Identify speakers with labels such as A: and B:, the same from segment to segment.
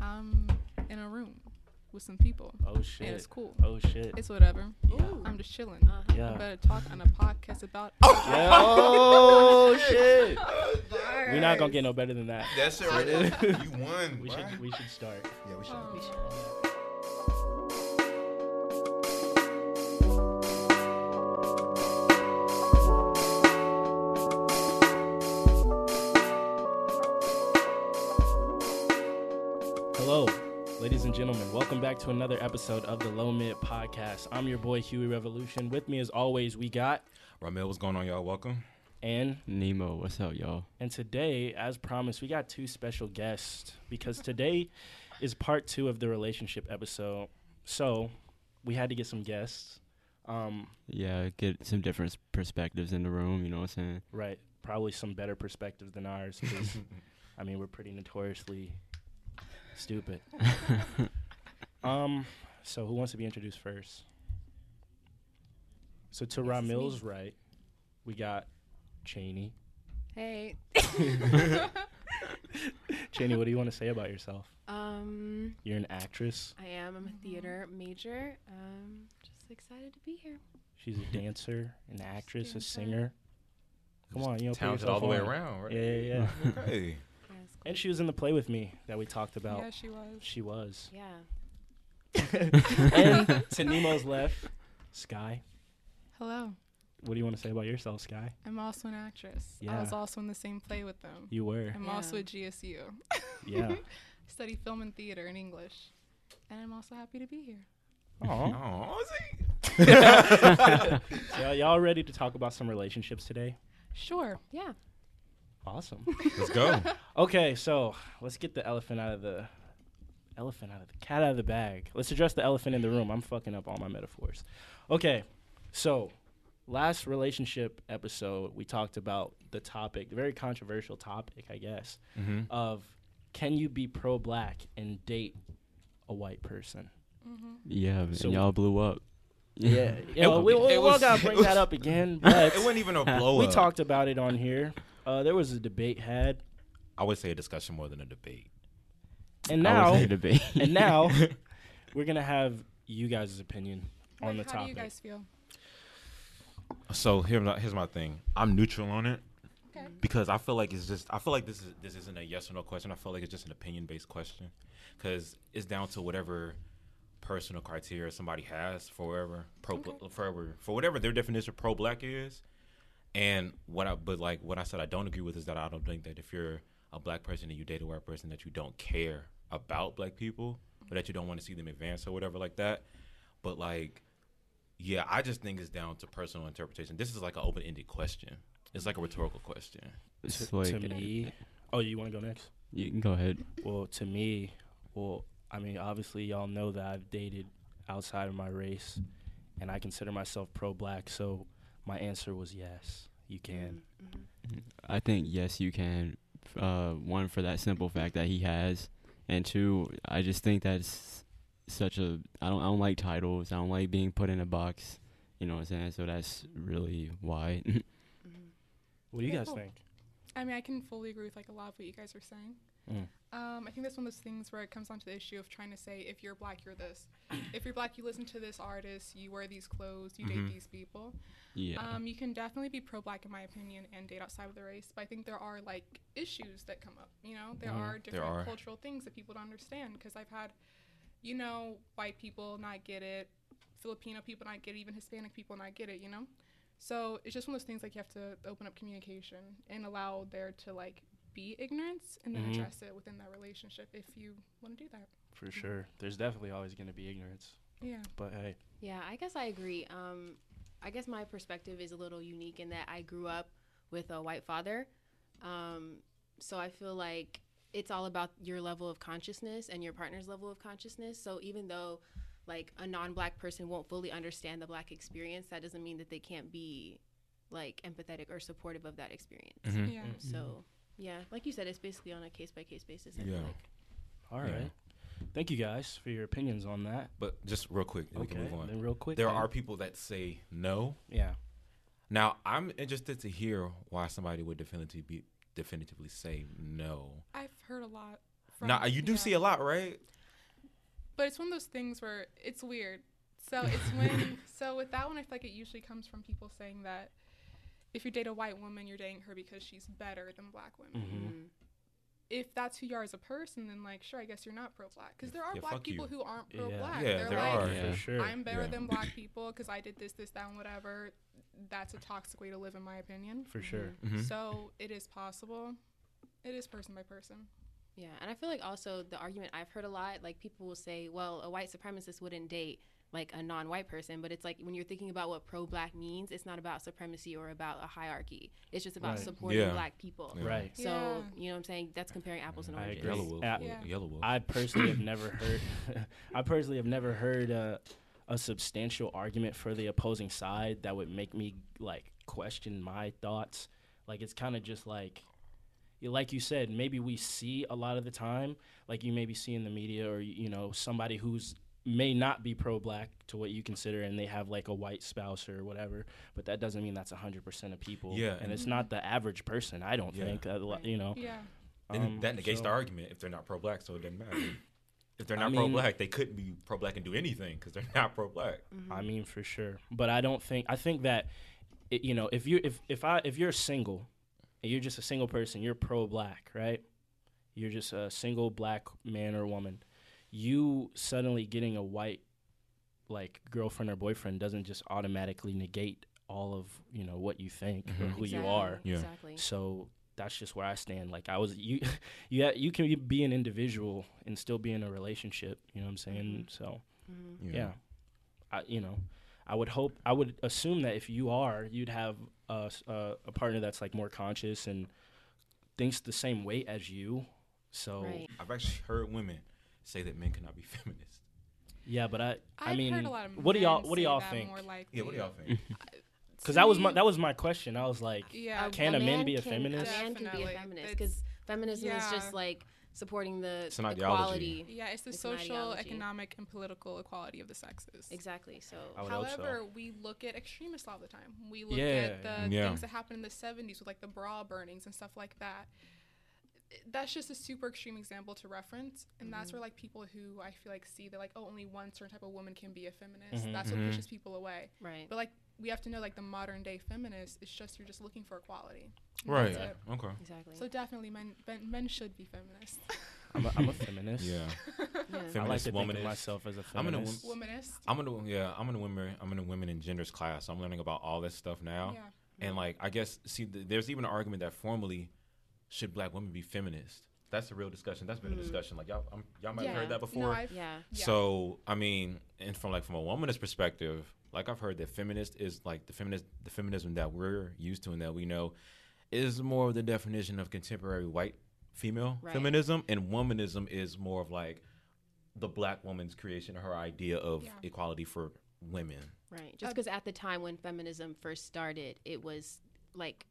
A: I'm in a room with some people.
B: Oh shit.
A: it's cool.
B: Oh shit.
A: It's whatever.
B: Yeah.
A: I'm just chilling.
C: Uh-huh.
B: Yeah.
A: I better talk on a podcast about.
B: Yeah, Oh shit. We're not gonna get no better than that.
D: That shit right there. You won.
B: We
D: bruh.
B: should we should start.
D: yeah, we should.
A: Oh.
B: Hello, ladies and gentlemen. Welcome back to another episode of the Low Mid Podcast. I'm your boy Huey Revolution. With me as always, we got
D: Ramil, what's going on, y'all? Welcome.
B: and
E: Nemo, what's up, y'all?
B: and today, as promised, we got two special guests because today is part two of the relationship episode. So we had to get some guests. Um,
E: Yeah, get some different perspectives in the room. You know what I'm saying?
B: Right. Probably some better perspectives than ours. 'cause, I mean, we're pretty notoriously stupid. um. So who wants to be introduced first? So to
C: This is me.
B: Ramil's right, we got Cheney.
C: Hey.
B: Cheney, what do you want to say about yourself?
C: Um, Mm-hmm.
B: You're an actress.
C: I am. I'm a theater major. Um, just excited to be here.
B: She's a dancer, an actress, a
C: dancer.
B: singer. Come on, you know, put
D: Talented all
B: yourself
D: the way
B: on.
D: around, right?
B: Yeah, yeah, yeah.
D: Okay.
C: Yes,
B: and she was in the play with me that we talked about.
A: Yeah, she was.
B: She was.
C: cool. Yeah.
B: and to Nemo's left, Sky.
A: Hello.
B: What do you want to say about yourself, Sky?
A: I'm also an actress. I
B: Yeah.
A: was also in the same play with them.
B: You were.
A: I'm
C: Yeah.
A: also at GSU.
B: Yeah.
A: Study film and theater and English. And I'm also happy to be here.
B: Aw.
D: Oh, see?
B: So y'all ready to talk about some relationships today?
A: Sure.
C: Yeah.
B: Awesome.
D: Let's go.
B: okay, so let's get the elephant out of the elephant out of the cat out of the bag. Let's address the elephant in the room. I'm fucking up all my metaphors. Okay. So, last relationship episode, we talked about the topic, the very controversial topic, I guess,
D: Mhm.
B: of can you be pro black and date a white person?
E: Yeah, man,
B: So-
E: y'all blew up.
B: Yeah. yeah well, we,
D: it
B: we, we all
D: was-
B: gotta
D: it
B: bring
D: was-
B: that up again, but
D: It wasn't even a blow
B: we
D: up.
B: talked about it on here. Uh, there was a debate had,
D: I would say a discussion more than a debate.
B: and
E: I
B: now
E: was here to be.
B: and now we're gonna have you guys' opinion on
A: Like,
B: the
A: how
B: topic.
A: do you guys feel?
D: So here, here's my thing. I'm neutral on it
A: Okay.
D: because I feel like it's just. I feel like this is this isn't a yes or no question. I feel like it's just an opinion based question because it's down to whatever personal criteria somebody has for whatever pro for, whatever- for whatever their definition of pro black is. And what I but like what I said I don't agree with is that I don't think that if you're a black person and you date a white person that you don't care about black people or that you don't want to see them advance or whatever like that. But like yeah, I just think it's down to personal interpretation. This is like an open ended question. It's like a rhetorical question.
E: it's
B: to,
E: like,
B: to me, oh, you want to go next?
E: you can go ahead.
B: Well, to me, well, I mean, obviously, y'all know that I've dated outside of my race, and I consider myself pro-black. So my answer was yes. You
A: Mm-hmm.
B: can.
C: Mm-hmm.
E: I think yes, you can. Uh, one for that simple fact that he has, and two, I just think that's such a. I don't. I don't like titles. I don't like being put in a box. You know what I'm saying? So that's really why.
B: What do you
A: Okay,
B: guys
A: cool.
B: think?
A: I mean, I can fully agree with like a lot of what you guys are saying.
B: Mm.
A: Um, I think that's one of those things where it comes down to the issue of trying to say if you're black, you're this. if you're black, you listen to this artist, you wear these clothes, you
D: Mhm.
A: date these people.
E: yeah.
A: Um, you can definitely be pro-black in my opinion and date outside of the race, but I think there are like issues that come up. You know, there
B: Mhm,
A: are different
D: Mm, are.
A: cultural things that people don't understand because I've had, you know, white people not get it, Filipino people not get it, even Hispanic people not get it. You know, so it's just one of those things like you have to open up communication and allow there to like be ignorance and then
B: Mhm.
D: Mm-hmm.
A: address it within that relationship if you want to do that.
B: For sure, there's definitely always gonna be ignorance,
A: Yeah.
B: but hey,
C: Yeah, I guess I agree. Um, I guess my perspective is a little unique in that I grew up with a white father. Um, so I feel like it's all about your level of consciousness and your partner's level of consciousness. So even though like a non-black person won't fully understand the black experience, that doesn't mean that they can't be like empathetic or supportive of that experience.
D: Mm-hmm.
B: Mm-hmm.
A: Yeah.
C: So yeah, like you said, it's basically on a case by case basis. I
D: Yeah.
C: feel like.
B: all right.
D: Yeah.
B: Thank you guys for your opinions on that.
D: But just real quick, then we can move on.
B: Then real quick.
D: There
B: then-
D: are people that say no.
B: Yeah.
D: Now, I'm interested to hear why somebody would definitively be definitively say no.
A: I've heard a lot. from.
D: Nah, you do
A: yeah.
D: see a lot, right?
A: But it's one of those things where it's weird. So it's when so with that one, I feel like it usually comes from people saying that if you date a white woman, you're dating her because she's better than black
D: Mm.
A: women.
B: Mhm.
C: Mm-hmm.
A: If that's who you are as a person, then like sure, I guess you're not pro-black because there are
D: Yeah,
A: black
D: fuck you.
A: people who aren't pro-black.
D: Yeah,
A: They're
D: there
A: like,
D: are.
E: Yeah.
B: for sure.
A: I'm better
D: Yeah.
A: than black people because I did this, this, that, and whatever. That's a toxic way to live, in my opinion.
B: for sure.
D: Mhm.
A: So it is possible. It is person by person.
C: Yeah, and I feel like also the argument I've heard a lot, like people will say, well, a white supremacist wouldn't date like a non-white person, but it's like when you're thinking about what pro-black means, it's not about supremacy or about a hierarchy. It's just about
B: Right.
C: supporting
D: Yeah.
C: black people.
D: Yeah.
B: Right.
C: So,
A: Yeah.
C: you know what I'm saying? That's comparing apples and
B: I
C: oranges.
B: agree.
D: Yellow wolf.
B: Yeah.
A: Yeah.
D: Yellow wolf.
B: I personally have never heard. I personally have never heard a, a substantial argument for the opposing side that would make me like question my thoughts. Like it's kind of just like, y- like you said, maybe we see a lot of the time. Like you maybe see in the media or you know somebody who's may not be pro-black to what you consider and they have like a white spouse or whatever but that doesn't mean that's 100% of people
D: Yeah,
B: and
D: and-
B: it's not the average person i don't
D: Yeah.
B: think uh, lo- you know
A: Yeah.
D: Then
B: Um,
D: that negates
B: so-
D: the argument if they're not pro-black, so it doesn't matter. if they're
B: I
D: not
B: mean-
D: pro-black, they couldn't be pro-black and do anything because they're not pro-black.
A: Mm-hmm.
B: I mean, for sure. But I don't think I think that it, you know if you if if I if you're single and you're just a single person, you're pro black, right? You're just a single black man or woman. You suddenly getting a white like girlfriend or boyfriend doesn't just automatically negate all of you know what you think or
D: Mhm.
B: who you are.
D: Yeah.
C: Mm-hmm. Exactly.
B: So that's just where I stand. Like I was you you ha- you can be an individual and still be in a relationship. You know what I'm saying? So
C: Mhm.
B: yeah I, you know i would hope i would assume that if you are you'd have a, s- a- a partner that's like more conscious and thinks the same way as you so
C: Right.
D: I've actually heard women say that men cannot be feminists.
B: yeah but i i
A: I've
B: mean
A: heard a lot of
B: what do y'all
A: men
B: what do
A: say
B: y'all
A: that
B: think
A: More likely.
D: Yeah, what do y'all think?
B: because that was my
A: See?
B: that was my question i was like
A: Yeah.
C: A-
B: Can a man
C: man
B: be a
C: can-
B: feminist?
C: A man can be
A: Definitely.
C: a feminist
A: It's-
C: because feminism is
A: Yeah.
C: just like supporting the
D: It's an ideology.
C: equality.
A: Yeah, it's the
C: It's an
A: social,
C: ideology.
A: economic, and political equality of the sexes.
C: Exactly. So
D: Oh.
B: I would hope so.
A: However, we look at extremists all the time. We look
B: Yeah.
A: at the
D: Yeah.
A: things that happened in the 70s with like the bra burnings and stuff like that. That's just a super extreme example to reference. And
C: Mm-hmm.
A: that's where like people who I feel like see that like, oh, only one certain type of woman can be a feminist.
B: Mhm.
A: That's what
D: Mhm.
A: pushes people away.
C: right.
A: But like we have to know like the modern day feminist is just you're just looking for equality. And
D: Right.
A: that's it.
D: Okay.
C: Exactly.
A: So definitely men, men men should be feminists.
B: i'm a, I'm a feminist
D: Yeah.
C: yeah.
B: i like
D: Feminist,
B: to think of
D: womanist.
B: myself as a
D: I'm in a
B: feminist
A: Womanist.
D: I'm in the yeah. I'm in the women. I'm in the women and genders class. I'm learning about all this stuff now.
A: Yeah.
D: And like, I guess see, th- there's even an argument that formally should black women be feminist? That's a real discussion. That's been a discussion. Like y'all, I'm, y'all might have
C: Yeah.
D: heard
C: No,
D: that before.
A: Mm. No, I've,
C: yeah.
A: yeah.
D: So I mean, and from like from a womanist perspective, like I've heard that feminist is like the feminist the feminism that we're used to and that we know is more of the definition of contemporary white female
C: Right.
D: feminism, and womanism is more of like the black woman's creation, her idea of
A: Yeah.
D: equality for women.
C: Right. Just
A: Uh,
C: because at the time when feminism first started, it was like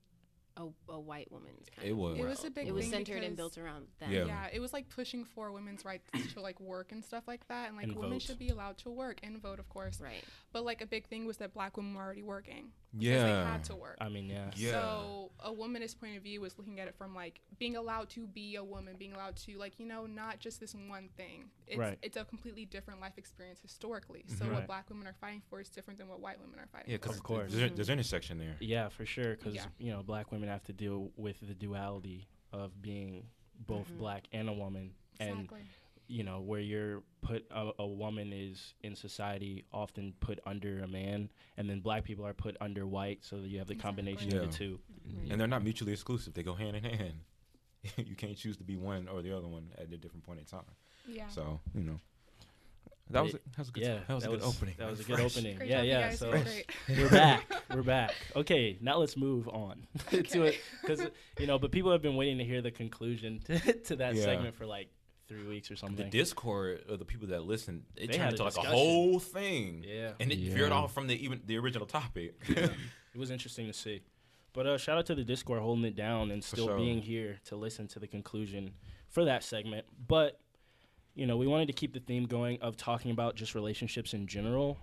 C: a, a white woman's kind
D: It
C: of
D: was.
A: It was a
C: world.
A: big
C: It was
A: thing
C: centered
A: because-
C: and built around them.
D: Yeah.
A: Yeah. it was like pushing for women's rights to like work and stuff like that, and like
B: And
A: women
B: vote.
A: should be allowed to work and vote, of course.
C: Right.
A: But like a big thing was that black women were already working. 'cause they
D: Yeah,
A: had to work.
B: i mean yeah
D: Yeah.
A: So a womanist point of view was looking at it from like being allowed to be a woman, being allowed to like you know not just this one thing. It's,
B: Right.
A: It's a completely different life experience historically. So
B: Right.
A: what black women are fighting for is different than what white women are fighting.
D: Mm-hmm. yeah,
A: for.
D: because
B: Of course.
D: there's,
A: Mm-hmm.
D: there's intersection there.
B: Yeah, for sure. Because
A: Yeah.
B: you know, black women have to deal with the duality of being both black and a woman, and
A: Mm-hmm. Exactly.
B: you know where you're put a, a woman is in society often put under a man, and then black people are put under white, so that you have the combination of the
D: Exactly.
B: two.
D: and they're not mutually exclusive. They go hand in hand. you can't choose to be one or the other one at a different point in time.
A: Yeah.
D: So you know, that was a, that was a good
B: yeah,
D: that was a good opening.
B: That was a
D: man.
B: good
D: Fresh.
B: opening.
A: Great
B: yeah,
A: job, you
B: yeah.
A: guys.
B: So
A: You're great.
B: we're back. We're back. Okay, now let's move on to it because you know, but people have been waiting to hear the conclusion to, to that
D: Yeah.
B: segment for like three weeks or
D: The
B: something.
D: Discord of the people that listen, it
B: They had
D: turned
B: a
D: into like a
B: discussion.
D: whole thing,
B: yeah.
D: and it
E: Yeah.
D: veered off from the even the original topic.
B: It was interesting to see. But uh, shout out to the Discord holding it down and still
D: sure.
B: being here to listen to the conclusion for that segment. But, you know, we wanted to keep the theme going of talking about just relationships in general.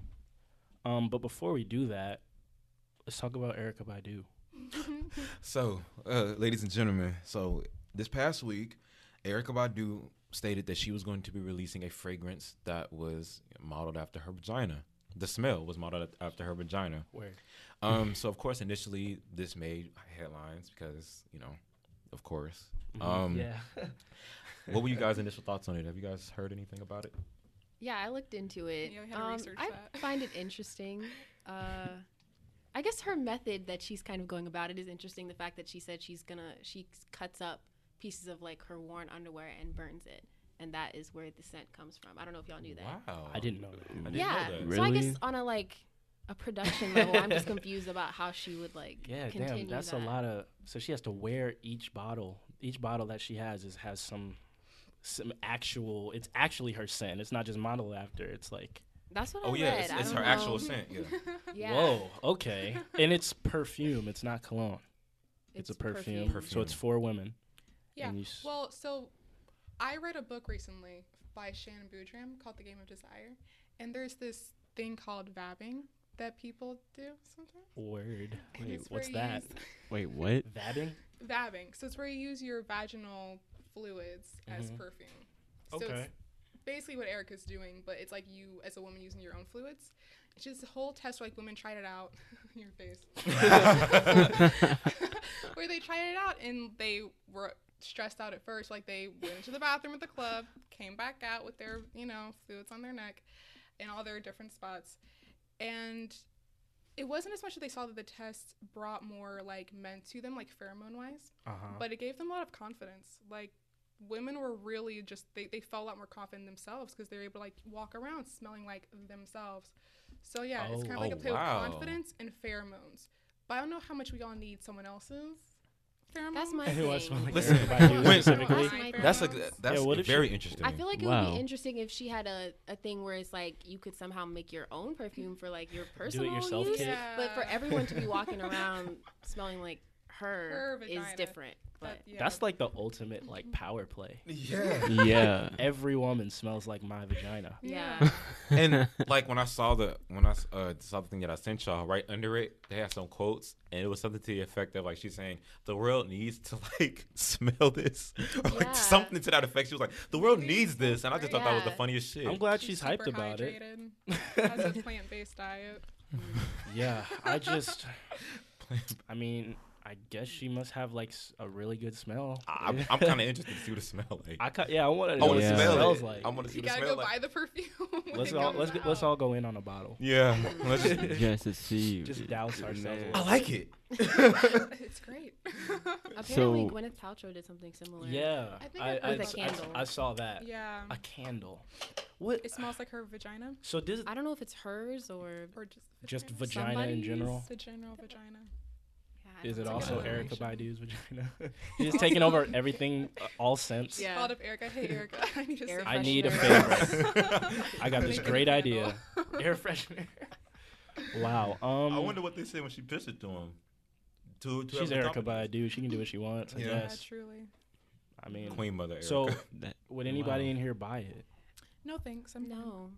B: Um, but before we do that, let's talk about Erica Baidu.
D: so, uh, ladies and gentlemen, so this past week, Erica Badu stated that she was going to be releasing a fragrance that was modeled after her vagina. The smell was modeled after her vagina.
B: Word.
D: Um, so of course, initially this made headlines because you know, of course.
B: mm-hmm.
D: Um,
B: yeah.
D: What were you guys' initial thoughts on it? Have you guys heard anything about it?
C: Yeah, I looked into it.
A: Yeah, we had to
C: Um,
A: research
C: I
A: that.
C: find it interesting. Uh, I guess her method that she's kind of going about it is interesting. The fact that she said she's gonna she cuts up pieces of like her worn underwear and burns it, and that is where the scent comes from. I don't know if y'all knew that.
D: Wow,
B: I didn't know that.
D: I didn't
C: Yeah.
D: know that.
C: So I
E: Really?
C: guess on a like a production level, I'm just confused about how she would like.
B: Yeah,
C: continue
B: damn, that's
C: that.
B: a lot of. So she has to wear each bottle. Each bottle that she has is has some, some actual. It's actually her scent. It's not just modeled after. It's like,
C: That's what I
D: Oh yeah,
C: read.
D: it's,
C: I
D: it's
C: don't
D: her
C: know.
D: actual scent. Yeah.
C: Yeah.
B: whoa, okay, and it's perfume. It's not cologne. It's, a perfume. So it's
D: Perfume.
B: for women.
A: Yeah.
B: And you s-
A: Well, so I read a book recently by Shannon Boudram called The Game of Desire, and there's this thing called vabbing that people do sometimes.
B: Word.
A: and
E: Wait,
A: it's where
B: What's
A: you
B: that?
A: use-
E: Wait, what?
B: Vabbing.
A: vabbing. So it's where you use your vaginal fluids as
B: Mhm.
A: perfume. So
B: Okay.
A: it's basically what Erica's doing, but it's like you as a woman using your own fluids. It's just a whole test where like women tried it out in your face. where they tried it out and they were stressed out at first. Like they went into the bathroom at the club, came back out with their, you know, fluids on their neck in all their different spots. And it wasn't as much that they saw that the test brought more like men to them, like pheromone wise
B: Uh
D: Uh-huh.
B: huh.
A: but it gave them a lot of confidence like women were really just they, they felt a lot more confident in themselves because they're able to like walk around smelling like themselves so yeah it's kind of
D: Oh.
A: like a
D: Oh,
A: play
D: wow.
A: with confidence and pheromones but i don't know how much we all need someone else's pheromones
C: That's my
B: Who wants
C: thing.
B: one like
D: Listen,
B: everybody
D: when-
B: else
D: when-
B: specifically?
A: My
D: That's a
A: pheromones.
D: that's
B: Yeah, what if she-
D: very interesting.
C: I feel like it would
E: Wow.
C: be interesting if she had a, a thing where it's like you could somehow make your own perfume for like your personal
B: yourself
C: use,
B: kit?
A: Yeah.
C: but for everyone to be walking around smelling like
A: Her
C: her, is
A: vagina.
C: different. But
A: That- yeah.
B: That's like the ultimate like power play.
D: yeah.
E: yeah.
B: Every woman smells like my vagina.
C: yeah,
D: and like when I saw the when I s- uh, saw the thing that I sent y'all right under it, they had some quotes, and it was something to the effect of like she's saying the world needs to like smell this or like
C: Yeah.
D: something to that effect. She was like the world
A: Maybe
D: needs this, and I just thought that was the
C: Yeah.
D: funniest shit.
B: I'm glad she's, hyped
A: super
B: about it.
A: hydrated, has a plant-based diet
B: Yeah, I just, I mean, I guess she must have like s- a really good smell.
D: I, am I'm kind of interested to see what it smell like.
B: I ca- yeah, I want to
D: I
B: know
D: want
B: what
D: to
E: Yeah.
B: it
D: smell
B: smells
D: it.
B: like.
D: I want to see
A: you
D: what
A: gotta
D: it smell
A: go
D: like.
A: buy the perfume when
B: let's
A: it
B: all
A: comes
B: let's, get- let's
A: out.
B: all go in on a bottle.
D: Yeah. Let's just-
E: Yes, it's see.
B: Just douse ourselves.
D: I like it.
A: it's great
C: apparently
E: So-
C: Gwyneth Paltrow did something similar.
B: Yeah,
A: I think I've heard
C: With a
B: I-
C: candle.
B: I saw that.
A: yeah
B: A candle. What?
A: Mm. it smells like her vagina
B: So this
C: I don't know if it's hers or
A: or just
B: just
A: vagina?
B: vagina in
C: Somebody's-
B: general.
A: the general vagina
C: yeah, I
B: Is
C: don't
B: it
C: know.
B: also
D: good
B: Erica
A: correlation.
B: Badu's vagina? She's just taking over everything, uh, all sense.
C: Yeah.
A: called up Erica. Hey, Erica, I need a
C: Air
A: sample.
B: I need a
C: Freshener.
B: favorite. I got this
A: Make a
B: great
A: candle.
B: idea. Air freshener. wow. Um,
D: I wonder what they said when she pitched it to him. To, to
B: she's
D: have a
B: Erica
D: company.
B: Badu. She can do what she wants. I
D: Yeah.
A: Yeah,
B: guess.
A: truly.
B: I mean,
D: Queen Mother Erica.
B: so
E: That-
B: would anybody
E: wow.
B: in here buy it?
A: No thanks. I'm no.
C: No,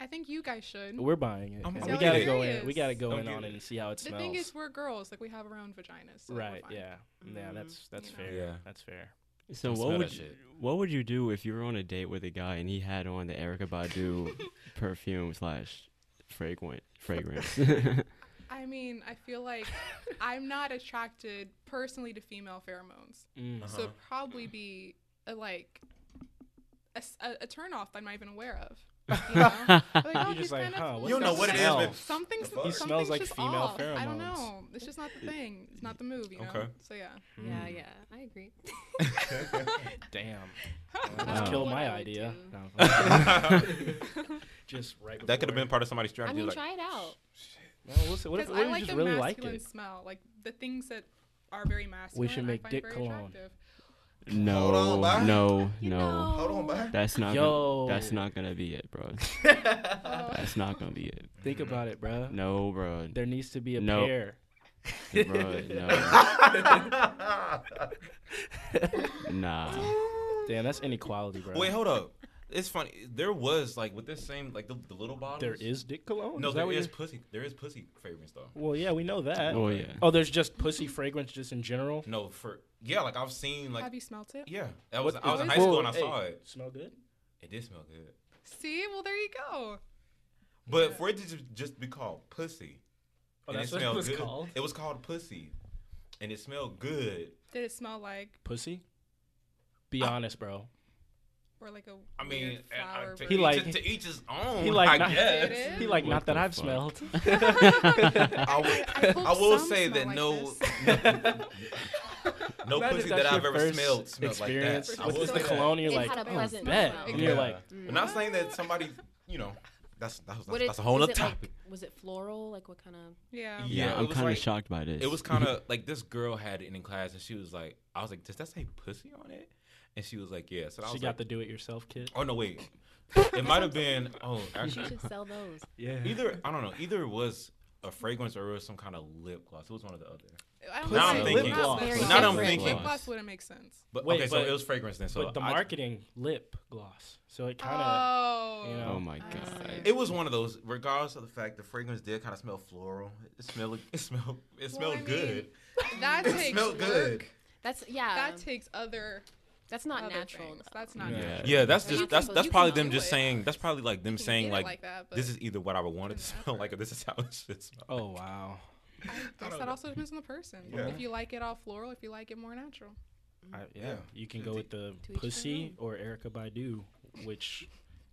A: I think you guys should.
B: We're buying it.
D: I'm-
B: and
D: I'm
B: we
D: getting
B: gotta
D: it.
B: go in. We gotta
A: Curious.
B: go
D: I'm
B: in on
D: getting
B: it
D: it.
B: and see how it
A: The
B: smells.
A: thing is, we're girls. Like we have our own vaginas. So we're
B: right?
A: fine. Mm-hmm.
B: Yeah. Yeah.
C: Mhm.
B: That's that's
A: You know.
B: fair.
D: Yeah.
B: That's fair.
E: So
D: Don't smell
E: what would
D: that
E: you,
D: shit.
E: what would you do if you were on a date with a guy and he had on the Erica Badu perfume slash fragrant fragrance?
A: I mean, I feel like I'm not attracted personally to female pheromones,
B: Mm.
A: so it'd probably be a, like a, s- a- a turnoff I'm not even aware of. You know? Like, oh,
B: You're just
A: he's
B: like,
A: kind of-
B: huh?
A: he's
B: What
D: You don't know
A: just
D: what it
A: kind
D: is,
A: of-
B: smells?
D: but-
A: Something
D: The fuck?
A: something's
D: It
B: smells like
A: just
B: female
A: off. I don't
B: pheromones.
A: know. It's just not the thing. It's not the move, you know.
D: Okay.
A: So yeah.
B: Hmm.
C: yeah, yeah, I agree.
B: Damn.
E: Wow.
B: Just killed
C: What
B: my
C: I would
B: idea.
C: do.
B: No, I'm fucking- just right.
D: that could have
B: before.
D: been part of somebody's
C: I
D: strategy.
C: mean,
D: like,
C: try it out.
B: No, we'll see. What if,
A: Because
B: what if
A: I
B: you
A: like
B: just
A: the
B: really like
A: masculine
B: it?
A: smell, like the things that are very masculine. I
B: make
A: find
B: dick
A: very
B: cologne.
A: attractive.
D: Hold
E: no,
D: on, bye.
E: no,
C: You
E: no.
C: know.
E: That's not.
B: Yo.
E: Gonna, that's not gonna be it, bro.
A: Oh,
E: That's not gonna be it.
B: Think
D: Mm-hmm.
B: about it, bro.
E: No, bro.
B: There needs to be a
E: No.
B: pair.
E: bro no. nah.
B: Damn, that's inequality, bro.
D: Wait, hold up. It's funny. There was like with this same like the, the little bottles.
B: There is dick cologne.
D: no.
B: that
D: there
B: what
D: is
B: you're-
D: pussy. There is pussy fragrance though.
B: Well, yeah, we know that.
E: Oh yeah.
B: Oh, there's just pussy fragrance just in general.
D: No, for yeah, like I've seen like
A: Have you smelt it?
D: yeah. That was
B: What
D: I was
B: is
D: in
B: it?
D: high school
B: Whoa,
D: and I
B: hey,
D: saw it.
B: Smell good. Oh,
D: It did smell good.
A: See, well there you go.
D: But for it to ju- just be called pussy,
B: Oh,
D: and
B: that's
D: it
B: what it
D: smelled
B: was
D: good.
B: called.
D: It was called pussy, and it smelled good.
A: Did it smell like
B: Pussy. Be honest, bro.
A: or like a
D: I mean,
A: weird
D: and
A: flower?
D: I- to,
B: He
D: each,
A: version?
B: like-
D: to each his own.
B: He like
D: I
B: not,
D: guess.
A: It
B: he
A: is?
B: like
E: What
B: not that
E: the
B: I've
E: fuck?
B: smelled.
D: I will,
A: I, hope
D: I will
A: some
D: say
A: smell
D: that
A: like
D: no,
A: this.
D: no
B: Imagine
D: pussy
B: that's
D: that I've
B: your
D: ever
B: first
D: smelled smelled like that.
B: experience
D: I
B: with
D: will
B: this
D: say
B: the
D: that.
B: cologne. You're
C: It's
B: like,
C: had a
B: oh,
C: pleasant
B: bet.
C: smell.
B: And you're
D: Yeah.
B: like,
D: I'm not saying that somebody, you know, that's that's, that's,
C: What
D: that's
C: is-
D: a whole
C: is
D: other
C: it like-
D: topic.
C: was it floral? Like what kind of?
A: yeah.
E: Yeah,
D: Yeah, it
E: I'm
D: was
E: kind of
D: like-
E: shocked by this.
D: It was kind of like this girl had it in class, and she was like, "I was like, does that say pussy on it?" And she was like, "Yeah." So I
B: she
D: was
B: got
D: like,
B: the do-it-yourself kit.
D: "Oh no, wait." It might have been. Oh,
C: She
D: actually,
C: should sell those.
B: Yeah.
D: either I don't know. Either it was a fragrance or it was some kind of lip gloss. It was one or the other.
A: I don't
D: Now
A: know.
D: I'm
A: Lip
D: thinking.
A: gloss
C: Very
A: makes
C: Now I'm
A: sense. Lip
D: thinking.
A: gloss wouldn't make sense.
D: But
B: Wait,
D: okay, so
B: but-
D: it was fragrance then. So
B: but the
D: I-
B: marketing lip gloss. So it kind of.
A: Oh.
B: you know.
E: Oh my
C: I
E: god.
C: see.
D: It was one of those, regardless of the fact the fragrance did kind of smell floral. It smelled, it smelled, it smelled
A: I mean,
D: good.
A: That
D: It
A: takes
D: smelled
A: work.
D: good.
C: That's yeah.
A: That takes other.
C: that's not
A: other
C: natural.
A: things.
C: though.
A: That's not.
E: Yeah.
A: natural.
D: Yeah, that's
C: But
D: just
C: you
D: that's
C: can-
D: that's
C: you
D: probably
C: can
D: them
A: do
D: just
A: it.
D: saying that's probably like them
A: You
D: saying
A: get it
D: like,
A: that, but
D: this is either what I would want it to
A: Whatever.
D: smell like or this is how it should smell.
B: Oh wow.
A: I guess
D: don't
A: that
D: know.
A: also depends on the person.
D: Yeah.
A: If you like it all floral, if you like it more natural.
B: I,
A: Mm.
B: yeah.
D: Yeah.
B: You can go with the
C: To each their
B: pussy or Erica Baidu, which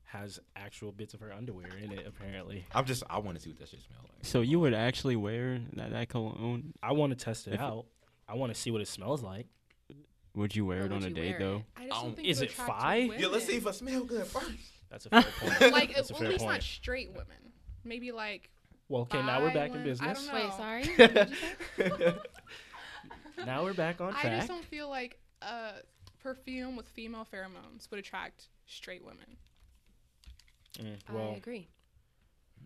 B: has actual bits of her underwear in it. Apparently,
D: I'm just I want to see what that shit smell like.
E: So you would actually wear that, that cologne?
B: I want to test it
E: If-
B: out. I want to see what it smells like.
E: Would you wear
C: Or
E: it
C: would
E: on a
C: you
E: date
C: wear it?
E: though?
A: I just don't
D: Um,
A: think
B: is
A: you
B: it
A: attract
B: fi?
A: women.
D: Yeah, let's see if I smell good first.
B: That's a fair point.
A: like at
B: That's a
A: well,
B: fair
A: at least
B: point.
A: not straight women. Maybe like
B: Well, okay, now we're
A: bi
B: back in
A: women.
B: business.
A: I
C: Wait,
A: don't know.
C: sorry.
B: Now we're back on
A: I just
B: track.
A: don't feel like uh, perfume with female pheromones would attract straight women.
B: Mm,
C: I
B: well,
C: agree.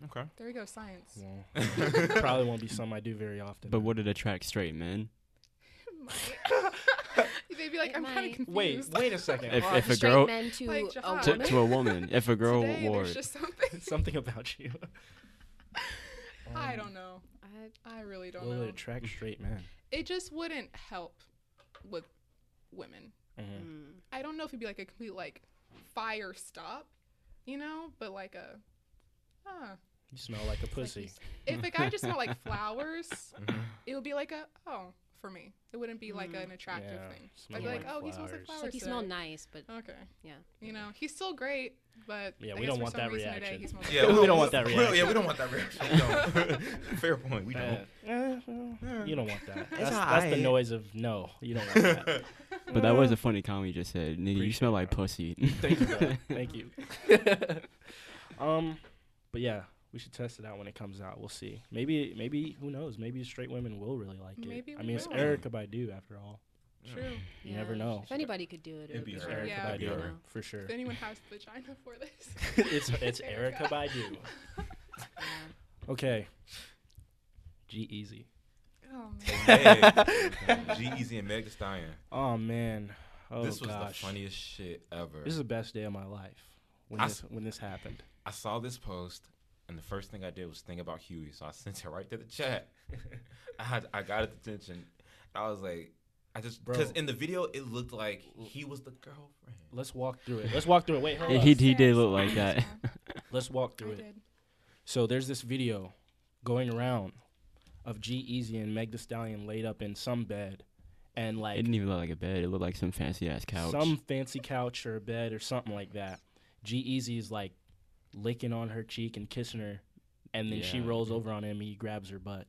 D: Okay.
A: There you go, science.
B: well, probably won't be something I do very often.
E: But would it attract straight men?
A: Might. They'd be like,
C: It
A: I'm kind
C: might.
A: of confused.
B: wait, wait a second.
E: If-
B: Oh,
E: if a
C: Straight
E: girl-
C: men to
A: Like
C: a
A: Jihad.
E: To,
C: woman.
E: to a woman, if a girl
A: Today,
E: wore
A: there's
E: it.
A: just something.
B: something about you.
A: I don't know.
C: I-
A: I really don't
B: Um, Will
A: know.
B: it attract straight men?
A: it just wouldn't help with women.
B: Mhm.
C: mm.
A: I don't know if it'd be like a complete like fire stop, you know, but like a huh.
B: You smell like a
C: It's like you
B: pussy.
C: s-
A: If a guy just smelled like flowers,
B: Mm-hmm.
D: Mhm.
A: it would be like a oh for me. It wouldn't be like an attractive
B: Yeah,
A: thing. I'd
B: smell
A: be like,
B: like
A: oh, he smells like
B: flowers.
A: flowers.
C: It's like you
A: today."
C: smell nice, but
A: Okay.
C: Yeah.
A: You know, he's still great, but
B: Yeah,
A: I
B: we
A: guess
B: don't
A: for
B: want
A: some
B: that
A: reason Today,
B: reaction.
A: he smells like oh,
B: Yeah, we
A: flowers.
B: don't want that
D: we don't- Yeah, we don't want that reaction. No. Fair point. We
B: Eh,
D: don't.
B: eh, well, you don't want that. That's,
D: all
B: that's the
D: right.
B: noise of no. You don't want that.
E: But that was a funny comment you just said. Nigga, you
B: Appreciate
E: smell
B: it,
E: like
B: bro.
E: pussy.
B: Thank you. Bro. Thank you. um, but yeah, we should test it out when it comes out. We'll see. Maybe, maybe who knows? Maybe straight women will really like it.
A: Maybe
B: I
A: we
B: mean, it's
A: will.
B: Erica Baidu after all.
A: True.
B: You never
C: yeah.
B: know.
C: If anybody could do it, it
D: It'd
C: would
D: be
C: be
B: It's
D: her.
C: her.
B: Erica
A: Yeah.
B: Baidu
D: It'd be her.
B: for sure.
A: If anyone has the vagina for this,
B: it's it's Erica
A: Erica.
B: Baidu.
C: Yeah.
B: Okay. G Easy.
A: oh man.
D: G Easy and Meg Thee Stallion.
B: Oh man. Oh
D: this was
B: gosh.
D: the funniest shit ever.
B: This is the best day of my life when
D: I
B: this when this happened.
D: I saw this post, and the first thing I did was think about Huey, so I sent it right to the chat. I had, I got its attention. I was like, I just
B: Bro.
D: because in the video it looked like he was the girlfriend.
B: Let's walk through it. Let's walk through it. Wait, hold
E: Yeah,
B: up.
E: he he did look like that.
B: Let's walk
A: I
B: through it.
A: did.
B: So there's this video going around of G Easy and Meg Thee Stallion laid up in some bed, and
E: It
B: like
E: didn't even look like a bed. It looked like some fancy ass couch.
B: some fancy couch or a bed or something like that. G Easy is like licking on her cheek and kissing her, and then she
E: Yeah.
B: rolls over on him and he grabs her butt.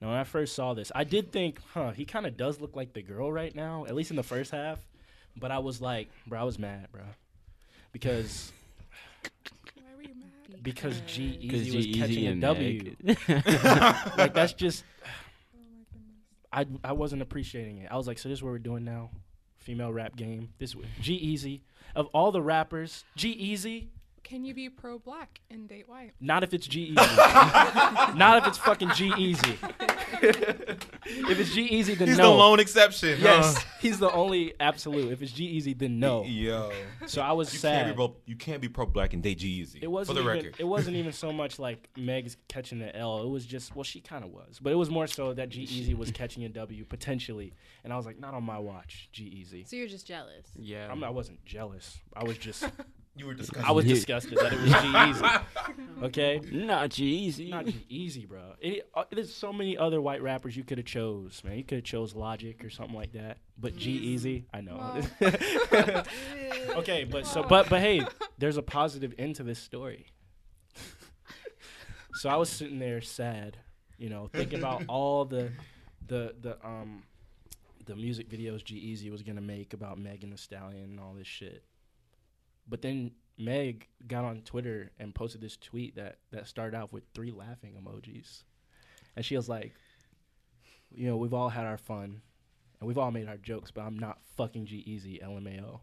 B: Now, when I first saw this, I did think, huh, he kind of does look like the girl right now, at least in the first half. But I was like, bro, I was mad, bro, because
A: Why were you mad?
B: because G
E: Because
B: Easy was catching
E: G-Eazy
B: a
E: E and
B: W.
E: Meg.
B: Like that's just
A: Oh my goodness.
B: I I wasn't appreciating it. I was like, so this is what we're doing now, female rap game. This G Easy of all the rappers, G Easy.
A: Can you be pro black and date white?
B: Not if it's G Easy. Not if it's fucking G Easy. if it's G Easy, then
D: He's
B: no.
D: the lone Uh. exception.
B: yes,
D: huh?
B: he's the only absolute. If it's G Easy, then no.
D: Yo.
B: So I was
D: E You
B: sad.
D: can't, be pro, you can't be pro black and day G Easy.
B: It wasn't
D: for the
B: even,
D: record.
B: It wasn't even so much like Meg's catching the L. It was just well, she kind of was, but it was more so that G Easy was catching a W potentially, and I was like, not on my watch, G Easy.
C: So you're just jealous.
E: Yeah.
B: I wasn't jealous. I was just
D: you were discussing.
B: I was
E: Yeah.
B: disgusted that it was G Easy. Okay,
E: not E Jeezy.
B: not G E Easy, bro. It, uh, there's so many other white rappers you could have chose, man. You could have chose Logic or something like that, but G Easy, I know. okay, but so but but hey, there's a positive end to this story. so I was sitting there sad, you know, thinking about all the the the um the music videos G Easy was gonna make about Megan the Stallion and all this shit. But then Meg got on Twitter and posted this tweet that that started out with three laughing emojis. And she was like, you know, we've all had our fun and we've all made our jokes, but I'm not fucking G Easy LMAO.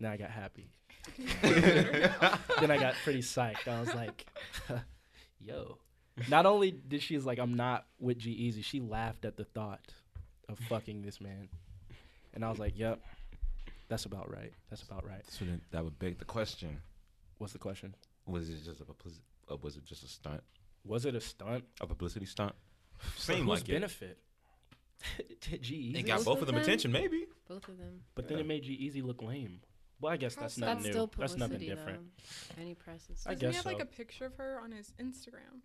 B: Now I got happy. then I got pretty psyched. I was like, yo. Not only did she's like, I'm not with G Easy, she laughed at the thought of fucking this man. And I was like, yep, that's about right. That's about right.
D: So then that would beg the question:
B: What's the question?
D: Was it just a publicity? Uh, was it just a stunt?
B: Was it a stunt?
D: A publicity stunt?
B: For
D: Seemed
B: whose
D: like it.
B: benefit? To G Easy.
D: It got
C: Both
D: both
C: of
D: of them
C: them?
D: attention, maybe.
C: Both of them.
B: But then it made G Easy look lame. Well, I guess that's
A: That's
B: nothing
C: That's
B: new.
C: still
B: that's
C: publicity,
B: nothing different.
C: Though. Any press is
B: I
A: Doesn't
B: guess
A: he have like
B: so.
A: a picture of her on his Instagram?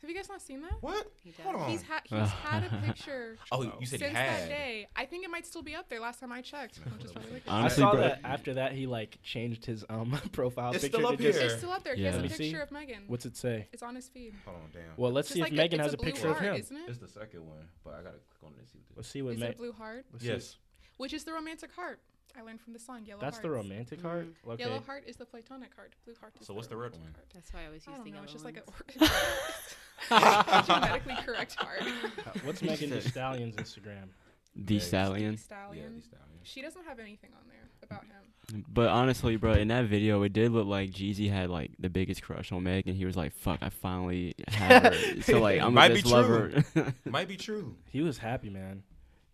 A: Have you guys not seen that?
D: What?
C: He
D: Hold
C: does.
D: on.
A: He's had he's had a picture
D: oh, you said
A: since
D: he had.
A: that day. I think it might still be up there. Last time I checked, which is probably like
E: I Honestly,
B: I saw
E: bro-
B: that after that he like changed his um profile
D: It's
B: picture
D: still
B: to
D: up
B: just
D: here.
A: it's still up there. He
E: Yeah.
A: has a
B: Let me
A: picture
B: see.
A: of Megan.
B: what's it say?
A: it's on his feed.
D: Hold on, damn.
B: Well, let's
A: It's
B: see if
A: like
B: Megan
A: it's
B: has a
A: blue
B: picture of
A: heart,
B: him.
A: Isn't it?
D: It's the second one, but I gotta click on it and see. What
B: Let's see what
A: Is
B: Meg.
A: it blue heart?
B: let's see.
D: yes.
A: Which is the romantic heart? I learned from the song Yellow
B: That's
A: Heart. Mm-hmm.
B: the romantic heart. Okay.
A: Yellow heart is the platonic heart. Blue heart is
D: So what's the red
A: romantic
D: one?
A: heart.
C: That's why I always
A: I don't
C: used the
A: know.
C: yellow
A: It's just like
C: ones.
B: a-
A: a genetically correct heart.
B: What's Megan Thee Stallion's Instagram?
E: The
D: Yeah,
E: Stallion.
D: Yeah,
A: Stallion.
D: these down here.
A: She doesn't have anything on there about him.
E: But honestly, bro, in that video, it did look like Jeezy had like the biggest crush on Meg, and he was like, "Fuck, I finally have her." so like, I'm
D: Might
E: gonna
D: be
E: just love her.
D: Might be true.
B: He was happy, man.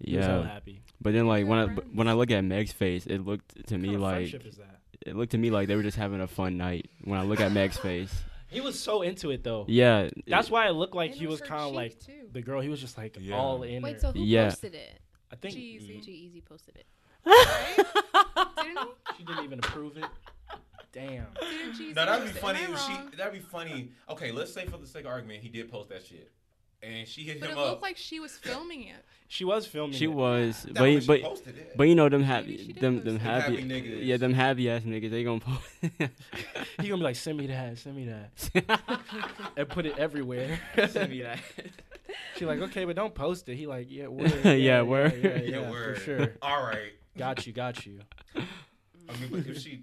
B: He was hella
E: yeah.
B: happy.
E: But then like when I
A: Yeah.
E: but when I look at Meg's face, it looked to
B: What
E: me
B: kind of
E: like
B: friendship is that?
E: it looked to me like they were just having a fun night. When I look at Meg's face,
B: He was so into it though.
E: yeah,
B: That's why it looked like
A: And
B: he
A: it
B: was
A: her
B: kind of
A: cheek,
B: like
A: too.
B: the girl. He was just like
D: Yeah.
B: all in.
C: Wait,
B: her.
C: so who
E: Yeah.
C: posted it?
B: I think
A: Jeezy.
C: G Easy posted it.
A: Didn't he?
B: she didn't even approve it. Damn.
A: Didn't Jesus
D: No, that'd
A: post
D: be
A: it?
D: funny.
A: Am I
D: If she,
A: wrong?
D: that'd be funny. Okay, let's say for the sake of argument, he did post that shit, and she hit
A: But it
D: him
A: looked
D: up.
A: like she was filming it.
B: She was filming.
E: she
B: it.
E: was,
D: That
E: but
D: when
E: he-
D: she
E: but
D: posted it.
E: but you know them
A: she
E: happy
A: did
E: them
A: post
E: them
A: it.
E: happy,
D: Happy niggas.
E: yeah them happy ass niggas they gonna post.
B: He gonna be like, send me that, send me that, and put it everywhere. She like, okay, but don't post it. He like, yeah, word,
E: Yeah, word.
B: yeah, yeah,
D: yeah,
B: yeah,
D: word.
B: for sure.
D: All right.
B: Got you, got you.
D: I mean, but if she,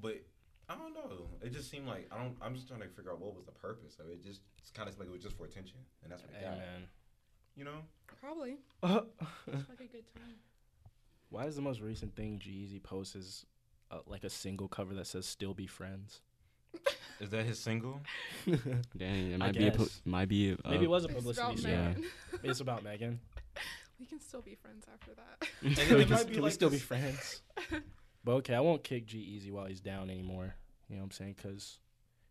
D: but I don't know. It just seemed like I don't. I'm just trying to figure out what was the purpose of it. Just it's kind of like it was just for attention, and that's what it got. You know.
A: Probably.
B: man.
A: It's like a good time.
B: Why is the most recent thing Jeezy posts is uh, like a single cover that says "Still Be Friends"?
D: Is that his single?
E: Dang,
B: I
E: it might be a po-
B: guess.
E: might be a, uh,
B: Maybe it was a
A: It's about
B: publicity stunt.
E: yeah.
A: Megan.
B: It's about Megan.
A: We can still be friends after that.
B: Can we,
D: it might
B: just-
D: be
B: can we
D: like
B: still
D: this-
B: be friends? but okay, I won't kick G Easy while he's down anymore. You know what I'm saying? Because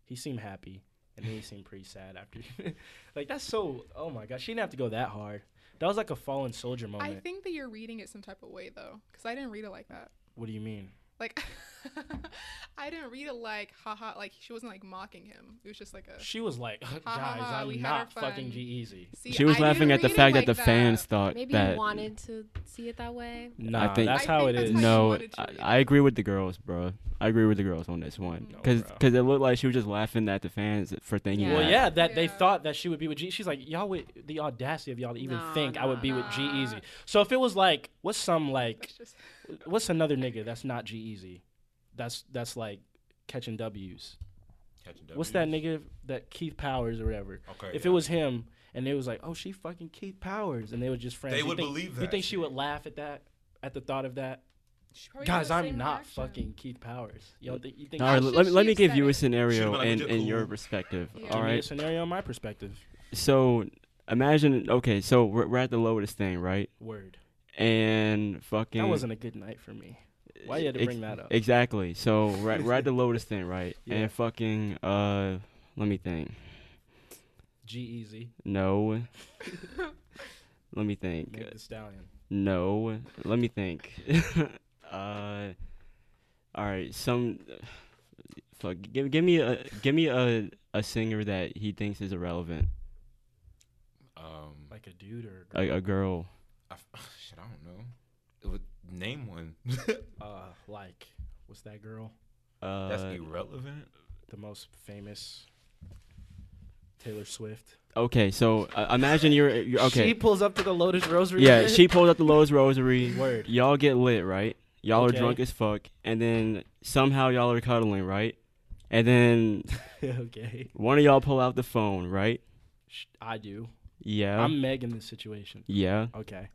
B: he seemed happy and then he seemed pretty sad after. like, that's so. Oh my gosh. She didn't have to go that hard. That was like a fallen soldier
A: I
B: moment.
A: think that you're reading it some type of way though, because I didn't read it like that.
B: what do you mean?
A: Like, I didn't read it like haha. Like she wasn't like mocking him. It was just like a.
B: She was like, guys,
A: ha, we
B: I'm
A: had our
B: not fucking
A: fun."
B: G Easy.
A: See,
E: she was
A: I
E: laughing
A: didn't
E: at the
A: read it
E: fact
A: like
E: that the fans thought
C: Maybe
E: that
C: he wanted to see it that way.
B: Nah,
E: think-
B: that's
A: I
B: how
A: think
B: it
A: that's
B: is.
A: how she
E: no,
A: wanted to
E: I,
A: read
E: I agree with the girls, bro. I agree with the girls on this one
B: No,
E: because
B: bro.
E: it looked like she was just laughing at the fans for thinking.
C: Yeah.
B: Well,
E: that.
B: yeah, that they
A: Yeah.
B: thought that she would be with G. She's like, y'all would the audacity of y'all to even
C: Nah,
B: think I would
C: nah,
B: be with G
A: nah.
B: Easy. So if it was like, what's some like,
A: That's just
B: what's another nigga that's not G Easy? That's that's like catching W's.
D: Catching
B: What's that nigga that Keith Powers or whatever?
D: Okay.
B: If
D: Oh, yeah.
B: it was him and they was like, oh, she fucking Keith Powers, and they were just friends.
D: They
B: you
D: would
B: think-
D: believe
B: You
D: that
B: think she
D: shit.
B: would laugh at that, at the thought of that?
A: she probably got
B: Guys,
A: the
B: I'm
A: same
B: not
A: reaction.
B: fucking Keith Powers. You don't think you think?
E: All right,
A: How
E: let
A: should
E: me let
A: she
E: me
A: have
E: give
A: said
E: you
A: it?
E: a
D: Should've
E: scenario
D: been like,
E: and
D: "Would you
E: in your
D: cool?"
E: perspective.
A: Yeah.
E: All
B: Give me a
E: right,
B: scenario on my perspective.
E: so imagine okay, so we're, we're at the lowest thing, right?
B: Word.
E: And fucking
B: That wasn't a good night for me. Why you had to
E: ex-
B: bring that up?
E: Exactly. So we're at, we're at the lowest thing, right?
B: Yeah.
E: And fucking uh, let me think.
B: G Easy,
E: No. let me think.
B: Meg the Stallion.
E: No, let me think. uh, all right, some fuck. Give give me a give me a a singer that he thinks is irrelevant.
D: Um,
B: Like a dude or a
E: A,
B: girl?
E: a girl.
D: I f shit, I don't know. It would, name one.
B: uh like what's that girl?
E: Uh,
D: That's irrelevant.
B: The most famous Taylor Swift.
E: okay. So uh, imagine you're, you're okay.
B: She pulls up to the Lotus Rosary.
E: yeah,
B: shit.
E: she pulls out the Lowe's rosary.
B: Word.
E: Y'all get lit, right? Y'all
B: Okay.
E: are drunk as fuck, and then somehow y'all are cuddling, right? And then
B: okay.
E: one of y'all pull out the phone, right?
B: Sh- I do.
E: Yeah.
B: I'm Meg in this situation.
E: yeah.
B: Okay.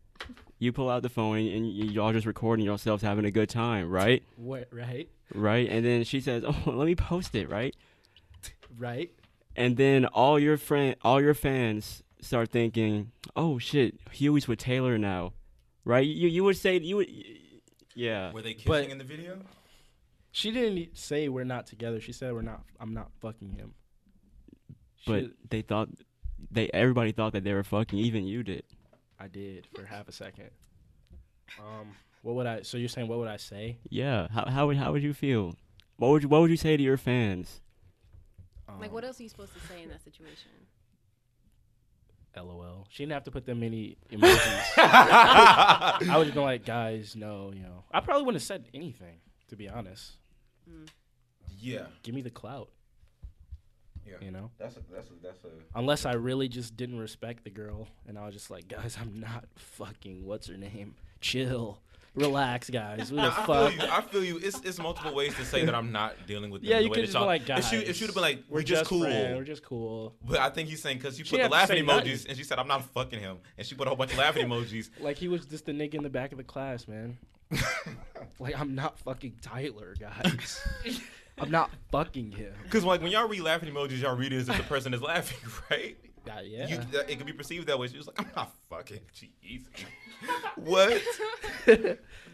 E: you pull out the phone and, and y- y'all just recording yourselves having a good time, right?
B: What right?
E: Right? And then she says, "Oh, let me post it," right?
B: Right?
E: And then all your friend, all your fans start thinking, "Oh shit, Huey's with Taylor now," right? You you would say you would, y- yeah.
D: Were they kissing
B: But-
D: in the video?
B: She didn't e- say we're not together. She said we're not I'm not fucking him. She-
E: But they thought they everybody thought that they were fucking, even you did.
B: I did for half a second. Um what would I so you're saying what would I say?
E: Yeah. How how would how would you feel? What would you, what would you say to your fans?
B: Um,
C: Like, what else are you supposed to say in that situation?
B: LOL. She didn't have to put that many emojis. I would have been like, guys, no, you know. I probably wouldn't have said anything, to be honest.
D: Yeah,
B: Give me the clout,
D: yeah.
B: you know?
D: That's a, that's a, that's a.
B: Unless I really just didn't respect the girl and I was just like, guys, I'm not fucking what's her name. Chill. Relax, guys. What the
D: I feel you.
B: fuck?
D: I feel you. It's it's multiple ways to say that I'm not dealing with. them
B: Yeah,
D: the
B: you
D: way
B: could
D: that
B: just
D: y'all-
B: be like, guys.
D: If she if she'd have been like, we're, just, cool.
B: friends, We're just cool.
D: But I think he's saying because she
B: She
D: put the
B: didn't have to
D: laughing
B: say
D: emojis
B: nothing.
D: and she said I'm not fucking him and she put a whole bunch of laughing emojis.
B: Like, he was just the nigga in the back of the class, man. Like, I'm not fucking Tyler, guys. I'm not fucking him.
D: Because like when y'all read laughing emojis, y'all read it as if the person is laughing, right?
B: Uh, yeah.
D: You, that, it could be perceived that way. She was like, I'm not fucking Jesus. what?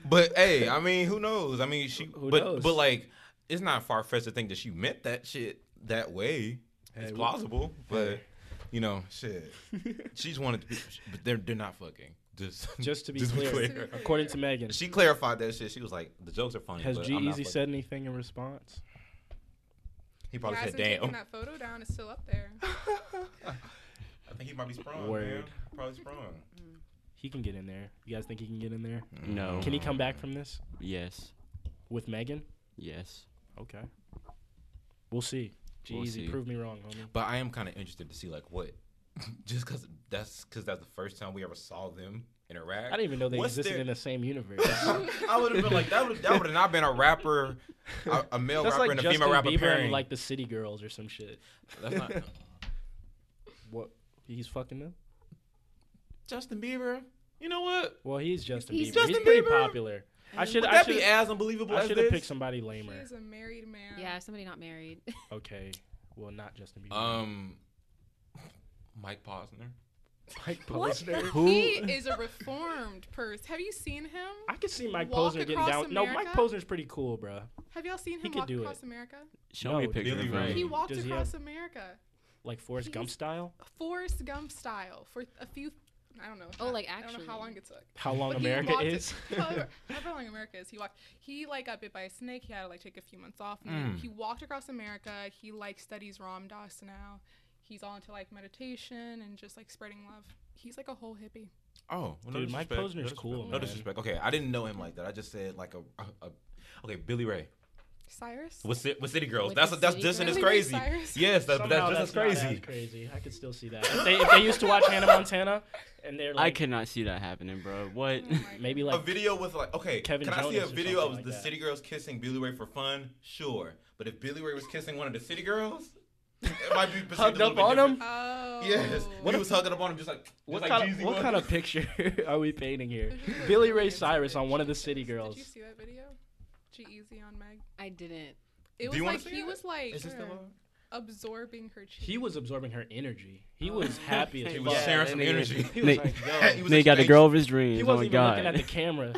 D: but hey, I mean, who knows? I mean, she.
B: Who
D: but
B: knows?
D: but like, it's not far fetched to think that she meant that shit that way.
B: Hey,
D: it's
B: we-
D: plausible, but you know, shit. She's wanted, to be, but they're they're not fucking. Just
B: Just to be clear, according to Megan,
D: She clarified that shit. She was like, "The jokes are funny."
B: has
D: but
B: G
D: I'm not
B: Easy
D: fucking.
B: said anything in response?
D: He probably
A: He
D: said,
A: hasn't taken
D: "Damn."
A: that photo down. It's still up there.
D: I think he might be sprung.
B: Word.
D: Word. Probably sprung.
B: He can get in there. You guys think he can get in there?
E: No.
B: Can he come back from this
E: Yes.
B: with Megan?
E: Yes.
B: Okay. We'll see. G
E: We'll
B: Easy,
E: see.
B: prove me wrong, homie.
D: But I am kind of interested to see like what, just because that's because that's the first time we ever saw them interact.
B: I didn't even know they
D: What's
B: existed
D: their-
B: in the same universe.
D: I would have been like that. Would that would have not been a rapper, a, a male
B: That's
D: rapper
B: like
D: and a
B: Justin
D: female rapper
B: Bieber
D: pairing.
B: and like the City Girls or some shit.
D: that's not,
B: What? He's fucking them?
D: Justin Bieber. You know what?
B: Well, he's Justin
C: He's
B: Bieber.
D: Justin
B: he's pretty
D: Bieber?
B: popular. I should.
D: Would
B: I
D: that be
B: should.
D: as unbelievable
B: I
D: as
B: should have
D: this?
B: picked somebody
A: He
B: lamer.
A: is a married man.
C: Yeah, if somebody not married.
B: Okay. Well, not Justin Bieber.
D: Um, Mike Posner.
B: Mike
A: What
B: Posner.
A: the-
E: Who-
A: He is a reformed person. Have you seen him?
B: I could see Mike
A: Walk
B: Posner getting
A: across
B: down. No, Mike
A: America?
B: Posner's pretty cool, bruh.
A: Have y'all seen
B: He
A: him
B: could
A: walk
B: do
A: across
B: it.
A: America?
E: Show
B: No,
E: me a picture
D: Billy
E: of
D: Ray.
E: him.
A: He
B: Mm.
A: walked
B: Does he
A: across America,
B: Like Forrest
A: He's-
B: Gump style.
A: Forrest Gump style, for a few. I don't know.
C: Oh, like
A: I don't know how
C: actually.
A: long it took.
B: How long
A: But he
B: America
A: walked-
B: is.
A: however, however long America is, he walked. He like got bit by a snake. He had to like take a few months off. and then
D: Mm.
A: He walked across America. He like studies Ram Dass now. He's all into like meditation and just like spreading love. He's like a whole hippie.
D: Oh, well, no
B: Dude, Mike
D: disrespect, no
B: Posner's
D: disrespect,
B: cool,
D: No
B: man.
D: disrespect. Okay, I didn't know him like that. I just said like a, a, a okay, Billy Ray.
A: Cyrus.
D: With, Ci- with City Girls.
C: With
D: that's
C: the
D: that's
C: City
D: dissing is
A: Girls?
D: crazy.
A: Cyrus?
D: Yes, that, but
B: Somehow
D: that's just as
B: not
D: crazy.
B: as crazy. I could still see that. If they, if they used to watch Hannah Montana, and they're
E: I
B: like,
E: cannot see that happening, bro. What?
A: Oh my
B: maybe
D: a
B: like
D: video with like okay,
B: Kevin
D: can I see a
B: Jonas or
D: video of
B: something like
D: the
B: that.
D: City Girls kissing Billy Ray for fun? Sure, but if Billy Ray was kissing one of the City Girls, it might be perceived a
B: Hugged
D: little
B: up
D: bit
B: on
D: different.
B: him?
A: Oh.
D: Yes,
B: What
D: he
B: a-
D: was hugging up on him just like just
B: what
D: like
B: kind of
D: Jeezy
B: what
D: was.
B: kind of picture are we painting here?
A: There's just a
B: Billy
A: million
B: Ray
A: of
B: Cyrus
A: it.
B: on one of the
A: Jesus.
B: City Girls.
A: Did you see that video? G Easy on Meg.
C: I didn't.
A: It
D: Do
A: was
D: you wanna
A: like
D: see
A: he
D: it?
A: was like.
D: Is this the
A: uh,
D: one?
A: absorbing her cheek.
B: He was absorbing her energy. He
E: Oh.
B: was happy as
D: He
B: fuck.
D: was
F: Yeah,
D: sharing
F: that
D: some
F: nigga-
D: energy.
B: He was like, yo.
D: He
E: Nigga got
D: was
E: the
D: exchanging-
E: girl of his dreams.
B: He
E: oh
B: wasn't
E: my
B: even looking at
E: god.
B: the camera.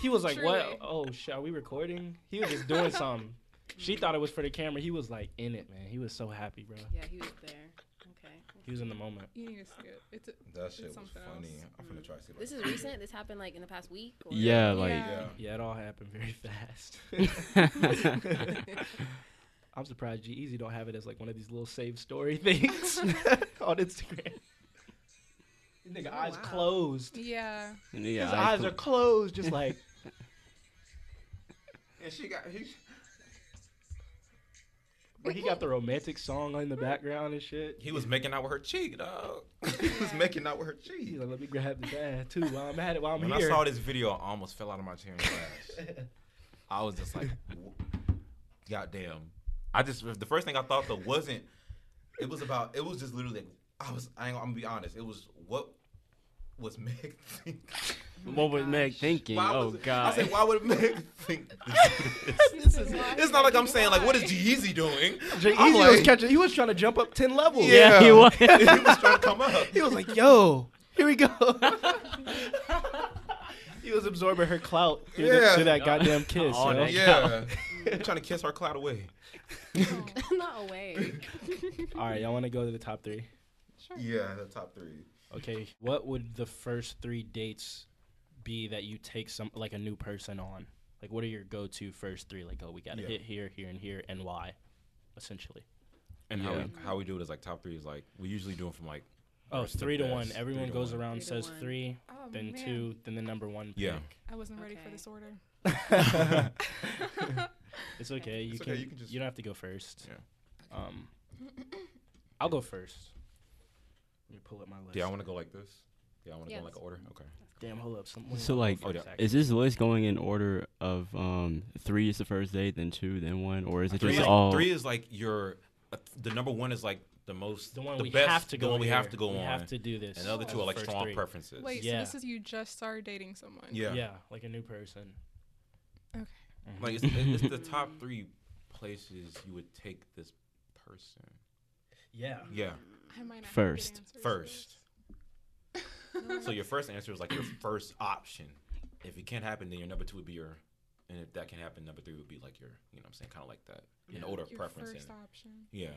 B: He was like,
A: Truly.
B: "What? Oh shit, are we recording?" He was just doing something. She thought it was for the camera. He was like in it, man. He was so happy, bro.
C: Yeah, he was there. Okay.
B: He was in the moment.
A: You need to see it. It's a,
F: That shit was
A: something
F: funny.
A: else.
F: I'm finna try to see.
C: This is recent. This happened like in the past week. Or?
E: Yeah, like
F: Yeah.
B: Yeah, it all happened very fast. I'm surprised G Easy don't have it as like one of these little save story things on Instagram. This Nigga,
D: Oh,
B: eyes
C: wow.
B: closed.
A: Yeah.
E: Nigga,
B: His
E: I
B: eyes
E: cl-
B: are closed, just like
F: And she got. He,
B: bro, he got the romantic song in the background and shit.
D: He was making out with her cheek, dog.
F: he was making out with her
B: He's
F: cheek.
B: like, let me grab this ass too while I'm at it, while I'm
D: When I
B: here.
D: saw this video, I almost fell out of my chair in class. I was just like, w- goddamn. I just the first thing I thought though wasn't. It was about. It was just literally. I was. I ain't, I'm gonna be honest. It was what was Meg think?
E: what was Meg thinking?
D: Why
E: oh
D: was-
E: god.
D: I said, why would Meg think? This?
A: This is why
D: it's not like I'm
A: Megan
D: saying like, what is
A: lied.
D: G-Eazy doing?
B: Jay
D: I'm
B: Easy was
D: like-
B: catching. He was trying to jump up ten levels.
E: yeah, he was.
D: he was trying to come up.
B: He was like, "Yo, here we go." he was absorbing her clout through, the-
F: Yeah.
B: through that goddamn kiss.
E: All
B: you know?
E: that.
D: Yeah, trying to kiss her cloud away.
A: Oh,
C: Not away.
B: All right, y'all want to go to the top three?
A: sure.
F: Yeah, the top three.
B: Okay, what would the first three dates be that you take some like a new person on? Like, what are your go-to first three? Like, oh, we gotta
F: Yeah.
B: hit here, here, and here, and why? Essentially.
D: And
E: Yeah.
D: how we how we do it is like top three is like we usually do it from like
B: Oh,
D: worst to
B: three to one.
D: best,
B: Everyone
D: three to
B: goes
D: one.
B: around,
C: Three to
B: says
C: one.
B: three,
A: Oh,
B: then
A: man.
B: two, then the number one. Pick.
D: Yeah.
A: I wasn't ready for
C: Okay.
A: this order.
B: It's okay. You
F: It's
B: can,
F: okay,
B: you
F: you can just-
B: don't have to go first.
D: Yeah.
B: Um, I'll go first. Let me pull up my list.
D: do y'all want to go like this? Do y'all want to
C: Yes.
D: go in like order? Okay.
B: Damn, hold up. Someone
E: So,
B: I'll go
E: like,
B: first,
D: Oh, yeah.
B: actually.
E: Is this list going in order of um three is the first date, then two, then one, or is it
D: Three
E: just
D: is,
E: all?
D: three is like your uh, the number one is like the most
B: the one we
D: best,
B: have to go?
D: the one we have
B: here.
D: to go
B: We
D: on.
B: have to do this.
D: and the other two
B: as
D: are like
B: first
D: strong
B: three.
D: preferences.
A: Wait,
B: Yeah.
A: so this is you just started dating someone.
F: Yeah.
B: Yeah. like a new person.
D: Like it's, it's the top three places you would take this person.
B: Yeah.
D: Yeah.
A: I might not have good
E: First.
A: answers for
D: First.
A: this.
D: So your first answer is like your first option. If it can't happen, then your number two would be your, and if that can happen, number three would be like your, you know, what I'm saying kind of like that, an order of
A: Your
D: preference. in
A: first
D: it.
A: option.
D: Yeah.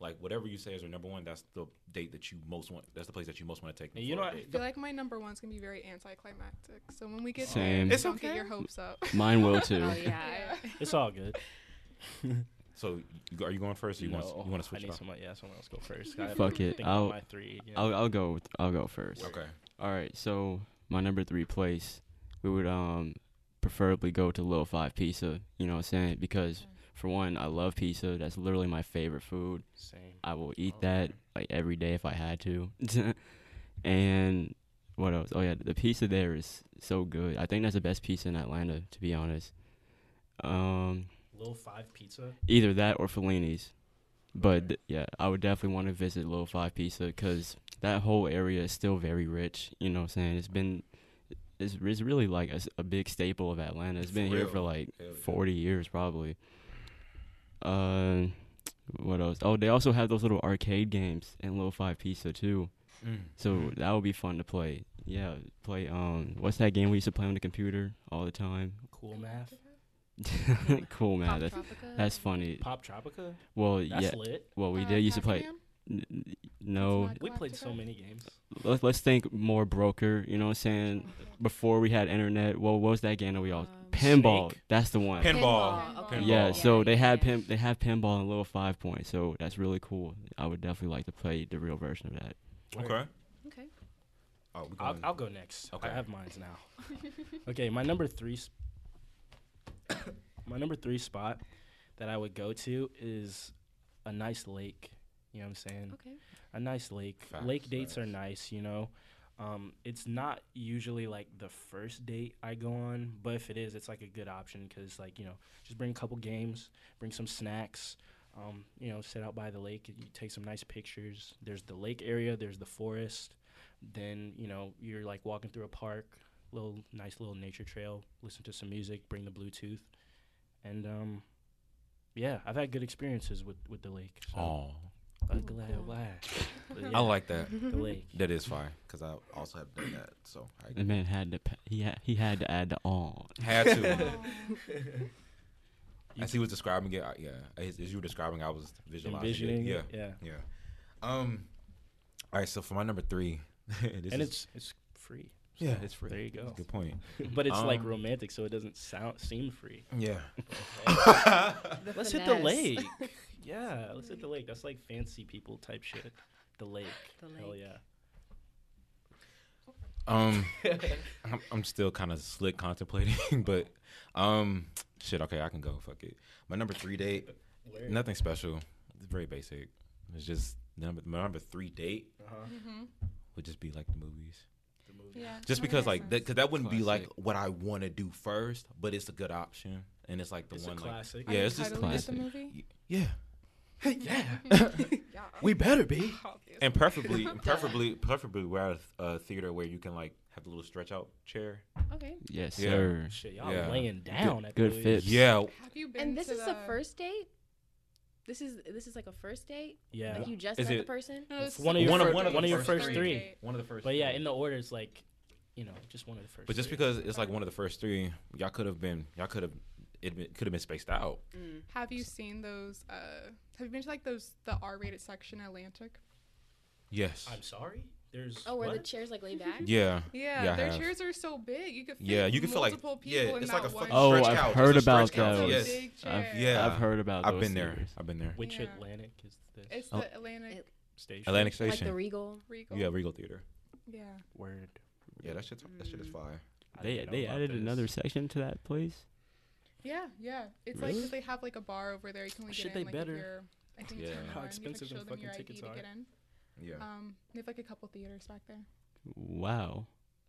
D: Like whatever you say is your number one, that's the date that you most want. That's the place that you most want to take. them
B: And you
D: for a
B: know
D: date.
A: I feel like my number one's gonna be very anticlimactic. So when we get
E: Same.
A: there,
E: It's
A: don't get
D: okay.
A: your hopes up.
E: Mine will too.
C: Oh yeah.
A: Yeah.
B: It's all good.
D: So you, are you going first? Or you want you want to switch
B: I
D: it
B: need
D: up?
B: someone. Yeah, someone else go first. I
E: Fuck it,
B: think about
E: I'll-
B: my three. Yeah.
E: I'll I'll go with- I'll go first.
D: Okay.
E: All right, so my number three place, we would um preferably go to Little Five Pizza. You know what I'm saying?
C: Mm.
E: Because for one, I love pizza. That's literally my favorite food.
B: Same.
E: I will eat
D: Oh,
E: that
D: okay.
E: like every day if I had to. and what else? Oh yeah, the pizza there is so good. I think that's the best pizza in Atlanta, to be honest. Um,
B: Little Five Pizza.
E: either that or Fellini's. But th- yeah, I would definitely want to visit Little Five Pizza because that whole area is still very rich. You know what I'm saying? It's been, it's, it's really like a, s- a big staple of Atlanta. It's
D: For
E: been here
D: real.
E: for like
D: Hell yeah.
E: 40 years probably. Uh, what else? Oh, they also have those little arcade games in Little Five Pizza too.
B: Mm.
E: So
D: Mm.
E: that would be fun to play. Yeah, play. Um, what's that game we used to play on the computer all the time?
B: Cool Math.
E: cool man,
C: Pop
E: that's
C: Tropica?
E: that's funny.
B: Pop Tropica.
E: Well,
B: That's
E: yeah.
B: lit.
E: Well, we
A: Uh,
E: did used to play.
A: Pac-Man?
E: N- n- no,
A: not-
B: We played so
A: Galactica?
B: many games.
E: let's let's think more broker. You know what I'm saying? Before we had internet, well, what was that game that we all?
C: Um,
E: pinball.
B: Snake?
E: That's the one.
D: Pin-
A: Pinball.
C: Okay.
A: Pinball.
E: yeah, so they
C: yeah,
E: had
C: yeah.
E: pin they have pinball and little five point, so that's really cool. I would definitely like to play the real version of that.
D: Okay.
C: Okay.
D: Oh, we
B: I'll,
D: going.
B: I'll go next.
D: Okay.
B: I have mines now. okay, my number three. Sp- my number three spot that I would go to is a nice lake. You know what I'm saying?
C: Okay.
B: A nice lake.
D: Facts,
B: lake dates are
D: facts.
B: nice. You know, um, it's not usually like the first date I go on, but if it is, it's like a good option because like you know, just bring a couple games, bring some snacks. Um, you know, sit out by the lake. You take some nice pictures. There's the lake area. There's the forest then you know you're like walking through a park little nice little nature trail listen to some music bring the bluetooth and um yeah, I've had good experiences with with the lake. So
D: Oh,
B: I'm glad,
C: Cool.
B: glad. But
D: I
B: yeah,
D: like that.
B: the lake.
D: That is fire.
F: because I also have done that. So I
B: Mm-hmm.
E: The man had to pa- he had, he had to add the all.
D: Had to.
A: Oh,
D: As he was describing it, I, yeah. As, as you were describing, I was visualizing.
B: Envisioning.
D: It.
B: it,
D: Yeah.
B: yeah.
D: Yeah. Um. All right. So for my number three, this
B: and
D: is-
B: it's it's free.
D: yeah,
B: so
D: it's free.
B: There you go.
D: Good point.
B: But it's like
D: Um,
B: romantic, so it doesn't sound seem free.
D: Yeah.
C: The
B: Let's hit the
C: finesse.
B: lake. yeah, let's hit the lake. That's like fancy people type shit. The lake.
C: The
B: Hell
C: lake.
B: yeah.
D: Um, I'm, I'm still kind of slick contemplating, but um, shit. Okay, I can go. Fuck it. My number three date,
B: Where?
D: nothing special. It's very basic. It's just the number. My number three date
B: Mm-hmm.
A: mhm.
D: would just be like the movies.
A: Yeah,
B: Oh,
D: Just
A: no, that
D: because
A: makes
D: like that,
A: sense.
D: because that wouldn't be like
E: Classic.
D: what I want to do first, but it's a good option, and it's like the
B: It's a
D: one like
B: classic.
D: yeah, it's just
A: Untitled is the
E: classic.
A: movie?
D: yeah, yeah,
A: Yeah.
D: we better be.
A: Obviously.
D: And preferably, and preferably, preferably, we're at a uh, theater where you can like have the little stretch out chair.
C: Okay.
E: Yes,
D: Yeah.
E: sir.
B: Shit, y'all
D: Yeah.
B: laying down at
E: good
B: the lake.
E: fit.
D: Yeah,
A: Have you been
C: And this
A: to
C: is
A: the
C: a first date. This is this is like a first date.
B: Yeah.
C: Like you just
D: Is
C: met
D: it-
C: the person.
A: No, it's
B: One of
A: the
B: your
D: One of-
A: first
D: one of
A: date.
D: the
B: your first
A: date.
B: three.
D: one of the first.
B: But yeah, in the order it's like, you know, just one of the first.
D: but just
B: three.
D: because it's like one of the first three, y'all could have been, y'all could have, it could have been spaced out.
A: Have you seen those? Uh, have you been to like those the R-rated section in Atlantic?
D: Yes.
B: I'm sorry. There's
C: Oh, where the
B: what?
C: chairs like lay back.
D: Yeah.
A: Yeah,
D: Yeah, I
A: their
D: have.
A: chairs are so big. You could fit
D: Yeah, you could feel like-
A: multiple
F: yeah,
A: people in
F: it's
A: that
F: like a
A: one.
F: fucking
E: Oh,
F: stretch
E: I've
F: couch.
E: heard
F: It's a
E: about
F: stretch couch.
E: those.
A: It's a
F: Yes.
A: big
E: I've-
A: chair.
D: Yeah.
E: I've heard about.
D: I've
E: those
D: been there.
E: theaters.
D: I've been there.
B: which
A: Yeah.
B: Atlantic is this
A: It's
E: Oh.
A: the Atlantic
C: It-
B: station?
D: Atlantic
C: Like
D: Station.
C: the Regal.
A: Regal.
D: yeah, Regal Theater.
A: Yeah.
B: Word.
F: Yeah, that shit's that shit is fire.
B: I
E: They
B: didn't know
E: they
B: about
E: added
B: this.
E: another section to that place.
A: Yeah, yeah. It's like
E: Really?
A: 'cause they have like a bar over there. You can only
B: Shit,
A: get in
B: they
A: like
B: better.
A: if you're, I think
D: Yeah.
A: yeah.
D: How
B: expensive
A: you have
B: them
A: to show them your
B: fucking
A: ID
B: tickets
A: to
B: are.
A: get in.
F: Yeah.
A: Um, they have like a couple theaters back there.
E: Wow,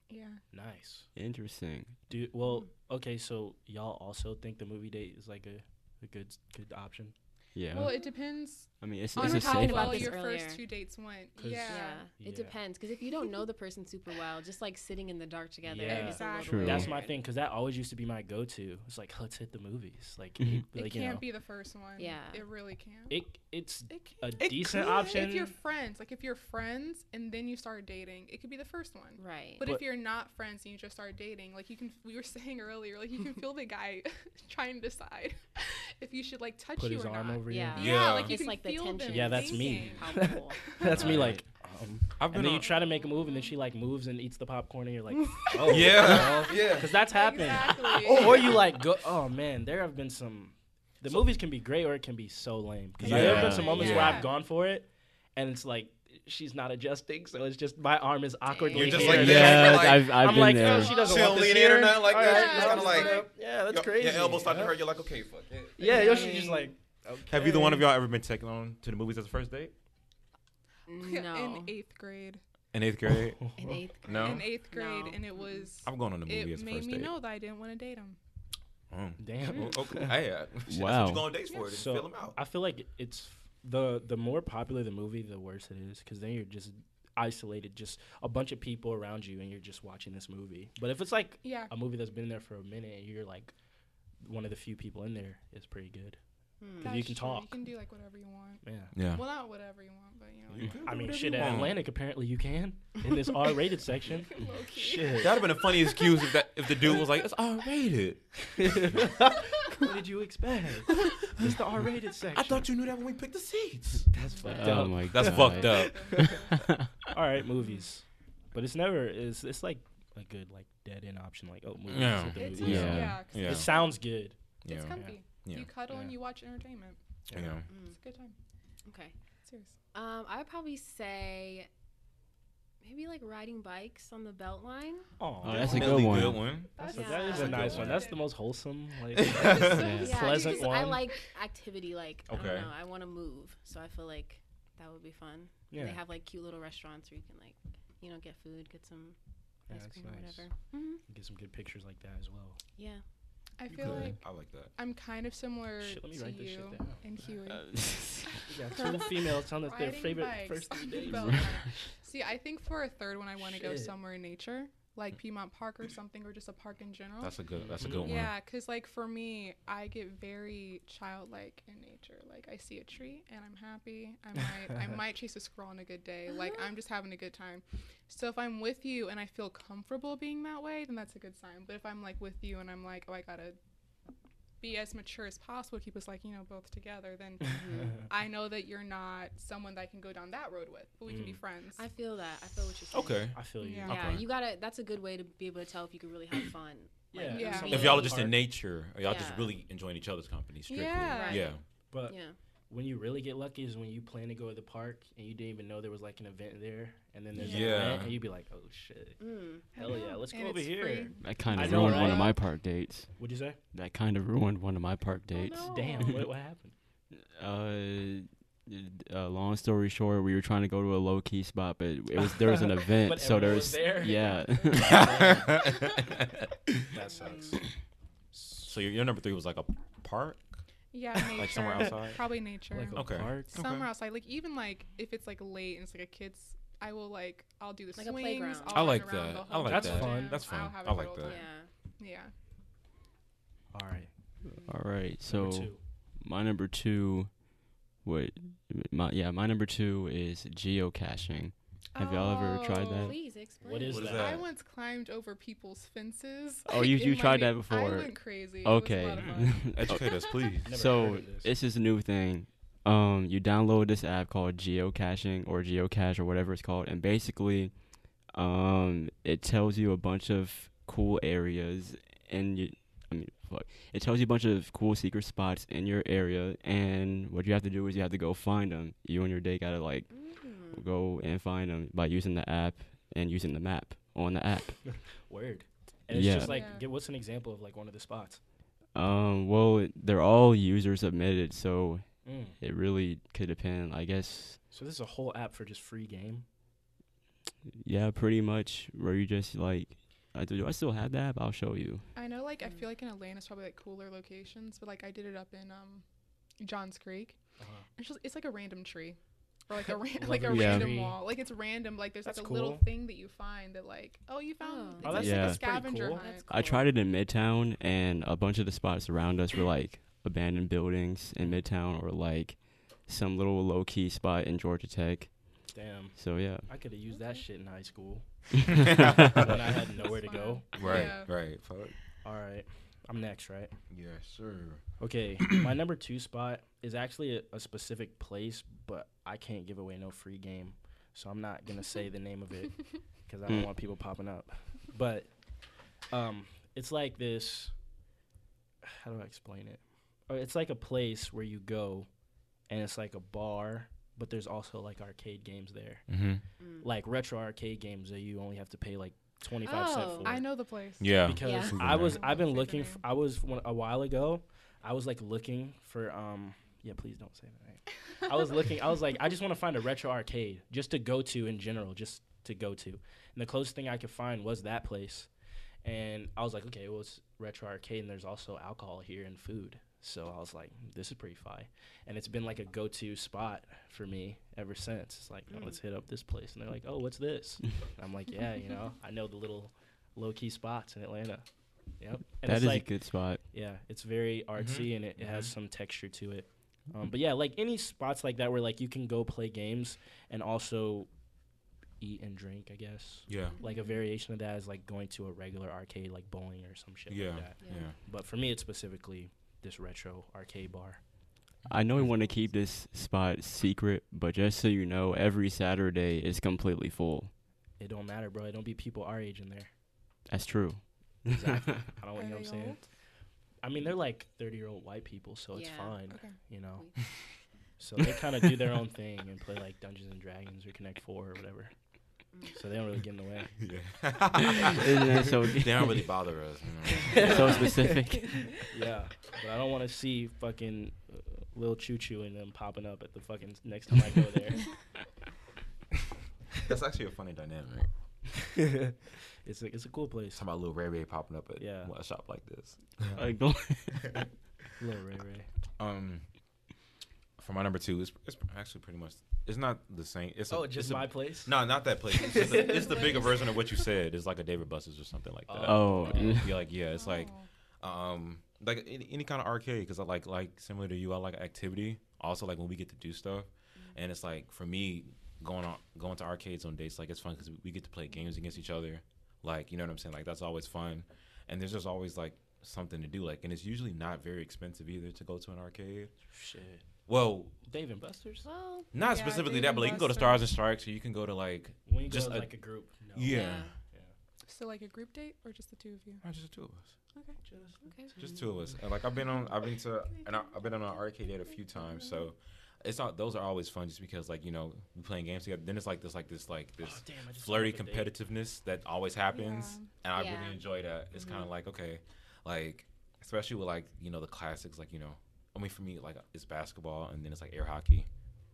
A: Yeah.
B: Nice.
E: interesting.
B: Do well.
A: Mm.
B: Okay, so y'all also think the movie date is like a, a good good option?
E: Yeah,
A: Well, it depends
E: I mean it's,
A: on
E: it's a
C: we're
A: how
E: safe.
C: talking
A: well
E: option.
C: this
A: your
C: earlier.
A: first two dates went.
B: 'Cause-
A: Yeah.
C: Yeah. It
B: Yeah.
C: depends because if you don't know the person super well, just like sitting in the dark together.
B: Yeah.
C: it's a little
E: True.
B: That's
C: weird.
B: my thing because that always used to be my go to. It's like let's hit the movies. Like
E: Mhm.
B: it- like
A: it
B: you
A: can't
B: know,
A: be the first one.
C: Yeah.
A: It really can't.
B: it it's
A: It can't.
B: a
A: It
B: decent
A: could.
B: option.
A: If you're friends, like if you're friends and then you start dating, it could be the first one.
C: Right.
A: But,
B: But-
A: if you're not friends and you just start dating, like you can, we were saying earlier, like you can feel the guy trying to decide if you should like touch
B: Put
A: you
B: his
A: or
B: arm
A: not.
B: over
C: Yeah.
B: you.
A: Yeah,
D: Yeah.
A: like you
C: It's
A: can
C: like the
A: feel them
C: tension.
B: Yeah, that's me.
A: thinking.
C: Palpable.
B: That's me. Like, um,
D: I've
B: and
D: been.
B: then
D: On,
B: you try to make a move, and then she like moves and eats the popcorn, and you're like,
D: oh yeah.
F: Yeah.
B: because that's happened.
A: Exactly.
B: or you like go oh man there have been some the movies can be great or it can be so lame 'Cause there have been some
C: Yeah.
B: moments where
A: Yeah.
B: i've gone for it and it's like she's not adjusting so it's just my arm is awkwardly
C: You're just
B: here.
C: like
B: It's
F: that.
E: Yes,
F: Like,
E: I've I've
B: i'm
E: been
B: like uh,
E: there.
B: no she doesn't
F: She
B: want
F: don't
B: this
F: lean in
B: here. Oh,
F: or nothing like that?
B: Alright,
A: It's kinda
B: no, it's
A: like-
B: yeah that's
F: Your-
B: crazy
F: Your elbow started to
B: yeah.
F: hurt. You're like, okay, fuck it.
B: yeah yo, she's just like
D: Have either one of y'all ever been taken on to the movies as a first date
C: no.
A: in eighth grade,
D: in eighth grade?
C: In eighth grade.
D: No.
A: in eighth grade,
C: No.
A: and it was
D: I've gone on the movie as
A: it
D: a
A: made
D: first
A: me
D: date.
A: know that I didn't want to date him.
D: Mm.
B: damn
D: Well, okay. Hey, uh, shit, That's what
E: Wow.
D: you go on dates for. Just
B: So-
D: fill them out.
B: i feel like it's the the more popular the movie the worse it is because then you're just isolated just a bunch of people around you and you're just watching this movie but if it's like
A: Yeah,
B: a movie that's been there for a minute and you're like one of the few people in there is pretty good.
C: Hmm.
B: 'Cause you
A: that's
B: can
A: true. You
B: talk.
A: can do like whatever you want.
B: Yeah.
D: Yeah.
A: Well, not whatever you want, but you know.
D: You can
B: I
D: do
B: mean,
D: whatever
B: shit,
D: you
B: at
D: want.
B: Atlantic, apparently you can in this R rated section. Shit.
D: That'd have been a funny excuse if that if the dude was like, "It's R rated."
B: what did you expect? It's the R rated section.
D: I thought you knew that when we picked the seats.
B: that's fucked
E: Oh
B: up.
E: my
D: Uh, That's
E: God.
D: fucked up.
B: All right, movies. But it's never, it's, it's like a good, like, dead end option. Like, oh, movies.
D: Yeah.
B: hit the
A: It's
B: movies.
A: nice,
E: Yeah.
A: yeah. 'cause
D: Yeah.
B: It sounds good.
D: Yeah.
A: It's comfy.
D: Yeah.
A: You cuddle and
B: Yeah.
A: you watch entertainment. It's
D: Yeah.
A: a good time.
C: Mm, Okay.
A: Serious.
C: Um, I would probably say maybe like riding bikes on the Beltline.
B: Aw,
E: Oh, that's a
D: Really
E: good one.
B: that's a-
C: Yeah.
B: that is
C: That's
B: a
C: a
B: nice
D: good
B: one.
D: one.
B: That's the most wholesome. Like,
E: Yeah.
C: Yeah,
B: Pleasant
C: because I
B: one.
C: like activity. Like I
D: Okay.
C: don't know, I want to move, so I feel like that would be fun. And
B: yeah.
C: They have like cute little restaurants where you can like, you know, get food, get some
B: Yeah,
C: ice
B: that's
C: cream or
B: nice.
C: whatever. hmm
B: Get some good pictures like that as well.
C: Yeah.
A: I feel like
D: I like that.
A: I'm kind of similar
B: Shit, let me
A: to
B: write this shit
A: you
B: down.
A: and Huey.
D: Uh,
B: We got two females telling us their
A: Riding
B: favorite
A: bikes
B: first
A: on
B: three
A: the
B: dates.
A: Beltline. See, I think for a third one, I want to go
B: Shit.
A: somewhere in nature. like Piedmont Park or something, or just a park in general.
D: That's a good. That's a good one.
A: Yeah, because like for me, I get very childlike in nature. Like I see a tree and I'm happy. I might I might chase a squirrel on a good day. Like I'm just having a good time. So if I'm with you and I feel comfortable being that way, then that's a good sign. But if I'm like with you and I'm like, oh, I gotta be as mature as possible, keep us like you know both together, then I know that you're not someone that I can go down that road with. But we
B: Mm.
A: can be friends.
C: I feel that. I feel what you're saying.
D: Okay.
B: I feel you.
A: Yeah.
C: Yeah,
D: Okay.
C: you gotta. That's a good way to be able to tell if you can really have fun. Like,
B: Yeah.
A: Yeah.
C: something
D: If y'all are
C: like-
D: just in nature, or y'all just
C: Yeah.
D: really enjoying each other's company strictly.
A: Yeah.
D: Yeah.
B: But
C: Yeah.
B: when you really get lucky is when you plan to go to the park and you didn't even know there was like an event there, and then there's an
D: Yeah.
B: event, and you'd be like, oh shit,
C: Mm.
B: hell yeah, let's
A: And
B: go over
A: it's
B: here.
A: free.
E: That kind
B: I
E: of
B: know,
E: ruined one
B: right?
E: of my park dates.
B: What'd you say?
E: That kind of ruined one of my
B: Oh,
E: park dates.
A: Oh.
C: no.
B: Damn, what, what happened?
E: Uh, uh, long story short, we were trying to go to a low key spot, but it was there was an event,
B: But
E: so there
B: everyone
E: was
B: was there.
E: yeah.
B: That sucks.
D: So your, your number three was like a park.
A: Yeah, nature.
D: Like somewhere outside?
A: Probably nature.
B: Like a
D: Okay.
B: park.
A: somewhere outside. Like even like if it's like late and it's like a kids, I will like I'll do the
C: Like a
A: swings.
C: playground.
A: I'll
D: I
A: run around
D: like that.
A: the
D: I
A: whole
D: like
B: That's
A: damn
B: fun.
A: gym.
D: That's fun.
A: I'll have
D: I
A: a
D: like
A: good
D: that.
A: old
C: Yeah.
A: time. Yeah.
B: All right.
E: All right,
B: number
E: so
B: two.
E: my number two, what? My yeah, my number two is geocaching. Have y'all ever tried
A: uh,
E: that?
C: Please explain.
B: What is
F: What is
B: that?
A: Oh. I once climbed over people's fences.
E: Oh, you-
A: in
E: you
A: my
E: tried that
A: na-
E: before.
A: I went crazy. It was a
E: Okay.
A: lot of fun.
D: Educate us, please.
B: Never
E: so
B: heard of this.
E: this is a new thing. Um, you download this app called geocaching or geocache or whatever it's called, and basically, um, it tells you a bunch of cool areas and you. I mean, fuck. It tells you a bunch of cool secret spots in your area, and what you have to do is you have to go find them. You and your day gotta like
C: Mm.
E: go and find them by using the app and using the map on the app.
B: Word. And it's
E: Yeah.
B: just like,
A: Yeah.
B: get, what's an example of like one of the spots?
E: Um, well, they're all user submitted, so
B: Mm.
E: it really could depend. I guess
B: So this is a whole app for just free game.
E: Yeah, pretty much. Where you just like, I do. I still have the app. I'll show you.
A: I know, like, I
C: Mm.
A: feel like in Atlanta's probably like cooler locations, but like I did it up in um, Johns Creek.
B: Uh-huh.
A: It's just it's like a random tree, or like a ran-
B: Love
A: like
B: a
A: a
E: tree.
A: random
B: Yeah.
A: wall. Like it's random. Like there's
B: That's
A: like a little
B: cool.
A: thing that you find that like oh you found.
C: Oh.
A: It's
C: Oh,
A: like
E: that's- Yeah.
A: a
E: that's
B: pretty
A: scavenger
B: cool.
A: hunt.
C: That's
E: I tried it in Midtown, and a bunch of the spots around us were like abandoned buildings in Midtown, or like some little low key spot in Georgia Tech.
B: Damn.
E: So yeah,
B: I could have used that shit in high school when I
E: I
B: had nowhere to go.
D: Right.
A: Yeah.
D: Right. Fuck.
B: All right. I'm next, right?
F: Yes, sir.
B: Okay. my number two spot is actually a, a specific place, but I can't give away no free game. So I'm not going to say the name of it because I don't
E: Mm.
B: want people popping up. But um, it's like this. How do I explain it? Or It's like a place where you go and it's like a bar, but there's also like arcade games there.
D: Mm-hmm.
C: Mm.
B: like retro arcade games that you only have to pay like 25 cents
C: Oh,
B: for.
A: I know the place.
D: Yeah.
B: Because
C: Yeah.
B: I was
A: Yeah.
B: I've been
A: Forget the
B: looking
A: name.
B: for, I was one, a while ago. I was like looking for um yeah, please don't say that. Name. I was looking I was like I just want to find a retro arcade just to go to in general, just to go to. And the closest thing I could find was that place. And I was like, okay, well it's retro arcade and there's also alcohol here and food. So I was like, this is pretty fly. And it's been like a go-to spot for me ever since. It's like, oh,
C: Mm.
B: let's hit up this place. And they're like, oh, what's this? And I'm like, yeah, you know, I know the little low key spots in Atlanta. Yep. And
E: that
B: it's
E: is
B: like,
E: a good spot.
B: yeah, it's very artsy and it, it has some texture to it. Um, but yeah, like any spots like that where like you can go play games and also eat and drink, I guess.
D: Yeah.
B: Like a variation of that is like going to a regular arcade, like bowling or some shit
D: Yeah.
B: like that.
D: Yeah.
B: But for me, it's specifically this retro arcade bar.
E: I know we want to keep this spot secret, but just so you know, every Saturday is completely full.
B: It don't matter, bro. It don't be people our age in there.
E: That's true.
B: Exactly. I don't. Oh, You
A: Are
B: know what I'm
A: they
B: saying?
A: old?
B: I mean, they're like 30 year old white people, so it's
C: Yeah.
B: fine.
A: Okay.
B: you know. So they kind of do their own thing and play like Dungeons and Dragons or Connect Four or whatever. So they don't really get in the way.
E: Isn't that so?
D: They don't really bother us.
E: so specific.
B: Yeah, but I don't want to see fucking uh, Lil Choo Choo and them popping up at the fucking next time I go
F: That's actually a funny dynamic.
B: there. it's a, it's a cool place.
F: Talking about little Ray Ray popping up at
B: Yeah.
F: a shop like this.
E: Like, don't-
B: Lil Ray Ray.
F: Um,
D: for my number two, it's, it's actually pretty much. It's not the same. It's a-
B: Oh,
D: it's
B: just
D: a-
B: my place.
D: No, not that place. It's, just a- it's the bigger version of what you said. It's like a David Buster's or something like that.
E: Oh,
D: Like, you're like yeah, it's like
A: Oh.
D: um like any, any kind of arcade because I like like similar to you, I like activity. Also like when we get to do stuff, and it's like for me going on going to arcades on dates like it's fun because we get to play games against each other. Like you know what I'm saying? Like that's always fun, and there's just always like something to do. Like and it's usually not very expensive either to go to an arcade.
B: Shit.
D: Well,
B: Dave and Buster's.
C: Well,
D: not
A: Yeah, Dave
D: specifically that,
A: and
D: but like you can go to
A: Buster's.
D: Stars and Strikes, or you can go to like
B: When you
D: Just
B: go
D: a-
B: as, like a group. No.
D: yeah.
C: Yeah.
A: So like a group date or just the two of you?
D: Not just the two of us.
A: Okay.
D: Just two of us. And, Like I've been on, I've been to, and I, I've been on an arcade date a few times. So it's not. Those are always fun, just because like you know we playing games together. Then it's like this, like this, like
B: Oh,
D: this
B: damn, I just
D: flirty
B: thought of a date.
D: competitiveness that always happens, and I
C: Yeah.
D: really enjoy that. It's
B: Mm-hmm.
D: kind of like okay, like especially with like you know the classics, like you know. I mean, for me, like it's basketball, and then it's like air hockey,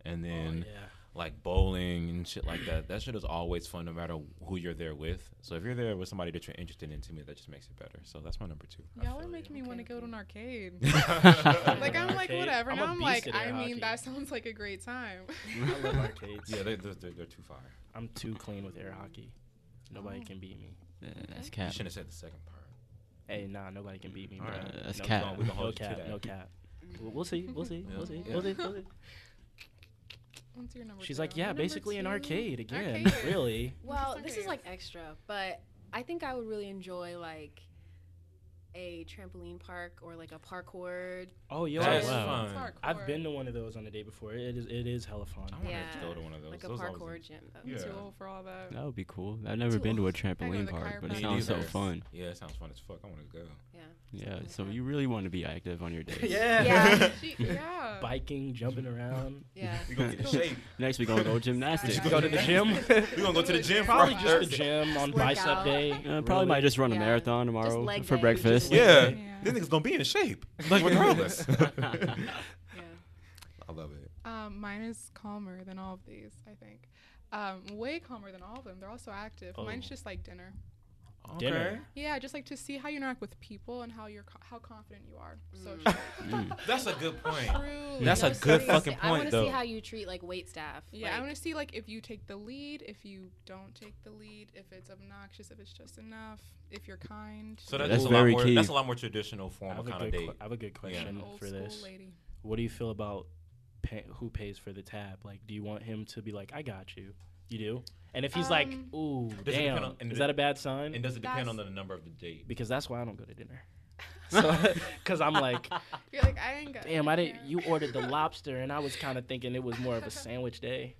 D: and
B: Oh,
D: then
B: yeah.
D: like bowling and shit like that. That shit is always fun, no matter who you're there with. So if you're there with somebody that you're interested in, to me, that just makes it better. So that's my number two.
B: I
A: Y'all are
B: feel you.
A: making me want to
C: Okay.
A: go to an arcade.
E: yeah.
A: like I'm like
B: Arcade?
A: whatever.
B: I'm
A: Now
B: a
A: I'm
B: beast
A: like
B: at
A: I
B: air
A: mean
B: hockey.
A: that sounds like a great time.
B: I love arcades.
D: Yeah, they're, they're, they're, they're too fire.
B: I'm too clean with air hockey. Nobody
A: Oh.
B: can beat me.
E: That's
D: You
E: cap.
D: shouldn't have said the second part.
B: Hey, nah, nobody can beat me, bro.
E: Alright, that's
B: no,
E: cap.
B: No,
D: We
B: no,
D: gonna hold you to
B: cap.
D: that.
B: No cap. We'll, we'll see. We'll see. We'll
D: Yeah.
B: see.
D: Yeah.
B: We'll see. We'll see.
A: What's your number?
B: She's
A: two?
B: like, yeah,
C: Number
B: basically an
C: two.
B: arcade again.
A: Arcade.
B: Really?
C: Well,
A: Just
C: this is
A: arcades.
C: like extra, but I think I would really enjoy like a trampoline park or like a parkour.
B: Oh, yo.
D: That's
B: wow.
D: fun.
A: It's hardcore.
B: I've been to one of those on the day before. It is. It is hella fun.
D: I want
C: Yeah.
D: to go to one of those.
C: Like a
D: those always-
C: parkour gym. though.
A: I'm
D: Yeah.
A: too old for all that.
E: That would be cool. I've never been to a
A: old.
E: trampoline
A: the
E: park, but
A: chiropractor.
E: it
D: Me
E: sounds so
D: neither.
E: fun.
D: Yeah, it sounds fun as fuck. I want to go.
E: Yeah.
C: Something like
E: So
C: that.
E: you really want to be active on your days.
C: Yeah.
A: She, yeah.
B: Biking, jumping around.
C: Yeah.
D: We gonna get in shape.
E: Next we gonna go gymnastics.
A: Just
B: go to the gym.
D: We gonna go to the gym.
B: Probably
D: for
B: just the
D: Thursday.
B: gym on
C: Just work
B: bicep
C: out.
B: day.
E: Uh, probably might just run a
C: Yeah.
E: marathon
C: Just
E: tomorrow
C: leg
E: for
C: day, just
E: breakfast.
C: leg
D: Yeah.
C: day.
A: Yeah.
D: This nigga's gonna be in shape, like regardless. I
C: Yeah.
D: love it.
A: Um, mine is calmer than all of these, I think. Um, way calmer than all of them. They're also active. Mine's
B: Oh.
A: just like dinner.
B: Dinner.
A: Yeah, just like to see how you interact with people and how you're co- how confident you are. So
E: Mm.
D: That's a good point.
A: truly,
D: That's a
A: just
D: good
A: like-
C: I wanna
D: fucking
C: see- I wanna
D: point,
C: see
D: though.
C: how you treat like wait staff.
A: Yeah, I
C: Like,
A: want to see like if you take the lead, if you don't take the lead, if it's obnoxious, if it's just enough, if you're kind.
D: So
E: Yeah,
D: that's,
E: that's
D: a
E: very
D: lot more.
E: key.
D: That's a lot more traditional
B: I
D: form
B: have,
D: of
B: a
D: kind of
B: good
D: date.
B: que- I have a good
A: You're
B: question
A: an old
B: for
A: school
B: this.
A: lady.
B: What do you feel about pay- who pays for the tab? Like, do you want him to be like, "I got you"? You do. And if he's like,
A: Um,
B: "Ooh,
D: Does it depend
B: damn,"
D: on- and
B: is
D: it-
B: that a bad sign?
D: And does it
A: That's-
D: depend on the number of the date?
B: because that's why I don't go to dinner. So, because I'm like,
A: You're like I ain't got.
B: damn, I
A: it,
B: didn't. You ordered the lobster, and I was kind of thinking it was more of a sandwich day.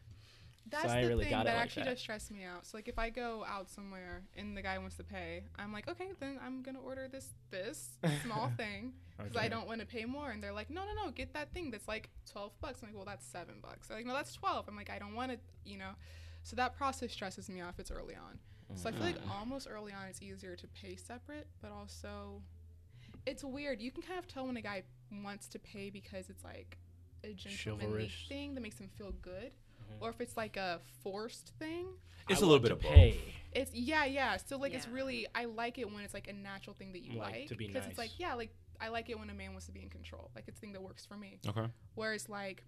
A: That's
B: I
A: the
B: ain't really
A: thing
B: got it
A: that
B: like
A: actually
B: that.
A: does stress me out. So like if I go out somewhere and the guy wants to pay, I'm like, okay, then I'm gonna order this this small thing because I don't want to pay more. And they're like, no, no, no, get that thing that's like twelve bucks. I'm like, well, that's seven bucks. They're like, no, that's twelve. I'm like, I don't want to, you know. So that process stresses me out if it's early on. So I feel like almost early on, it's easier to pay separate, but also, it's weird. You can kind of tell when a guy wants to pay because it's like a gentlemanly
B: Chivalrous.
A: thing that makes him feel good, or if it's like a forced thing.
D: It's
B: a
D: a little bit of both.
B: pay.
A: It's yeah, yeah. So like it's
C: Yeah.
A: really I like it when it's like a natural thing that you
B: Like,
A: like,
B: to be
A: it's
B: nice.
A: like yeah, like I like it when a man wants to be in control. Like it's a thing that works for me.
D: Okay.
A: Whereas like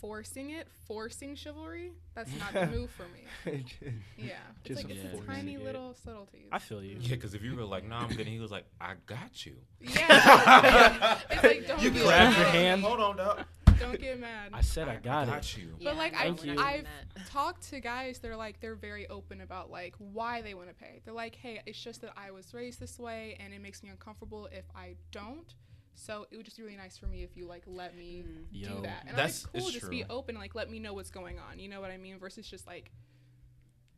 A: forcing it, forcing chivalry, that's not the move for me. Yeah, it's
B: Just
A: like it's the
B: forcing
A: tiny
B: it.
A: little subtleties.
B: I feel you.
D: Yeah, because if you were like, "Nah, I'm good," and he was like, "I got you."
A: Yeah. it's like don't
D: you
A: get
D: grab your
A: mad.
D: hand. Hold on, dog.
A: Don't get mad.
B: I said I got, it.
D: you.
A: But, like,
B: I-
A: I've- Talk to guys. They're like they're very open about like why they want to pay. They're like, hey, it's just that I was raised this way, and it makes me uncomfortable if I don't. So it would just be really nice for me if you like let me
C: Mm.
B: Yo,
A: do that. And
D: That's-
A: I'm like, cool,
D: it's
A: just be
D: true.
A: open. Like let me know what's going on. You know what I mean? Versus just like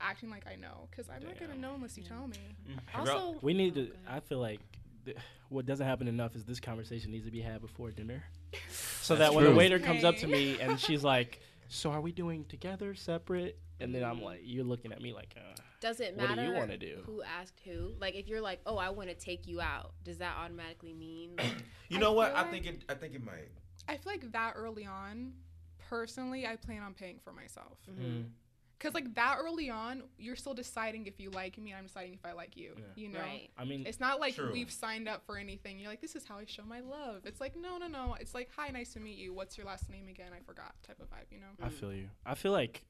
A: acting like I know, because I'm not gonna
D: Damn.
A: know unless you
C: Yeah.
A: tell me.
C: Also, oh,
B: we need to.
C: Okay.
B: I feel like th- what doesn't happen enough is this conversation needs to be had before dinner, so
D: That's
B: that when the
E: true.
B: waiter comes up to
A: Hey.
B: me and she's like, "So are we doing together, separate?" And then I'm like, "You're looking at me like." Uh,
C: does it
B: what do
C: matter
B: you wanna do?
C: who asked who? Like, if you're like, oh, I want to take you out, does that automatically mean? Like,
D: You
A: I
D: know what?
A: feel
D: I
A: like-
D: think it. I think it might.
B: Mm.
A: I feel like that early on, personally, I plan on paying for myself. Cause like that early on, you're still deciding if you like me. I'm deciding if I like you.
B: Yeah.
A: You know,
C: Right.
B: I mean,
A: it's not like
D: True.
A: we've signed up for anything. You're like, this is how I show my love. It's like, no, no, no. It's like, hi, nice to meet you. What's your last name again? I forgot. Type of vibe. You know.
B: I feel you. I feel like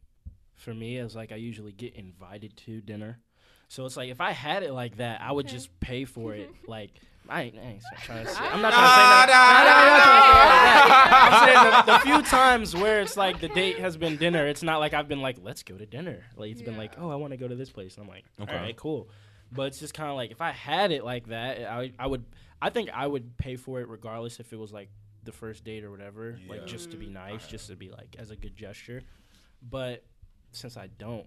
B: for me, it's like I usually get invited to dinner. So it's like if I had it like that, I would
A: Okay.
B: just pay for it. like I ain't, I ain't trying to say.
C: Ah.
B: I'm not trying to say nothing.
A: Ah,
B: I'm saying the, the few times where it's like the date has been dinner, it's not like I've been like, let's go to dinner. Like it's been like,
A: Yeah.
B: oh, I want to go to this place. And I'm like,
D: Okay.
B: all right, cool. But it's just kind of like if I had it like that, I I would I think I would pay for it regardless if it was like the first date or whatever, like
D: Yeah.
B: just
A: Mm.
B: to be nice, just to be like as a good gesture. But since I don't,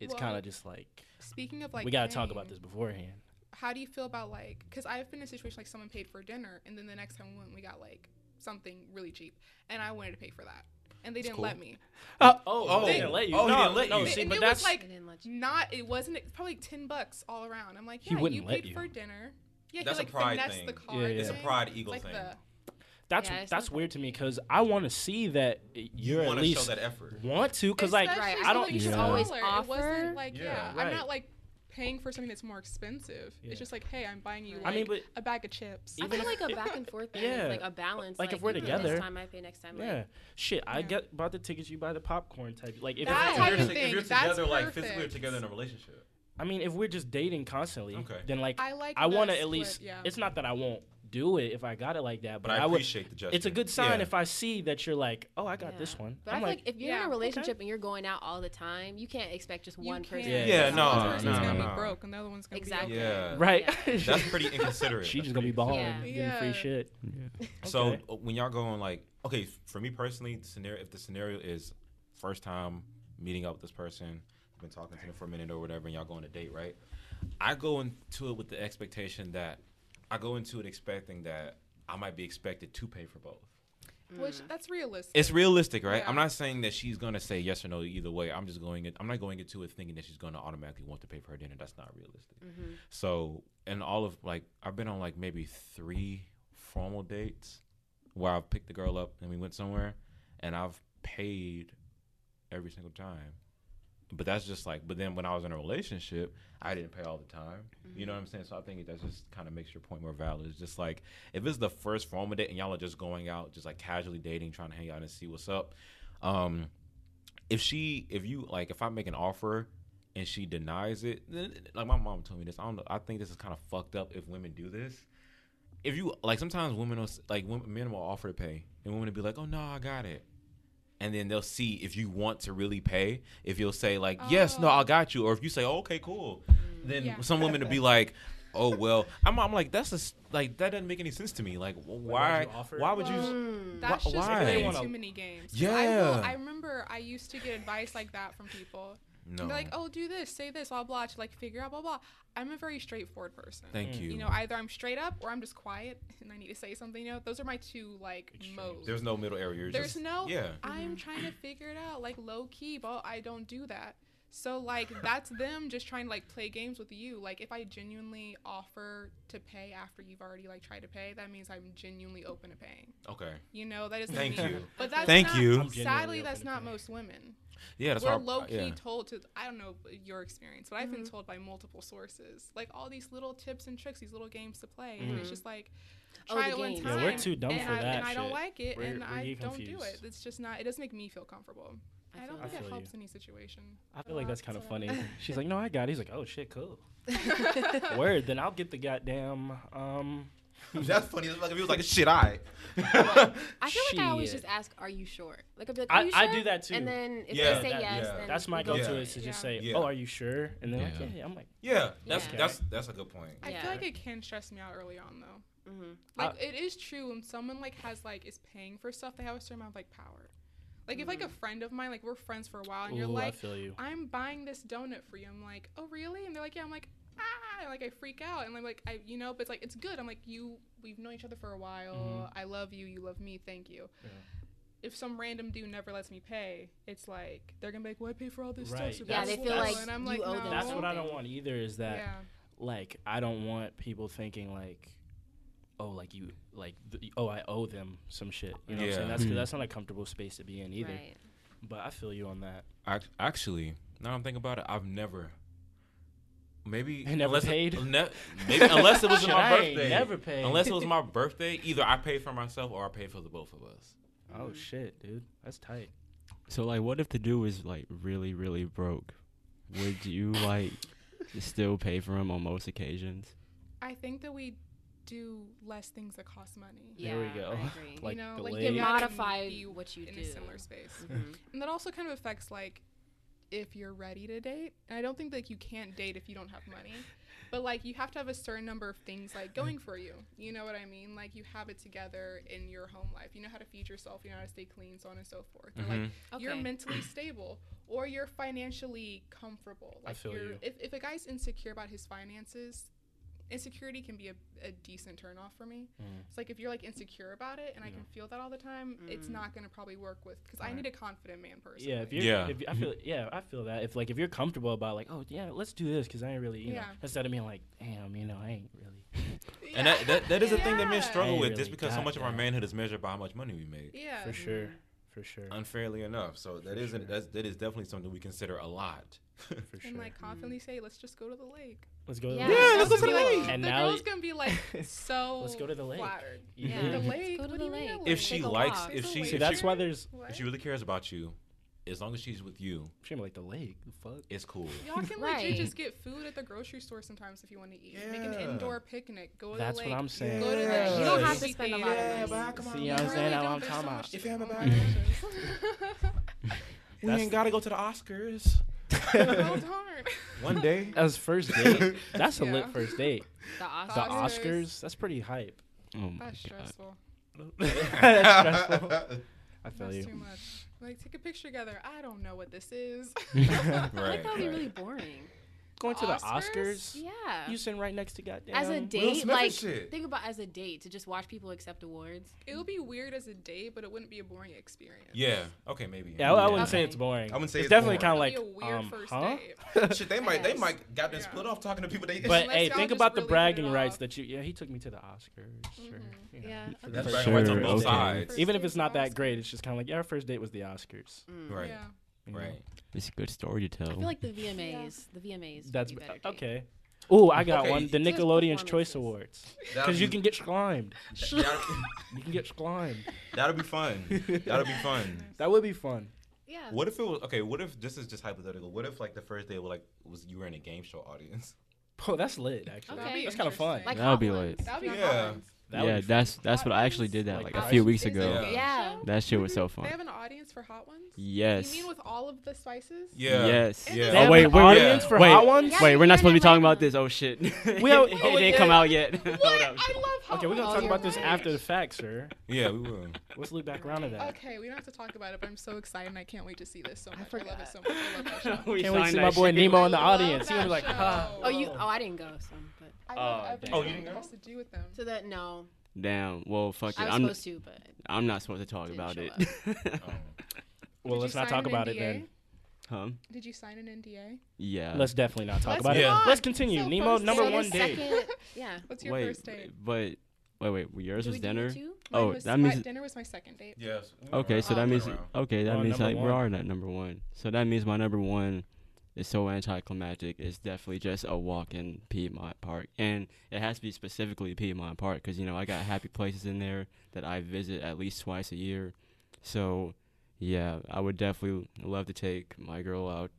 B: it's
A: Well,
B: kind of just like,
A: Speaking of like,
B: we gotta talk about
A: paying,
B: this beforehand.
A: How do you feel about like? Cause I've been in a situation like someone paid for dinner, and then the next time we went, we got like something really cheap, and I wanted to pay for that, and they didn't let me.
B: Oh, oh,
D: oh,
B: they didn't let you.
D: oh, he
B: no,
D: didn't let
B: no,
D: you.
B: See,
A: and
B: but
A: it
B: that's
A: was like
C: I didn't let you.
A: not it wasn't it's probably 10 bucks all around i'm like
B: He
A: yeah
B: wouldn't
A: you
B: let
A: paid
B: you.
A: for dinner yeah
D: That's a
A: he like
D: pride
A: finessed the
D: thing.
A: card
B: Yeah, yeah.
D: It's a
A: thing.
D: pride
A: It's
D: eagle
A: like
D: thing.
A: the-
B: that's
C: Yeah, it's
B: that's
C: not
B: weird to me because I want to see that you're
D: you
B: at
D: wanna
B: least
D: show that effort.
B: want to because like
A: Especially
C: Right,
B: I
A: something
B: don't.
C: you should
E: Yeah.
C: always
A: smaller. it
C: offer.
A: wasn't like
D: Yeah,
A: yeah,
B: right.
A: i'm not like paying for something that's more expensive
B: Yeah.
A: it's just like hey i'm buying you
C: I
A: like,
B: I mean, but
A: a bag of chips
C: I
B: even
C: feel
B: if-
C: like a back and forth thing
B: Yeah.
C: is like a balance.
B: Like, if we're
C: you pay
B: together-
C: this time I pay next time. like,
B: yeah, shit. I
A: Yeah.
B: get bought the tickets. You buy the popcorn type. Like if,
A: That
B: if
A: type
B: you're,
A: of
D: if
B: just-
D: you're,
A: thing, that's
D: together, like
A: perfect.
D: physically, or together in a relationship.
B: I mean, if we're just dating constantly,
D: Okay.
B: then like
A: i like
B: I
A: the
B: want to at
A: split,
B: least.
A: yeah
B: It's not that I won't do it if I got it like that,
D: But
B: but,
D: I,
B: I, would.
D: appreciate the gesture.
B: It's a good sign
D: Yeah.
B: if I see that you're like, oh, I got
C: Yeah.
B: this one.
C: But i
B: I'm
C: feel
B: like,
C: like, if you're
A: yeah,
C: in a
A: okay.
C: relationship and you're going out all the time, you can't expect just
A: You
C: one person.
A: can't.
B: Yeah, Yeah,
D: no,
A: One person's
D: no,
A: gonna
D: no.
A: be broke and the other one's gonna
C: Exactly.
A: be
D: Yeah.
B: right.
D: That's pretty inconsiderate.
B: She
D: That's
B: just gonna be
D: pretty
B: balling,
C: Yeah.
B: getting free
A: Yeah.
B: shit.
D: So
B: Okay.
D: uh, when y'all going like, okay, for me personally, the scenario if the scenario is first time meeting up with this person, been talking to them for a minute or whatever, and y'all go on a date, right? I go into it with the expectation that I go into it expecting that I might be expected to pay for both.
A: which that's realistic
D: It's realistic, right? I'm
A: Yeah.
D: not saying that she's gonna say yes or no either way. I'm just going. In, I'm not going into it thinking that she's gonna automatically want to pay for her dinner. That's not realistic.
A: Mm-hmm.
D: So, and all of like, I've been on like maybe three formal dates where I've picked the girl up and we went somewhere, and I've paid every single time. But that's just like. But then when I was in a relationship, I didn't pay all the time. You know what I'm saying? So I think that just kind of makes your point more valid. It's just like if it's the first formal date and y'all are just going out, just like casually dating, trying to hang out and see what's up. Um, if she, if you like, if I make an offer and she denies it, then like my mom told me this. I don't know. I think this is kind of fucked up if women do this. If you like, sometimes women will s- like women, men will offer to pay, and women will be like, "Oh no, I got it." And then they'll see if you want to really pay. If you'll say like, "Yes, no,
A: Oh.
D: I got you," or if you say, oh, "Okay, cool," then
A: Mm-hmm. Yeah.
D: some women to be like, "Oh well," I'm, I'm like, "That's just like that doesn't make any sense to me. Like, wh- why?
B: you offer it?
D: Why would you?"
A: Well,
C: Mm.
A: That's
D: Wh-
A: just
D: why?
B: They
A: playing
B: wanna-
A: too many games. 'Cause I,
D: Yeah.
A: will, I remember I used to get advice like that from people.
D: No.
A: They're like, oh, do this, say this, blah, blah, to like figure out, blah, blah. I'm a very straightforward person.
D: Thank you.
A: mm, You know, either I'm straight up or I'm just quiet and I need to say something. You know, those are my two like
B: Extremes.
A: modes.
D: There's no middle area. You're
A: There's
D: just-
A: no,
D: Yeah.
A: I'm trying to figure it out, like low key, but I don't do that. So like that's them just trying to like play games with you. Like if I genuinely offer to pay after you've already like tried to pay, that means I'm genuinely open to paying.
D: Okay.
A: You know, that doesn't
D: Thank
A: mean-
D: you.
A: But that's
D: Thank
A: not-
D: you.
B: I'm genuinely
A: Sadly,
B: open
A: that's
B: to
A: not
B: paying.
A: most women.
D: Yeah, that's
A: We're
D: our
A: low key
D: yeah.
A: told to. I don't know your experience, but I've
C: Mm-hmm.
A: been told by multiple sources like all these little tips and tricks, these little games to play, and it's just like
C: Oh,
A: try
C: the
A: it one
C: games.
A: time.
C: Yeah, we're
B: Mm-hmm. too dumb
A: and
B: for
A: I,
B: that
A: And I don't
B: shit.
A: like it,
B: We're-
A: and
B: we
A: I
B: get
A: don't do
B: confused.
A: it. It's just not. It doesn't make me feel comfortable.
C: I
A: I,
C: feel
A: don't
B: that.
A: think
B: I feel
A: it helps
B: you.
A: any situation.
B: I feel like
C: Well,
B: that's kind of
C: that's what
B: funny.
C: I-
B: She's like, no, I got it. He's like, oh shit, cool. Word, then I'll get the goddamn. Um,
F: That's funny. That's like if he was like, shit, I.
C: I feel like I always
B: Shit.
C: just ask, "Are you sure?" Like I'd be like,
B: I-
C: "Are you sure?"
B: I do that too.
C: And then if
D: Yeah,
C: they say
B: that-
C: yes,
D: yeah.
C: then
B: that's my
C: we go
B: go-to
C: for
B: is to
A: Yeah.
B: just say,
D: Yeah.
B: oh, are you sure? And then like,
E: Yeah.
B: yeah, yeah. I'm like,
D: Yeah, that's
C: Yeah.
D: that's that's a good point.
A: I
C: Yeah.
A: feel like it can stress me out early on though.
C: Mhm.
B: Uh,
A: Like it is true when someone like has like is paying for stuff, they have a certain amount of like power. Like if like
C: Mm-hmm.
A: a friend of mine, like we're friends for a while, and you're
B: ooh, I
A: like,
B: feel you.
A: I'm buying this donut for you. I'm like, oh really? And they're like, yeah. I'm like, ah, and, like I freak out, and I'm like, I, you know, but it's like it's good. I'm like, you, we've known each other for a while.
C: Mm-hmm.
A: I love you. You love me. Thank you.
B: Yeah.
A: If some random dude never lets me pay, it's like they're gonna be like, "Why pay for all this
B: Right.
A: stuff?" So
B: Yeah,
A: blah,
B: they
A: blah,
B: feel
A: blah,"
B: like
A: and I'm
C: you
A: like,
C: owe them
A: no.
B: That's what I don't
C: something.
B: want either. Is that
A: Yeah.
B: like I don't want people thinking like, oh, like you, like th- oh, I owe them some shit. You know what I'm
D: Yeah.
B: saying? That's
E: Mhm.
B: that's not a comfortable space to be in either.
C: Right.
B: But I feel you on that.
D: Ac- Actually, now that I'm thinking about it, I've never. Maybe
B: They never
D: E, unless
B: paid?
D: ne- maybe, unless it was
B: Shit,
D: my
B: I ain't
D: birthday.
B: never paid.
D: Unless it was my birthday, either I paid for myself or I paid for the both of us.
B: Oh shit, dude, that's tight.
E: So like, what if the dude was like really, really broke? Would you like still pay for him on most occasions?
A: I think that we do less things that cost money.
B: There we go.
C: I agree.
B: Like
A: you know,
B: the
A: like
B: lady-
C: you
A: yeah,
C: can
A: I can
C: modify
A: be
C: what you
A: in
C: do.
A: a similar space.
C: Mhm.
A: And that also kind of affects like if you're ready to date. And I don't think like you can't date if you don't have money. But like you have to have a certain number of things like going for you. You know what I mean? Like you have it together in your home life. You know how to feed yourself, you know how to stay clean, so on and so forth. Or, like
B: Mm-hmm.
A: you're
C: Okay.
A: mentally stable or you're financially comfortable.
B: I
A: Like
B: feel
A: you're
B: you.
A: if if a guy's insecure about his finances, insecurity can be a, a decent turnoff for me.
B: Mm.
A: It's like if you're like insecure about it and I
D: Yeah.
A: can feel that all the time, it's
C: Mm.
A: not gonna probably work with because I
B: Right.
A: need a confident man person.
B: Yeah, if you're,
D: Yeah.
B: If, I feel, yeah, I feel that. If like if you're comfortable about like, oh yeah, let's do this because I ain't really, you know,
A: Yeah.
B: instead of being like, damn, you know, I ain't really.
D: And that, that, that is a thing that men
A: Yeah.
D: struggle
B: I
D: with
B: really
D: just because so
B: got
D: much of our
B: that.
D: manhood is measured by how much money we make.
A: Yeah.
B: For sure, for sure,
D: Unfairly enough. So that isn't
B: sure.
D: that's, that is definitely something we consider a lot.
B: for sure.
A: And like confidently say, let's just go to the lake.
B: let's go. to the
C: Yeah,
B: lake.
C: Yeah,
D: let's
A: That's
D: go to
A: gonna
D: the
A: be,
D: lake.
A: Like,
B: And
A: the
B: now
A: girl's
B: y-
A: gonna be like so.
B: Let's go to the lake.
A: Flattered.
B: Yeah.
C: Yeah.
A: The
C: Let's
A: lake.
C: go to
A: what
C: the
A: do you mean
C: lake.
A: a
D: If she
C: Take a
D: likes,
C: walk.
D: if
A: There's a
D: she
A: lake
B: See,
D: if
B: that's
D: she,
B: why there's.
A: What?
D: if she really cares about you, as long as she's with you,
B: Shame like the lake. The fuck.
D: it's cool.
A: Y'all can
C: Right.
A: legit just get food at the grocery store sometimes if you want to eat. Make an
D: Yeah.
A: indoor picnic. Go to
B: That's
A: the
B: what
A: lake.
B: I'm saying.
A: Go to the
D: Yeah.
C: You don't have to
A: movie
C: spend a lot
A: theater.
C: of
D: but
C: money.
D: I come
B: See,
D: on,
B: I'm
D: man.
B: saying
A: Really
B: that's what
A: don't.
B: I'm
A: There's
B: talking about.
A: so
D: If you have a
A: much
D: bag. We ain't gotta go to the Oscars.
A: Well, darn.
D: One day.
B: As first date, that's a lit
A: Yeah.
B: first date.
C: The
B: The
C: Oscar.
A: Oscars.
B: Oscars, that's pretty hype.
E: Oh my
A: That's
E: god.
A: stressful.
B: that's stressful. I feel
A: That's
B: you.
A: too much. Like, take a picture together. I don't know what this is.
C: I
D: Right,
C: think that would be
D: right.
C: really boring.
B: Going to the
A: Oscars?
B: Oscars,
C: Yeah.
B: you sitting right next to goddamn.
C: as a
F: Will
C: date,
F: Smith
C: like
F: and shit.
C: think about as a date to just watch people accept awards.
A: It would be weird as a date, but it wouldn't be a boring experience.
D: Yeah. Okay, maybe.
B: Yeah, I, I wouldn't say
C: Okay.
B: it's boring.
F: I wouldn't say
B: it's,
F: it's
B: definitely kind of
F: boring.
B: like
A: It'd be a weird
B: um,
A: first
B: huh?
A: date.
F: Shit, they might they
C: Yes.
F: might got them
A: Yeah.
F: split off talking to people they.
B: But
A: Unless
B: hey,
A: y'all
B: think
A: just
B: about
A: really
B: the
A: hit it
B: bragging
A: off.
B: rights
A: Mm-hmm.
B: that you. Yeah, he took me to the Oscars. Sure. you know.
C: Yeah.
D: That's
B: For
D: right. Right
E: sure,
D: on both
E: okay.
D: sides.
B: Even if
A: First
B: it's not
A: date's
B: that great, it's just kind of like yeah, our first date was the Oscars.
D: Right.
A: Yeah.
B: you know?
D: Right.
E: It's a good story to tell.
C: Mm. I feel like the VMAs, the VMAs.
B: That's uh,
C: would be better date.
B: okay. Oh, I got
F: Okay,
B: one. The
C: it's just
B: Nickelodeon's Choice
C: performances.
B: Awards.
F: That'll
B: Because you
F: be-
B: can get slimed.
F: that'll,
B: You can get slimed.
F: that'll be fun.
D: That'll be fun.
B: That would be fun.
C: Yeah.
D: What if it was okay? What if this is just hypothetical? What if like the first day was like was you were in a game show audience?
B: Oh, that's lit. Actually,
C: Okay.
B: that's kind of fun.
C: Like
E: That would be
C: Hot
E: lit.
C: Ones.
A: That would be
D: Yeah.
A: fun.
B: That
E: yeah,
B: would be
E: that's that's
A: Hot
E: what I actually
A: ones?
E: did that
B: Like
E: like
B: Hot
E: a few
B: ones?
E: weeks
A: Is there a
E: ago.
D: Yeah.
A: game
C: Yeah.
A: show?
E: That shit was so
A: They have
E: fun.
A: an audience for hot ones?
E: Yes.
A: You mean with all of the spices?
D: Yeah.
E: Yes.
A: And
B: They
D: Yeah.
B: have
E: Oh wait,
B: an
E: wait,
B: audience
E: wait,
B: for
E: wait,
B: hot ones.
C: Yeah,
E: Wait, we're not
C: you're
E: supposed to be
C: not
E: talking
C: right
E: about this. Oh shit.
B: We have-
E: it
B: oh,
E: didn't
B: yeah.
E: come out yet.
A: What?
E: Hold
A: I love
E: up.
A: hot
B: Okay, we're gonna
C: Oh,
A: ones.
B: talk
C: you're
B: about this
C: right.
B: after the fact, sir.
D: Yeah, we will.
B: Let's loop back around to that.
A: Okay, we don't have to talk about it, but I'm so excited and I can't wait to see this so much. I, love
C: forgot.
A: it so much. I love that show.
E: We
B: Can't wait to
E: signed
B: see
E: that
B: my boy
E: shit.
B: Nemo in the
A: I love
B: audience. He's gonna be like,
A: that
B: ha.
A: show.
C: Oh, you. Oh, I didn't go. So, but
A: I love
E: Oh,
A: everything
E: damn.
D: Oh, you didn't
A: that
D: go?
A: has to do with them.
C: so that no,
E: Damn. Well, fuck it.
C: I was
E: I'm
C: supposed to, but
E: I'm not supposed to talk
C: Didn't
E: about
C: show
E: it.
B: Well,
A: Did
B: let's
A: you
B: not
A: sign
B: talk
A: an
B: about it
A: NDA?
B: then.
E: Huh?
A: Did you sign an NDA?
E: Yeah.
B: Let's definitely not talk
A: Let's
B: about
D: not.
B: it. Let's continue.
A: So
B: Nemo,
A: first
B: number
A: date.
B: one
C: the
B: date.
C: second- yeah.
A: What's your
E: wait,
A: first date?
E: but wait, wait. Yours
C: Do
E: was
C: we do
E: dinner.
C: two?
A: Mine
E: Oh,
A: was,
E: that
A: my-
E: means
A: dinner was my second date.
D: Yes.
E: okay. So that
C: Um,
E: means
D: Around.
E: okay. That
B: Oh,
E: means
B: number
E: like
B: one.
E: we are at number one. So that means my number one is so anticlimactic. It's definitely just a walk in Piedmont Park, and it has to be specifically Piedmont Park because you know I got happy places in there that I visit at least twice a year. So yeah, I would definitely love to take my girl out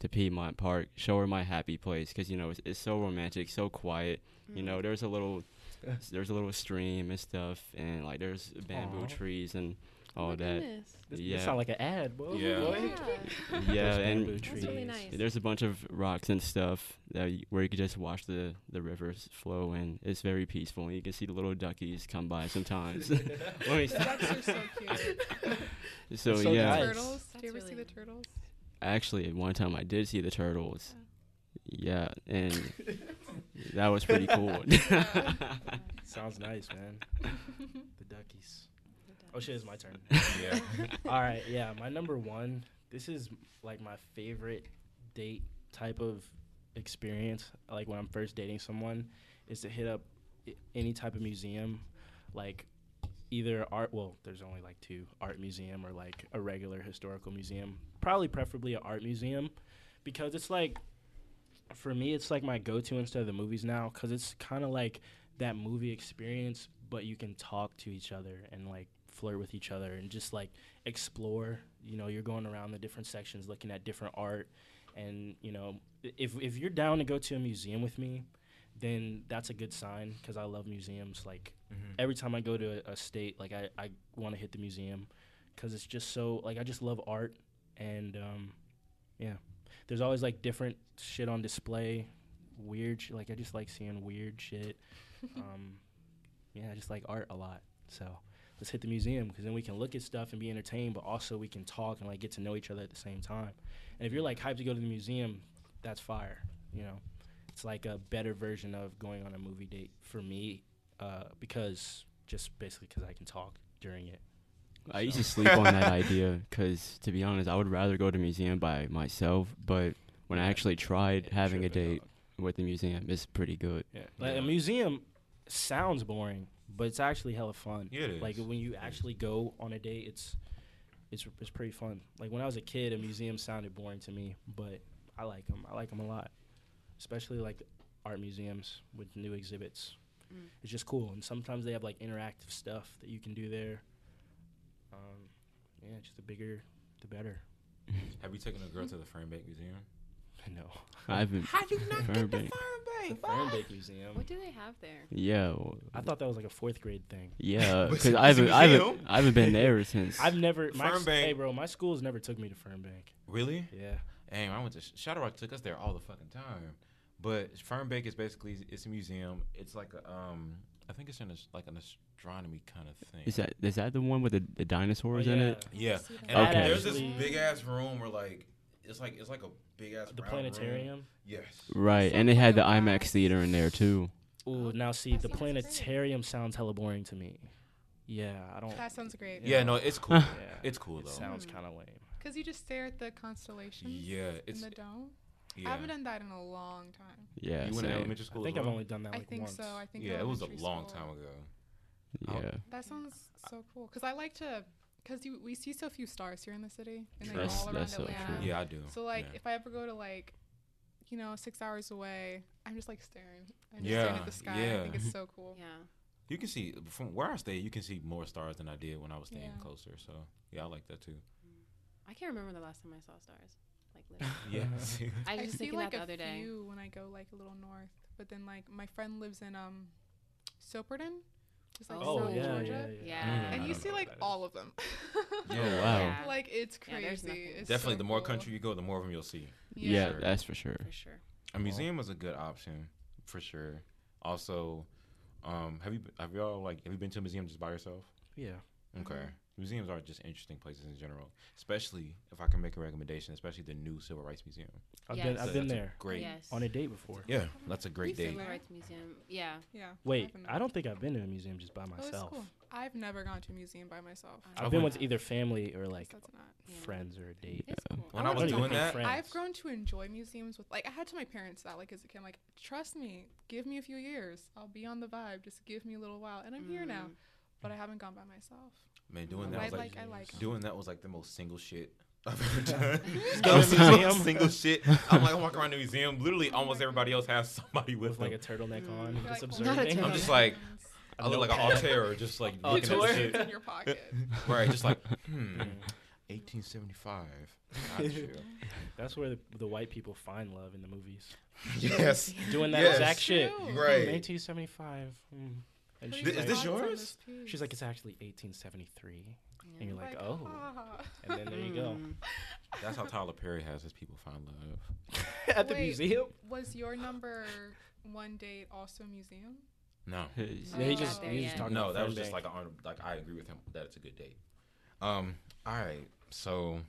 E: to Piedmont Park, show her my happy place because you know it's, it's so romantic, so quiet. You
B: Mm.
E: know, there's a little there's a little stream and stuff, and like there's bamboo
B: Aw.
E: trees and
C: Oh
E: all
C: my
E: that.
C: goodness.
B: This,
E: Yeah.
B: this sound like an ad, boy.
D: Yeah.
B: Boy.
C: Yeah.
E: Yeah,
B: Those
E: and
B: bamboo
C: That's really
B: trees.
C: nice.
E: there's a bunch of rocks and stuff that you, where you could just watch the the rivers flow, and it's very peaceful. And you can see the little duckies come by sometimes. Let me
A: The
E: stop.
A: ducks are so cute.
E: so,
B: so
E: yeah,
B: Nice.
A: Turtles. Do
C: That's
A: you ever
C: really
A: see the
C: nice.
A: turtles?
E: actually, at one time I did see the
A: Oh.
E: turtles. Yeah, and that was pretty cool.
A: Oh.
B: Sounds nice, man. the duckies. Oh shit, it's my turn.
D: Yeah.
B: All right, yeah, my number one. This is like my favorite date type of experience. Like when I'm first dating someone, is to hit up i- any type of museum, like either art well there's only like two art museum or like a regular historical museum probably preferably an art museum because it's like for me it's like my go-to instead of the movies now because it's kind of like that movie experience but you can talk to each other and like flirt with each other and just like explore you know you're going around the different sections looking at different art and you know i- if, if you're down to go to a museum with me then that's a good sign because i love museums like
D: Mm-hmm.
B: every time I go to a, a state, like I, I want to hit the museum because it's just so like I just love art and um, yeah, there's always like different shit on display, weird sh- like I just like seeing weird shit. um, yeah, I just like art a lot. So let's hit the museum because then we can look at stuff and be entertained, but also we can talk and like get to know each other at the same time. And if you're like hyped to go to the museum, that's fire. You know, it's like a better version of going on a movie date for me uh, because just basically because I can talk during it.
E: I used
B: So-
E: to sleep on that idea because, to be honest, I would rather go to museum by myself. But when I actually tried
B: Yeah,
E: having a
B: trip is
E: date with the museum, it's pretty good.
B: Yeah. Like
D: Yeah.
B: a museum sounds boring, but it's actually hella fun.
D: Yeah, it
B: Like
D: is.
B: when you actually go on a date, it's it's it's pretty fun. Like when I was a kid, a museum sounded boring to me, but I like them. I like them a lot, especially like art museums with new exhibits.
C: Mm.
B: It's just cool, and sometimes they have like interactive stuff that you can do there. Um, yeah, just the bigger, the better.
D: Have you taken a girl to the Fernbank Museum?
B: I know.
E: I haven't.
D: How do you
E: not get the Fernbank.
B: The Fernbank Museum.
C: What do they have there?
E: Yeah, well,
B: I thought that was like a fourth grade thing.
E: yeah,
F: Was
E: because
F: it-
E: I
F: was it
E: haven't, I haven't,
F: museum?
E: I haven't been there since.
B: I've never my s-
D: Fernbank.
B: Hey, bro, my schools never took me to Fernbank.
D: Really?
B: Yeah,
D: Dang, I went to Sh- Shadow Rock. Took us there all the fucking time. But Fernbank is basically it's a museum. It's like a um, I think it's an as- like an astronomy kind of thing.
E: Is that is that the one with the, the
B: Oh,
E: dinosaurs
D: Oh,
E: in it?
D: Yeah.
C: See that?
D: And
E: Okay.
D: there's this
B: Actually-
D: big
F: big ass room where like it's like it's like a big ass
B: the planetarium.
F: Yes.
E: Right, and it had the IMAX theater in there too.
B: Ooh, Oh, now see,
C: That
B: the
C: sounds great.
B: planetarium sounds hella boring to me. Yeah, I don't.
A: That sounds great.
D: Yeah, no, it's cool.
B: yeah.
D: it's cool
B: it
D: though.
B: sounds
C: Hmm.
B: kind of lame.
A: Because you just stare at the constellations
D: yeah,
A: in
D: it's
A: the dome.
D: yeah.
A: I haven't done that in a long time.
E: Yeah,
D: you went to
E: same.
D: elementary
B: I
D: school.
B: think
D: as
B: I've
D: well?
B: only done that.
A: I
B: like
A: think
B: once.
A: so. I think
D: Yeah, it was a
A: elementary
D: long
A: school.
D: time ago.
E: yeah.
A: That sounds so cool. Cause I like to, cause you we see so few stars here in the city, and they're
E: That's-
A: all around
E: that's so
A: Atlanta.
E: true.
D: Yeah, I do.
A: So like,
D: yeah.
A: if I ever go to like, you know, six hours away, I'm just like staring. I'm just staring
D: Yeah,
A: at the sky. I think
D: yeah.
A: it's so cool.
C: Yeah.
D: you can see from where I stay, you can see more stars than I did when I was staying
A: Yeah.
D: closer. So yeah, I like that too.
C: I can't remember the last time I saw stars. Like literally.
D: Yeah.
C: I was
A: I
C: just
A: see
C: thinking
A: like
C: that the
A: a
C: other day.
A: few when I go like a little north, but then like my friend lives in um, Soperton, just like
B: Oh
A: south
B: yeah,
A: Georgia,
B: yeah, yeah.
C: Yeah.
D: Mm.
A: and
D: I
A: you
D: don't
A: see
B: know
A: like
B: what that
A: all of them.
D: Yeah.
E: Oh, Wow.
C: Yeah.
A: like it's
C: Yeah,
A: crazy.
C: there's nothing.
A: It's
D: Definitely,
A: so
D: the more
A: cool.
D: country you go, the more of them you'll see.
E: yeah,
D: Sure.
E: that's for sure.
C: For sure.
D: A museum is a good option for sure. Also, um, have you have y'all like have you been to a museum just by yourself?
B: Yeah.
D: Okay. Museums are just interesting places in general, especially if I can make a recommendation, especially the new Civil Rights Museum.
B: I've been.
C: Yes.
B: I've
D: So
B: been
D: that's a
B: there
D: Great.
C: Yes.
B: on a date before.
D: Yeah, that's a great
A: You've seen
D: date.
C: Civil
A: Yeah.
C: Rights Museum. Yeah.
A: Yeah.
B: Wait,
A: I've been
B: I don't think I've been to a museum just by
A: Oh, it's
B: myself.
A: cool. I've never gone to a museum by myself.
C: I
B: I've
D: I
B: been
D: went-
B: with either family or like
A: that's not.
C: Yeah.
B: friends or a date.
C: It's cool.
D: When
A: I
D: I,
A: went
D: was
A: to
D: doing
B: different
D: that,
B: friends.
A: I've grown to enjoy museums with like I had to my parents that like as a kid. I'm like, trust me, give me a few years, I'll be on the vibe. Just give me a little while, and I'm here now.
C: Mm.
A: But I haven't gone by myself.
D: man, doing that
A: I
D: was like,
A: like, I like.
D: doing that was like the most single shit I've ever done.
B: Go to
D: That was the
B: the
D: most
B: museum.
D: single shit. I'm like, I walk around the museum. Literally,
A: Oh
D: almost
A: my
D: everybody else has somebody with
B: With like
D: them.
B: a turtleneck
C: Mm.
B: on,
A: You're
B: just
A: like, well,
C: Not a
B: observing.
C: turtleneck.
D: I'm just like,
B: A
D: I look like an
B: notepad.
D: Altair, just like
B: Oh,
D: looking at
B: tour?
D: the
A: It's
D: shit.
A: in your pocket.
D: Right, just like, hmm,
B: Mm.
D: 1875. Gotcha.
B: That's where the, the white people find love in the movies.
F: Yes.
B: Doing that
F: Yes.
B: exact shit.
A: True.
B: Mm,
F: Right.
B: 1975. Mm. And
A: What are
B: she's
A: your
F: Th-
B: like,
F: is this
A: thoughts on
F: yours?
A: this piece?
B: she's like, it's actually 1873. And
C: Yeah.
B: you're like,
A: Like,
B: oh.
A: ah.
B: And then there you go.
C: Mm.
D: That's how Tyler Perry has his people find love.
B: At the
A: Wait.
B: museum.
A: Was your number one date also a museum?
D: No.
E: It's-
B: he
C: not
B: just,
C: there
B: he was
C: yet.
B: just talking
D: No,
B: about
D: that was
B: Fernbank.
D: just like, a, hon- like I agree with him that it's a good date. Um, all right. So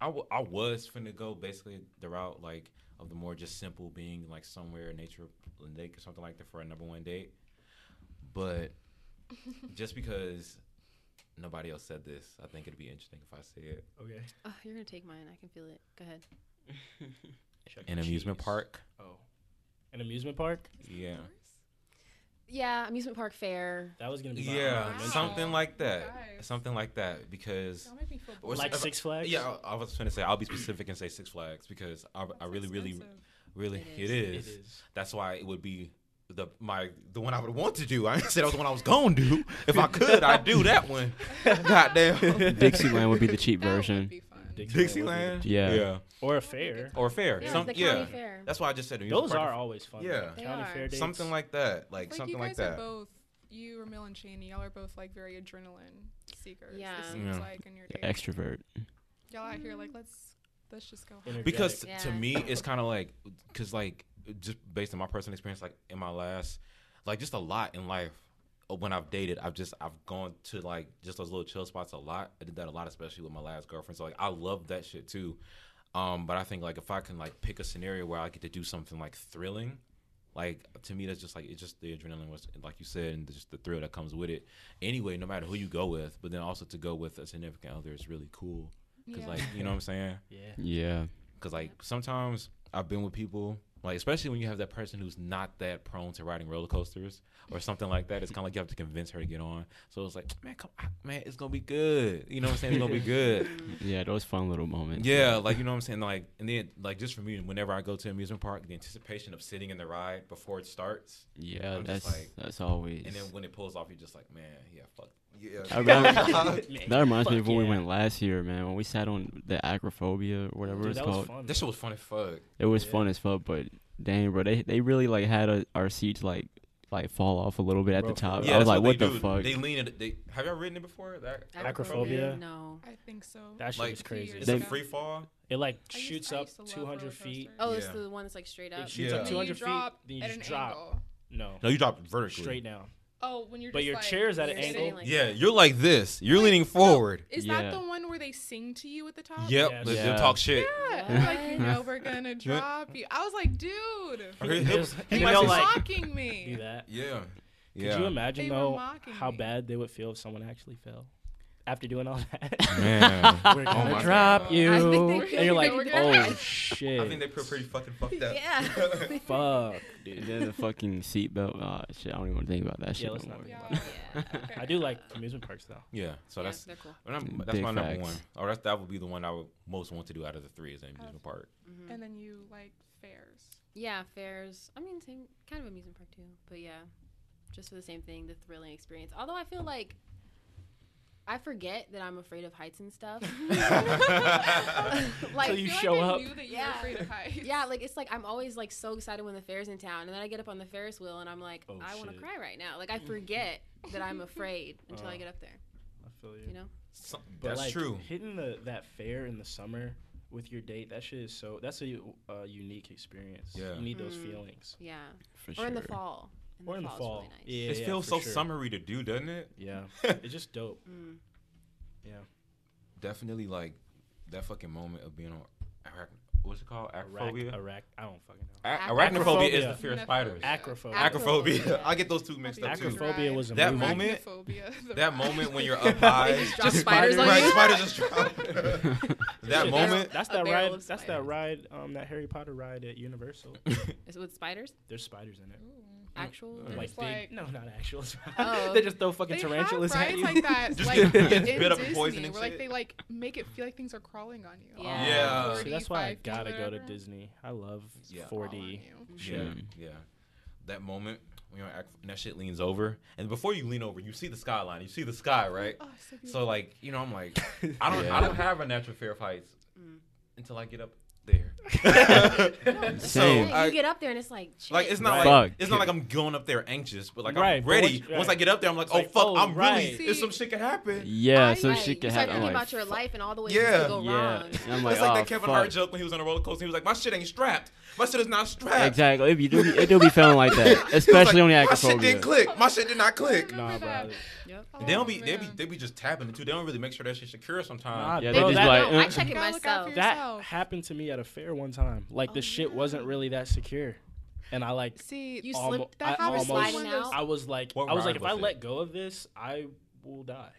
D: I wa- I was finna go basically the route like of the more just simple being like somewhere in nature, in lake or something like that for a number one date. But just because nobody else said this, I think it'd be interesting if I say it.
B: Okay.
C: Oh, you're gonna take mine. I can feel it. Go ahead.
B: Chuck E.
D: An amusement
B: Cheese.
D: park.
B: Oh. An amusement park?
A: Is that
D: Yeah.
A: yours?
C: yeah, amusement park fair.
B: That was gonna be my
D: Yeah,
B: honorable mention.
D: something like that.
A: Guys.
D: Something like that because
A: That made me feel
D: Or
A: bad.
B: like Six Flags.
D: yeah, I, I was going to say I'll be specific and say Six Flags because I, I
A: That's
D: really, really,
A: expensive.
D: really it
C: It
D: is.
B: it is.
D: That's why it would be the my the one I would want to do. I didn't say that was the one I was gonna do. If I could, I'd do that one. Goddamn.
E: Dixieland would be the cheap
A: That would
E: version.
A: be fun.
D: Dixieland.
E: Yeah.
D: Yeah.
B: or a fair.
D: Or fair.
C: Yeah,
D: Some,
C: the county
D: yeah.
C: fair.
D: That's why I just said amusement
B: Those
D: park.
B: are always fun.
D: Yeah.
B: Like,
C: They
B: county
C: are.
B: fair dates.
D: something like that. Like,
A: Like
D: something
A: you
D: like
A: guys
D: that.
A: are both you or Mill and Shane, y'all are both like very adrenaline seekers.
C: Yeah.
A: It seems
D: Yeah.
A: like in your day.
E: Extrovert.
A: y'all out here like let's let's just go. home.
B: Energetic.
D: because
C: Energetic.
D: to
C: Yeah.
D: me it's kind of like because like just based on my personal experience like in my last like just a lot in life uh, when i've dated i've just i've gone to like just those little chill spots a lot i did that a lot especially with my last girlfriend so like i love that shit too um but i think like if i can like pick a scenario where i get to do something like thrilling like to me that's just like it's just the adrenaline was like you said and just the thrill that comes with it anyway no matter who you go with but then also to go with a significant other is really cool because
A: Yeah.
D: like you know what i'm saying
B: yeah.
E: Yeah.
D: because like sometimes I've been with people like especially when you have that person who's not that prone to riding roller coasters or something like that. It's kind of like you have to convince her to get on. So it's like, man, come on, man, it's gonna be good. You know what I'm saying? It's gonna be good.
E: Yeah, those fun little moments.
D: Yeah, like you know what I'm saying. Like and then like just for me, whenever I go to an amusement park, the anticipation of sitting in the ride before it starts,
E: Yeah,
D: I'm just
E: that's
D: like-
E: that's always.
D: and then when it pulls off, you're just like, man, yeah, fuck.
E: I remember-
B: Man,
E: that reminds me
B: fuck
E: of when we
B: yeah.
E: went last year, man. When we sat on the acrophobia or whatever
B: Dude,
E: it's
B: that
E: called.
B: was fun.
D: This shit was fun as fuck.
E: It was
B: Yeah.
E: fun as fuck, but dang, bro, they they really like had a, our seats like like fall off a little bit at
B: Bro,
E: the top.
B: Yeah,
E: I was
D: that's
E: like, what
D: they
E: the
D: do.
E: fuck?
D: They lean it. They have y'all ridden it before? That,
B: Acrophobia?
C: No.
A: I think so.
B: that shit
D: like,
B: was crazy.
D: it's
E: They-
D: a free fall.
B: it like
A: I used-
B: shoots
A: I
B: up
A: used to love
B: 200
A: roller
B: feet.
A: coasters.
C: Oh, it's
D: Yeah.
C: the one that's like straight up.
B: It shoots
D: Yeah.
A: And
B: up
A: then you
B: 200 feet.
A: drop
B: Then you
A: at
B: just
A: an
B: drop.
A: angle.
B: No,
D: No, you dropped vertically.
B: straight down.
A: Oh, when you're
B: But
A: just
B: your
A: like,
B: chair's at an
C: you're sitting
B: angle.
C: like
D: Yeah,
C: that.
D: you're like this. You're leaning forward.
A: Is
E: Yeah.
A: that the one where they sing to you at the top?
D: Yep,
B: Yeah.
D: let's
E: Yeah.
D: just talk shit.
A: Yeah.
C: Yeah.
A: like you know we're gonna drop you. I was like, dude,
D: Okay,
B: Just-
D: it was-
B: you
D: he
A: they
D: might
B: know,
A: were
D: be-
B: like-
A: mocking
B: Do
A: me.
B: that.
D: yeah,
B: Could you imagine
A: They were
B: though
A: mocking
B: how
A: me.
B: bad they would feel if someone actually fell after doing all that?
D: Man,
B: We're
D: Oh
B: gonna
D: my
B: drop
D: God.
B: you,
C: I think they
B: and you're like,
C: feel like we're
B: oh
C: gonna-
B: shit,
D: I think they feel pretty fucking fucked up.
C: Yeah.
B: fuck,
E: and
B: dude.
E: then the fucking seatbelt. Ah, shit, I don't even want to think about that shit.
B: let's
E: no
B: not
E: more.
B: do
A: Yeah.
B: that.
C: Yeah.
B: I do like amusement parks though.
D: Yeah, so
C: Yeah,
D: that's
C: they're cool.
D: and I'm- that's
E: Big
D: my number
E: facts.
D: one. Or that's that would be the one I would most want to do out of the three is an amusement park.
C: Mhm.
A: And then you like fairs.
C: Yeah, fairs. I mean, same kind of amusement park too, but yeah, just for the same thing, the thrilling experience. Although I feel like I forget that I'm afraid of heights and stuff. like,
B: Till you
A: I feel
B: show
A: like
B: up.
A: I knew that you
C: Yeah.
A: were afraid of heights.
C: yeah, like it's like I'm always like so excited when the fair's in town, and then I get up on the Ferris wheel and I'm like,
B: Oh,
C: I want to
B: shit.
C: cry right now. Like I forget that I'm afraid until I
B: Uh,
C: get up there.
B: I feel
C: You know?
D: Some-
B: But
D: that's
B: like,
D: true.
B: Hitting the that fair in the summer with your date, that shit is so. That's a u- uh, unique experience.
D: Yeah.
B: you need those
C: Mm.
B: feelings.
C: Yeah.
E: For
C: Or
E: sure.
C: in the fall.
B: or in the fall,
C: Is really nice.
B: yeah,
D: it
B: yeah,
D: feels
B: for
D: so
B: sure.
D: summery to do, doesn't it?
B: Yeah, it's just dope.
C: Mm.
D: Definitely like that fucking moment of being on. Arach- what's it called?
B: Arach,
D: Acrophobia.
B: Iraq, I don't fucking know.
D: A-
C: Acrophobia.
D: arachnophobia is the fear of
A: Acrophobia.
D: spiders.
B: Acrophobia.
D: Acrophobia.
C: Acrophobia.
D: I get those two mixed up too.
A: Acrophobia.
B: Acrophobia was a
D: That
B: movie.
D: moment-
A: Arachnophobia, the
D: That
A: ride.
D: moment when you're up high,
C: just drop
D: just
C: spiders on
D: right,
C: you.
D: spiders just drop. that
B: Shit, That's,
D: moment,
B: that's
C: A
B: that
C: barrel
B: ride. That's
C: of
B: that
C: spiders.
B: ride. Um, that Harry Potter ride at Universal.
C: Is it with spiders?
B: There's spiders in it.
A: Ooh.
C: Actual?
D: Mm.
B: Mm. Uh, Like
A: It's
B: big.
A: like-
B: no, not actual. spiders.
C: Oh.
B: they just throw fucking
A: They
B: tarantulas
A: have
B: at
A: rides
B: you.
A: like that,
D: Just
A: like
D: get-
A: in
D: spit up
A: Disney,
D: poison and
A: where like
D: shit.
A: they like make it feel like things are crawling on you.
C: Yeah.
D: Yeah.
A: Like,
B: See, that's why I
A: 45 feet,
B: gotta go to
A: whatever.
B: Disney. I love
D: Yeah.
A: Crawl on
B: 4D.
A: you.
D: Yeah,
E: Sure.
D: yeah. That moment when you're act, and that shit leans over, and before you lean over, you see the skyline, you see the sky, right?
A: Oh, it's so
D: So
A: beautiful.
D: like, you know, I'm like, I don't,
E: Yeah.
D: I don't have a natural fear of heights
C: Mm.
D: until I get up there.
E: Same.
D: so
C: Yeah, you
D: I,
C: get up there and it's like, shit.
D: like, it's not
E: Right.
D: like it's not like I'm going up there anxious, but like
B: Right,
D: I'm
B: but once
D: ready.
B: you-
D: Once,
B: right.
D: I get up there, I'm like,
B: It's
D: oh
B: like,
D: fuck,
B: oh,
D: I'm
B: right.
D: really. If some shit can happen.
E: Yeah,
A: I-
E: some
A: Right,
E: shit
C: You
E: can
C: start
E: happen.
C: thinking
E: I'm
C: about
E: like,
C: your life and all the ways
D: Yeah.
C: to go
E: yeah,
C: wrong.
E: And I'm like,
D: That's like
E: oh,
D: that Kevin
E: fuck.
D: Hart joke when he was on a roller coaster. He was like, my shit ain't strapped. My shit is not strapped.
E: Exactly. It, you do, it do be feeling like that,
D: He was
E: especially
D: like,
E: on the
D: My shit didn't
E: acrophobia.
D: click. My shit did not click.
A: Remember
B: Nah,
A: that.
B: bro.
C: Yep.
A: Oh,
D: they don't be they be
A: man.
D: they be just tapping it too. They don't really make sure that shit's secure
B: Nah,
D: sometimes.
E: Yeah,
B: bro,
E: they just
B: that,
E: like,
C: No, I
E: uh,
C: check it
A: You gotta look out
C: myself.
A: for
B: that
A: yourself.
B: happened to me at a fair one time. Like
C: Oh,
B: the shit
C: yeah.
B: wasn't really that secure, and I like
A: See,
C: You
B: Almo-
C: slipped. That
B: I
C: happened
B: almost-
C: sliding out.
B: I was like
D: What
B: I was like
D: ride
B: if I
D: was it?
B: let go of this, I will die.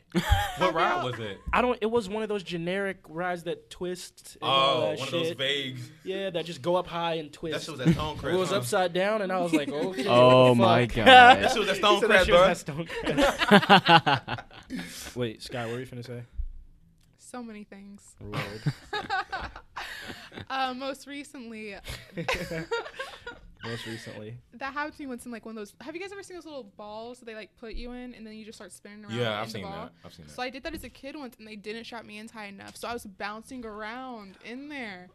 D: What ride was it?
B: I don't. It was one of those generic rides that twist. And all
D: Oh,
B: that
D: one of
B: shit.
D: those vague.
B: Yeah, that just go up high and
F: That
B: twist.
F: shit was that Stone
B: it
F: Crest.
B: was
F: huh?
B: upside down, and I was like, okay.
E: Oh
B: fuck.
E: my God.
D: That shit was that
B: He
D: Stone
B: said that
D: Crest,
B: shit was
D: bro.
B: that Stone Crest. Wait, Sky, what were you finna say?
A: So many things.
B: Lord.
A: Uh, most recently,
B: Most recently,
A: that happened to me once in like one of those. Have you guys ever seen those little balls that they like put you in and then you just start spinning around? in
D: Yeah, I've
A: the
D: seen
A: ball?
D: that. I've seen
A: So I did that as a kid once, and they didn't strap me in tight enough, so I was bouncing around in there,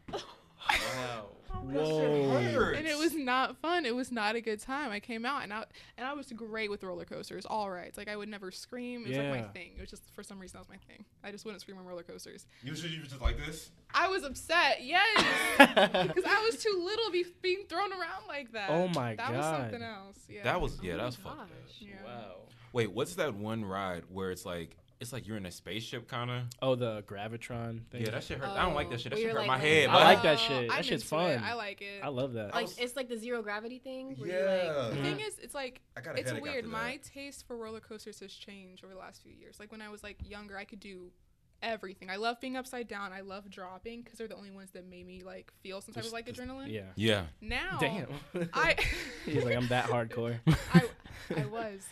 B: whoa.
A: and it was not fun. It was not a good time. I came out, and I and I was great with roller coasters. All right, like I would never scream. It was like my
B: Yeah.
A: thing. It was just for some reason that was my thing. I just wouldn't scream on roller coasters.
F: You was just, you was just like this.
A: I was upset, yes, because I was too little to be being thrown around like that.
B: Oh my
A: that was
B: God.
A: something else. Yeah,
D: That was yeah,
C: Oh
D: that
C: my
D: was fucked up.
C: gosh.
A: Yeah.
D: Wait, what's that one ride where it's like it's like you're in a spaceship kind of?
B: Oh, the gravitron thing.
D: Yeah, that shit hurt. I don't like
C: Oh,
D: that shit. That shit
C: where you're
D: hurt
C: like
D: my
C: laying
D: head.
B: I
C: down.
D: but-
B: like that
A: Oh,
B: shit. That
A: I'm
B: shit's
A: into it.
B: fun.
A: I like it.
B: I love that.
C: Like
F: was-
C: it's like the zero gravity thing. Where You're
F: Yeah.
C: like,
A: The
B: Mhm.
A: thing is, it's like
F: I got a
A: it's
F: headache
A: weird.
F: after that.
A: My taste for roller coasters has changed over the last few years. Like when I was like younger, I could do everything. I love being upside down. I love dropping because they're the only ones that made me like feel some type of
B: Just-
A: like adrenaline.
B: Yeah.
D: yeah,
A: Now,
B: Damn.
A: I
B: He's like, I'm that hardcore.
A: I, I was,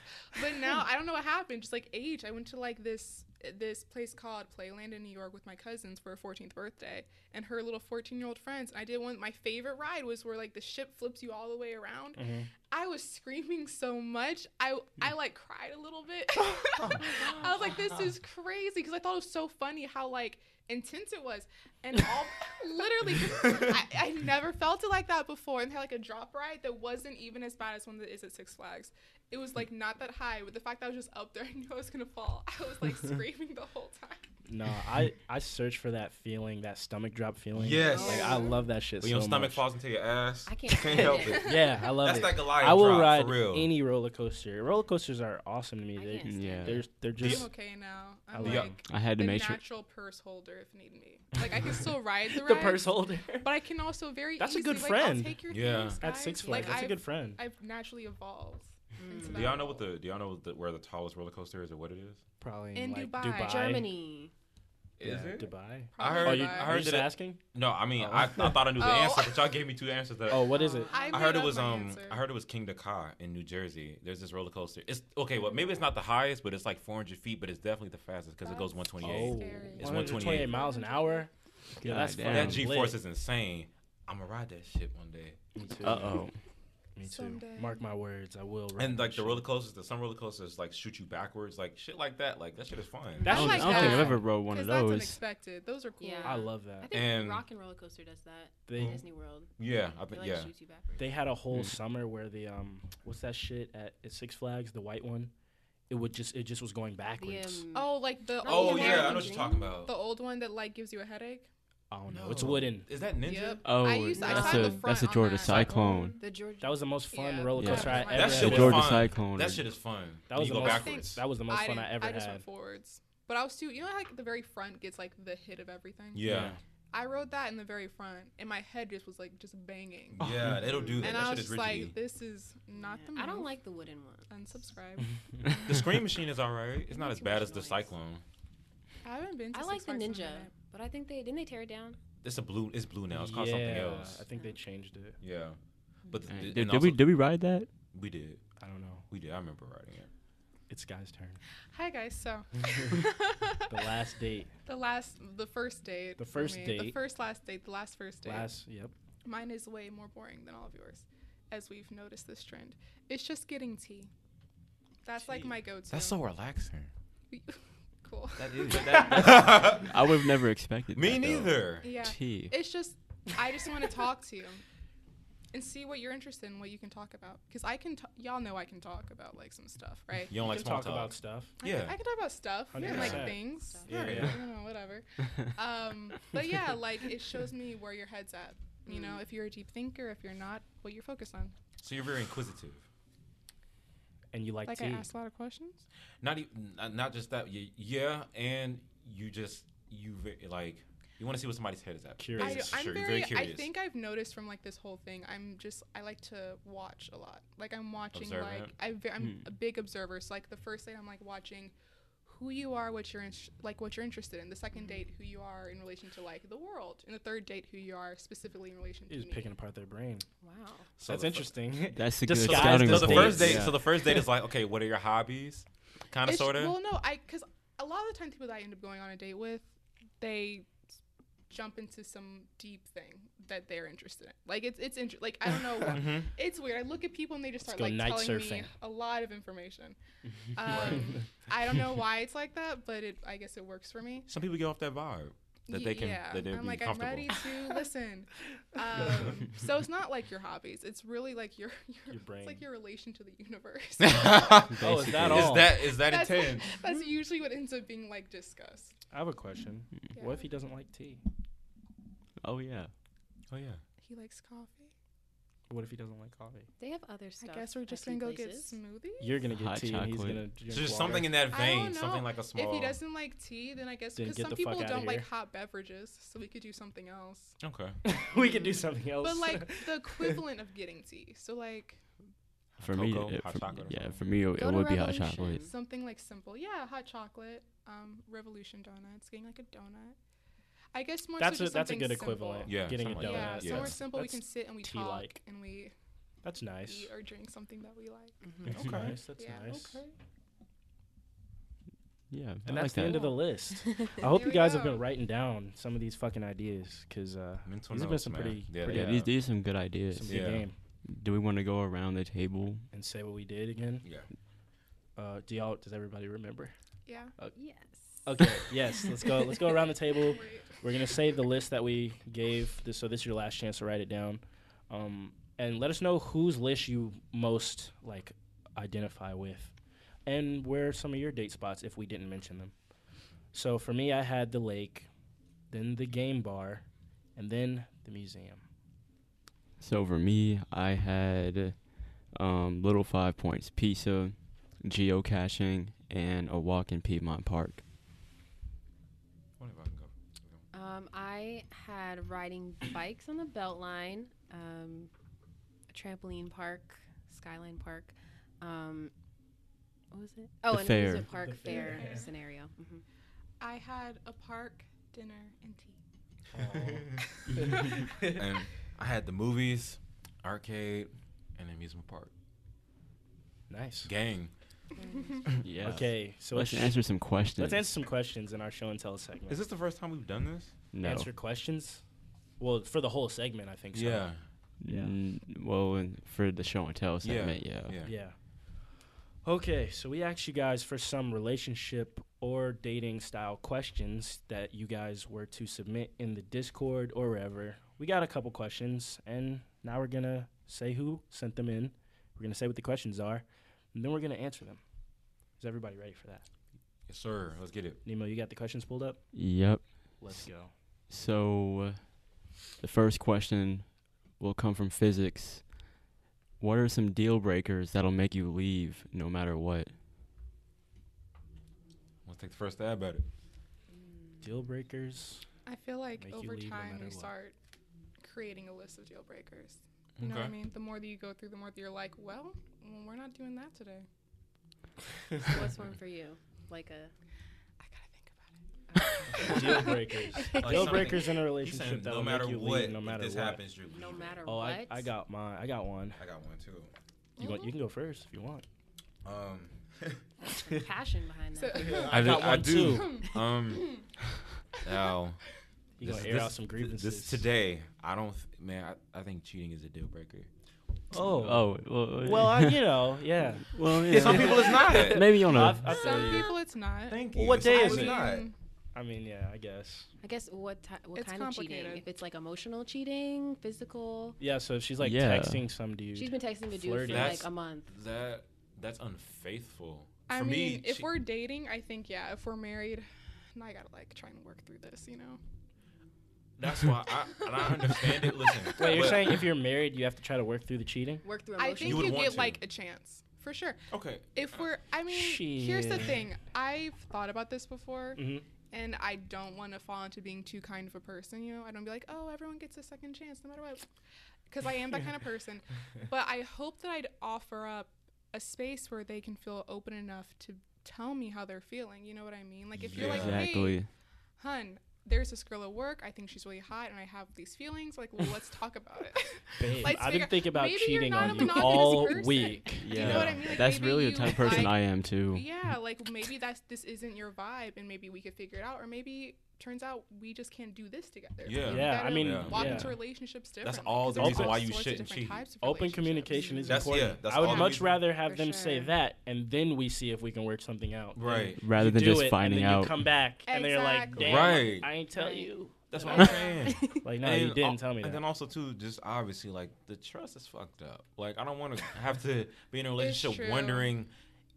A: but now I don't know what happened. Just like age, I went to like this this place called Playland in New York with my cousins for her 14th birthday and her little 14 year old friends. And I did one. My favorite ride was where like the ship flips you all the way around.
B: Mhm.
A: I was screaming so much. I I like cried a little bit. Oh I was like, this is crazy because I thought it was so funny how like intense it was, and all literally, 'cause I, I never felt it like that before. And they had like a drop ride that wasn't even as bad as one that is at Six Flags. It was like not that high, but the fact that I was just up there, I knew I was gonna fall. I was like screaming the whole time.
B: No, I I search for that feeling, that stomach drop feeling.
F: Yes.
B: Like I love that shit
D: when
B: so
D: your stomach
B: much.
D: falls into your ass,
C: I can't
D: help
C: stand
D: it.
C: it.
B: Yeah, I love
D: That's
B: it.
D: like a lion
B: I will
D: drop,
B: ride
D: for real.
B: any roller coaster. Roller coasters are awesome to me.
C: I
B: They,
C: can't stand
E: Yeah.
B: they're they're
A: I'm
B: just
A: okay now. I'm
B: I
A: like
B: love-
E: I had
A: the
E: to make sure.
A: natural purse holder if need be. Like I can still ride the ride.
B: the purse holder.
A: But I can also very
B: That's a
A: easily,
B: good
A: like,
B: friend.
A: I'll take your
D: Yeah.
A: things,
B: At
A: guys.
B: Six
A: Like,
B: Flags, that's a
A: I've,
B: good friend.
A: I've naturally evolved.
B: Mm.
A: into
D: Do y'all
A: that
D: know
A: role.
D: what the do y'all know what the, where the tallest roller coaster is or what it is?
B: Probably in,
A: In
B: like
A: Dubai.
B: Dubai.
C: Germany.
B: Yeah,
D: Is it?
B: Dubai?
D: I
A: Probably
D: heard-
B: Oh, you,
D: I
A: by-
B: I heard
D: heard
B: just
D: that it-
B: asking.
D: No, I mean I, I thought I knew the
A: Oh.
D: answer, but y'all gave me two answers. That
B: Oh, what is it?
A: I,
D: I heard
A: made
D: it
A: up
D: was
A: my
D: um
A: answer.
D: I heard it was King Dakar in New Jersey. There's this roller coaster. It's okay, well maybe it's not the highest, but it's like 400 feet, but it's definitely the fastest because it goes
A: That's
B: Oh,
D: 128.
A: scary.
D: It's 128.
B: miles an hour. Yeah,
E: God
B: that's
E: damn.
D: That
B: fucking
D: G
B: lit.
D: force is insane. I'm gonna ride that shit one day.
B: Me too.
E: Uh oh.
B: Me too.
A: Someday.
B: Mark my words, I will. ride
D: And
B: that
D: like the
B: shit.
D: roller coasters, the some roller coasters like shoot you backwards, like shit like that. Like that shit is fun.
E: I
A: I
B: That
E: don't,
A: like
E: I don't think I've
B: uh,
A: that.
E: ever rode one of
A: 'Cause That's
E: those.
A: unexpected. Those are cool.
C: Yeah.
B: I love
C: I
B: that.
C: think
D: And-
C: Rock and Roller Coaster does that.
B: They
C: Disney World.
D: yeah, I
C: It
D: bet
C: like
D: yeah.
C: shoots you backwards.
B: they had a whole
E: Mm.
B: summer where the um what's that shit at, at Six Flags, the white one? It would just it just was going
C: The,
B: backwards.
C: um,
A: Oh, like the
C: Oh,
D: Oh
A: old
C: yeah,
D: yeah,
A: one-
D: I know what
C: Dream?
D: you're talking about.
A: the old one that like gives you a headache.
B: I
D: Oh,
B: don't know. It's wooden.
D: Is that ninja?
A: Yep.
E: Oh,
A: I used to, I
E: that's
A: climbed
E: a
A: the front
E: that's a
A: on
E: Georgia
A: that.
E: cyclone.
C: the Georgia.
B: That was the most fun
A: Yeah.
B: roller
E: Yeah.
B: coaster I
A: That
B: ever.
D: That
E: The
D: shit
B: had.
D: was
E: Georgia
D: fun.
E: cyclone.
D: That shit is fun.
B: That was
D: you
B: the
D: go
B: most-
D: backwards.
B: That was the most
A: I
B: fun I
A: didn't-
B: ever
A: I just
B: had.
A: went forwards, but I was too. You know, how, like the very front gets like the hit of everything.
D: yeah.
A: I rode that in the very front, and my head just was like just banging.
D: yeah, it'll do Oh, that.
A: and I
D: that shit
A: was
D: is
A: just
D: rigid.
A: like, this is not the. Move.
C: I don't like the wooden one.
A: unsubscribe.
D: the screen machine is alright. It's
C: It
D: not
C: makes
D: as
C: too
D: bad
C: much
D: as the
C: noise.
D: cyclone.
A: I haven't been. To
C: I
A: Six
C: like the
A: Flags in a
C: ninja,
A: minute.
C: but I think they didn't they tear it down.
D: It's a blue. It's blue now. It's called something
B: Yeah,
D: else.
B: I think they changed it.
D: Yeah. But the,
E: Did,
D: and
E: did
D: also-
E: we did we ride that?
D: we did.
B: I don't know.
D: We did. I remember writing it.
B: It's Sky's turn.
A: Hi guys. So
B: The last date.
A: the last, the first date.
B: The
A: for
B: first
A: me, The
B: date.
A: first last date. The last first date.
B: Last. Yep.
A: Mine is way more boring than all of yours, as we've noticed this trend. It's just getting tea. That's like my go-to.
D: That's so relaxing.
A: cool.
D: That is.
E: I would have never expected.
D: Me
E: that, though.
D: neither.
A: Yeah.
E: Tea.
A: It's just I just want to talk to you and see what you're interested in, what you can talk about. Because I can, t- y'all know I can talk about like some stuff, right?
D: You don't
B: We
D: like
B: can
D: small
B: talk
D: talk.
B: about stuff.
A: I
D: Yeah.
A: can, I can talk about stuff and like
B: 100%.
A: things.
C: Stuff.
B: Yeah,
A: Alright,
B: yeah.
A: you know, whatever. Um, but yeah, like it shows me where your head's at. You
B: Mm.
A: know, if you're a deep thinker, if you're not, what you're focused on.
D: So you're very inquisitive.
B: And you like,
A: Like I
B: tea.
A: asked a lot of questions.
D: Not even. not- Not just that. y- Yeah, and you just you ve- like you want to see what somebody's head is at.
B: Curious.
A: I,
B: Yes,
D: Basically,
A: I'm
D: sure, you're
A: very,
D: very curious.
A: I think I've noticed from like this whole thing. I'm just I like to watch a lot. Like I'm watching
D: Observant.
A: like I ve- I'm a big observer. So like the first thing I'm like watching who you are, what you're in, like, what you're interested in. The 2nd date, who you are in relation to like the world, and the third date, who you are specifically in relation
B: He's
A: to
B: picking apart their brain.
C: Wow.
D: So
B: That's
D: the fir-
B: interesting.
E: That's a good
B: Disguised
E: scouting
D: So
B: as
E: report.
D: the first
B: dates.
D: date. So the first date is like, okay, what are your hobbies? Kind of,
A: It's-
D: sort of.
A: Well, no, I because a lot of the times people that I end up going on a date with, they s- jump into some deep thing that they're interested in. Like it's it's inter- like I don't know. what-
D: hmm
A: it's weird. I look at people and they just
B: Let's
A: start like
B: go night
A: telling me
B: surfing.
A: a lot of information. Um, I don't know why it's like that, but it I guess it works for me.
D: Some people get off that vibe that
A: Y-
D: they can.
A: yeah.
D: That they'll
A: I'm
D: be
A: like
D: comfortable.
A: I'm ready to listen. Um, so it's not like your hobbies. It's really like your your,
B: Your brain.
A: It's like your relation to the universe.
B: Oh, is that
E: Basically.
B: all?
D: Is that is that
A: that's,
D: intense?
A: that's usually what ends up being like discussed.
B: I have a question. What if he doesn't like tea?
E: Oh yeah.
D: Oh yeah.
A: He likes coffee.
B: What if he doesn't like coffee?
C: They have other stuff.
A: I guess we're
C: at
A: just
C: few
A: gonna go get
C: places.
A: smoothies.
B: You're gonna get
E: Hot
B: tea, and he's
E: chocolate.
B: gonna drink
D: So just
B: water.
D: something in that
A: I
D: vein,
A: don't know.
D: something like a small.
A: If he doesn't like tea, then I guess
B: Then
A: because
B: get
A: some
B: the fuck
A: people
B: outta
A: don't like
B: here.
A: hot beverages, so we could do something else.
D: okay.
B: we could do something else.
A: But like the equivalent of getting tea, so like
E: For me,
D: Cocoa,
E: it,
D: hot
E: for,
D: chocolate or
E: yeah,
D: something.
E: for me, it,
C: Go
E: it
C: to
E: would be hot
C: Revolution.
E: chocolate.
A: something like simple, yeah, hot chocolate, um, Revolution donuts, getting like a donut. I guess more.
B: that's
A: so
B: a
A: just
B: that's a
A: something
B: good
A: simple.
B: equivalent.
D: Yeah,
B: getting a
D: something
B: donut.
D: like
A: Yeah,
D: that.
A: somewhere
D: Yeah.
A: simple we can
B: That's-
A: sit and we talk
B: tea-like.
A: and we
B: That's nice.
A: eat or drink something that we like.
B: That's
D: Okay.
B: nice. That's
A: Yeah,
B: nice.
A: okay.
E: Yeah, I
B: And
E: like
B: that's the
E: that.
B: end of the list. I hope
A: There we
B: you guys have been
A: go.
B: writing down some of these fucking ideas because uh,
D: Mental
B: these have been
D: notes,
B: some
D: man.
B: pretty,
D: Yeah,
B: pretty
E: yeah, these these are some good ideas.
B: some good
D: Yeah.
B: game.
E: Do we want to go around the table?
B: And say what we did again.
D: Yeah.
B: Uh, do y'all? Does everybody remember?
A: Yeah.
C: Yes.
B: Okay. yes. Let's go. Let's go around the table.
A: Wait.
B: We're gonna say the list that we gave. This, so this is your last chance to write it down, um, and let us know whose list you most like identify with, and where some of your date spots if we didn't mention them. So for me, I had the lake, then the game bar, and then the museum.
E: So for me, I had um, little five points pizza, geocaching, and a walk in Piedmont Park.
D: What if I can go?
C: Um, I had riding bikes on the Beltline, um, a trampoline park, Skyline Park. Um, what was it? Oh,
E: The
C: an
E: fair.
C: amusement park fair,
A: fair.
C: scenario. hmm
A: I had a park, dinner, and tea.
D: and I had the movies, arcade, and amusement park.
B: Nice.
D: Gang.
E: yeah.
B: Okay, so
E: Let's
B: let's,
E: answer some questions.
B: let's answer some questions in our show and tell segment.
D: Is this the first time we've done this?
E: no.
B: Answer questions. Well, for the whole segment, I think so.
D: Yeah.
B: Yeah.
E: Mm, well, and for the show and tell
D: Yeah,
E: segment, yeah.
D: Yeah.
B: Yeah. Okay, so we asked you guys for some relationship or dating style questions that you guys were to submit in the Discord or wherever. We got a couple questions, and now we're going to say who sent them in. We're going to say what the questions are, and then we're going to answer them. Is everybody ready for that?
D: Yes, sir. Let's get it.
B: Nemo, you got the questions pulled up?
E: Yep.
B: Let's go.
E: So, uh, the first question will come from physics. What are some deal breakers that'll make you leave no matter what?
D: Let's take the first stab at it.
B: Deal breakers.
A: I feel like
B: Make you
A: over
B: leave no
A: time
B: matter
A: you
B: what.
A: start creating a list of deal breakers. You know what I
D: Okay.
A: mean? The more that you go through, the more that you're like, well, well, we're not doing that today.
C: So what's one for you? Like a
A: I gotta think about it.
B: Deal breakers.
D: Like
B: Deal
D: something-
B: breakers in a
D: He's saying
B: relationship that
D: no
B: will
D: matter
B: make you
D: what,
B: leave no matter
D: if this
B: what.
D: happens, you're leaving.
C: no matter
B: Oh,
C: what.
B: I, I got mine. I got one.
D: I got one too.
B: You, want, you can go first if you want.
D: Um,
C: some passion behind that.
A: So,
D: I,
B: got
D: do, I
B: one,
D: do. Um, now
B: You gonna
D: this-
B: air
D: this-
B: out some grievances
D: This today, I don't. Th- man, I, I think cheating is a deal breaker.
B: Oh,
E: Oh, well,
B: well, I, you know, yeah.
E: well,
D: Yeah, some people it's not.
E: maybe on a
B: I've- I feel
A: some
B: you.
A: people it's not.
D: Thank
B: Well,
D: you.
B: what
D: Some
B: day
D: people
B: is
D: it's
B: it?
D: Not.
A: mean,
B: I mean, yeah, I guess.
C: I guess what ty- what
A: It's
C: kind of cheating?
A: complicated.
C: If it's like emotional cheating, physical.
B: Yeah, so if she's like
E: Yeah.
B: texting some dude,
C: She's been texting the dude
B: flirting.
C: for
D: That's-
C: like a month.
D: That that's unfaithful.
A: I
D: For
A: mean,
D: me,
A: if
D: che-
A: we're dating, I think yeah. If we're married, now I gotta like try and work through this. You know?
D: that's why I and I understand it. Listen,
B: wait, you're
D: but-
B: saying if you're married, you have to try to work through the cheating?
C: Work through
A: I
C: emotional.
A: think
D: would
A: you,
D: want
A: get
D: to.
A: like a chance for sure.
D: okay,
A: If we're, I mean, here's the
B: Shit.
A: thing. I've thought about this before.
B: Mm-hmm.
A: and I don't want to fall into being too kind of a person. You know, I don't be like, oh, everyone gets a second chance no matter what, because I am that kind of person. But I hope that I'd offer up a space where they can feel open enough to tell me how they're feeling. You know what I mean? Like if you're like, hey,
E: Exactly.
A: hun, there's this girl at work. I think she's really hot, and I have these feelings. Like, well, let's talk about it.
B: Babe,
A: Let's
B: I've
A: figure-
B: been thinking about
A: maybe you're
B: cheating
A: not a
B: on you
A: monogamous
B: all
A: person.
B: week.
A: you
E: Yeah.
A: know what I mean? Like,
E: That's
A: maybe
E: really
A: you
E: the type of person
A: like-
E: I am too.
A: yeah, like maybe that's this isn't your vibe, and maybe we could figure it out, or maybe turns out we just can't do this together. Like,
D: Yeah.
A: you
B: Yeah, I
A: gotta
B: mean,
A: walk
B: yeah.
A: into relationships differently.
D: That's all
A: 'cause
D: the
A: there's
B: reason
A: all
D: why you
A: sorts of
D: shouldn't
A: different
D: cheat.
A: types of
B: Open
A: relationships.
B: communication is
D: That's- yeah,
B: important.
D: that's
B: I
D: all
B: would
D: the
B: much
D: reason.
B: rather have
C: For
B: them say
C: sure.
B: that and then we see if we can work something out.
D: Right.
E: Rather
B: You
E: than
B: do
E: just
B: it,
E: finding
B: and then
E: out.
B: You come back and they're like,
A: Exactly.
B: "Damn,
D: Right.
B: I ain't tell
C: Right.
B: you."
D: That's
B: what
D: what I'm saying.
B: Like, no, you didn't
D: al-
B: tell me
D: And then
B: that.
D: also too, just obviously like the trust is fucked up. Like I don't want to have to be in a relationship
A: true.
D: wondering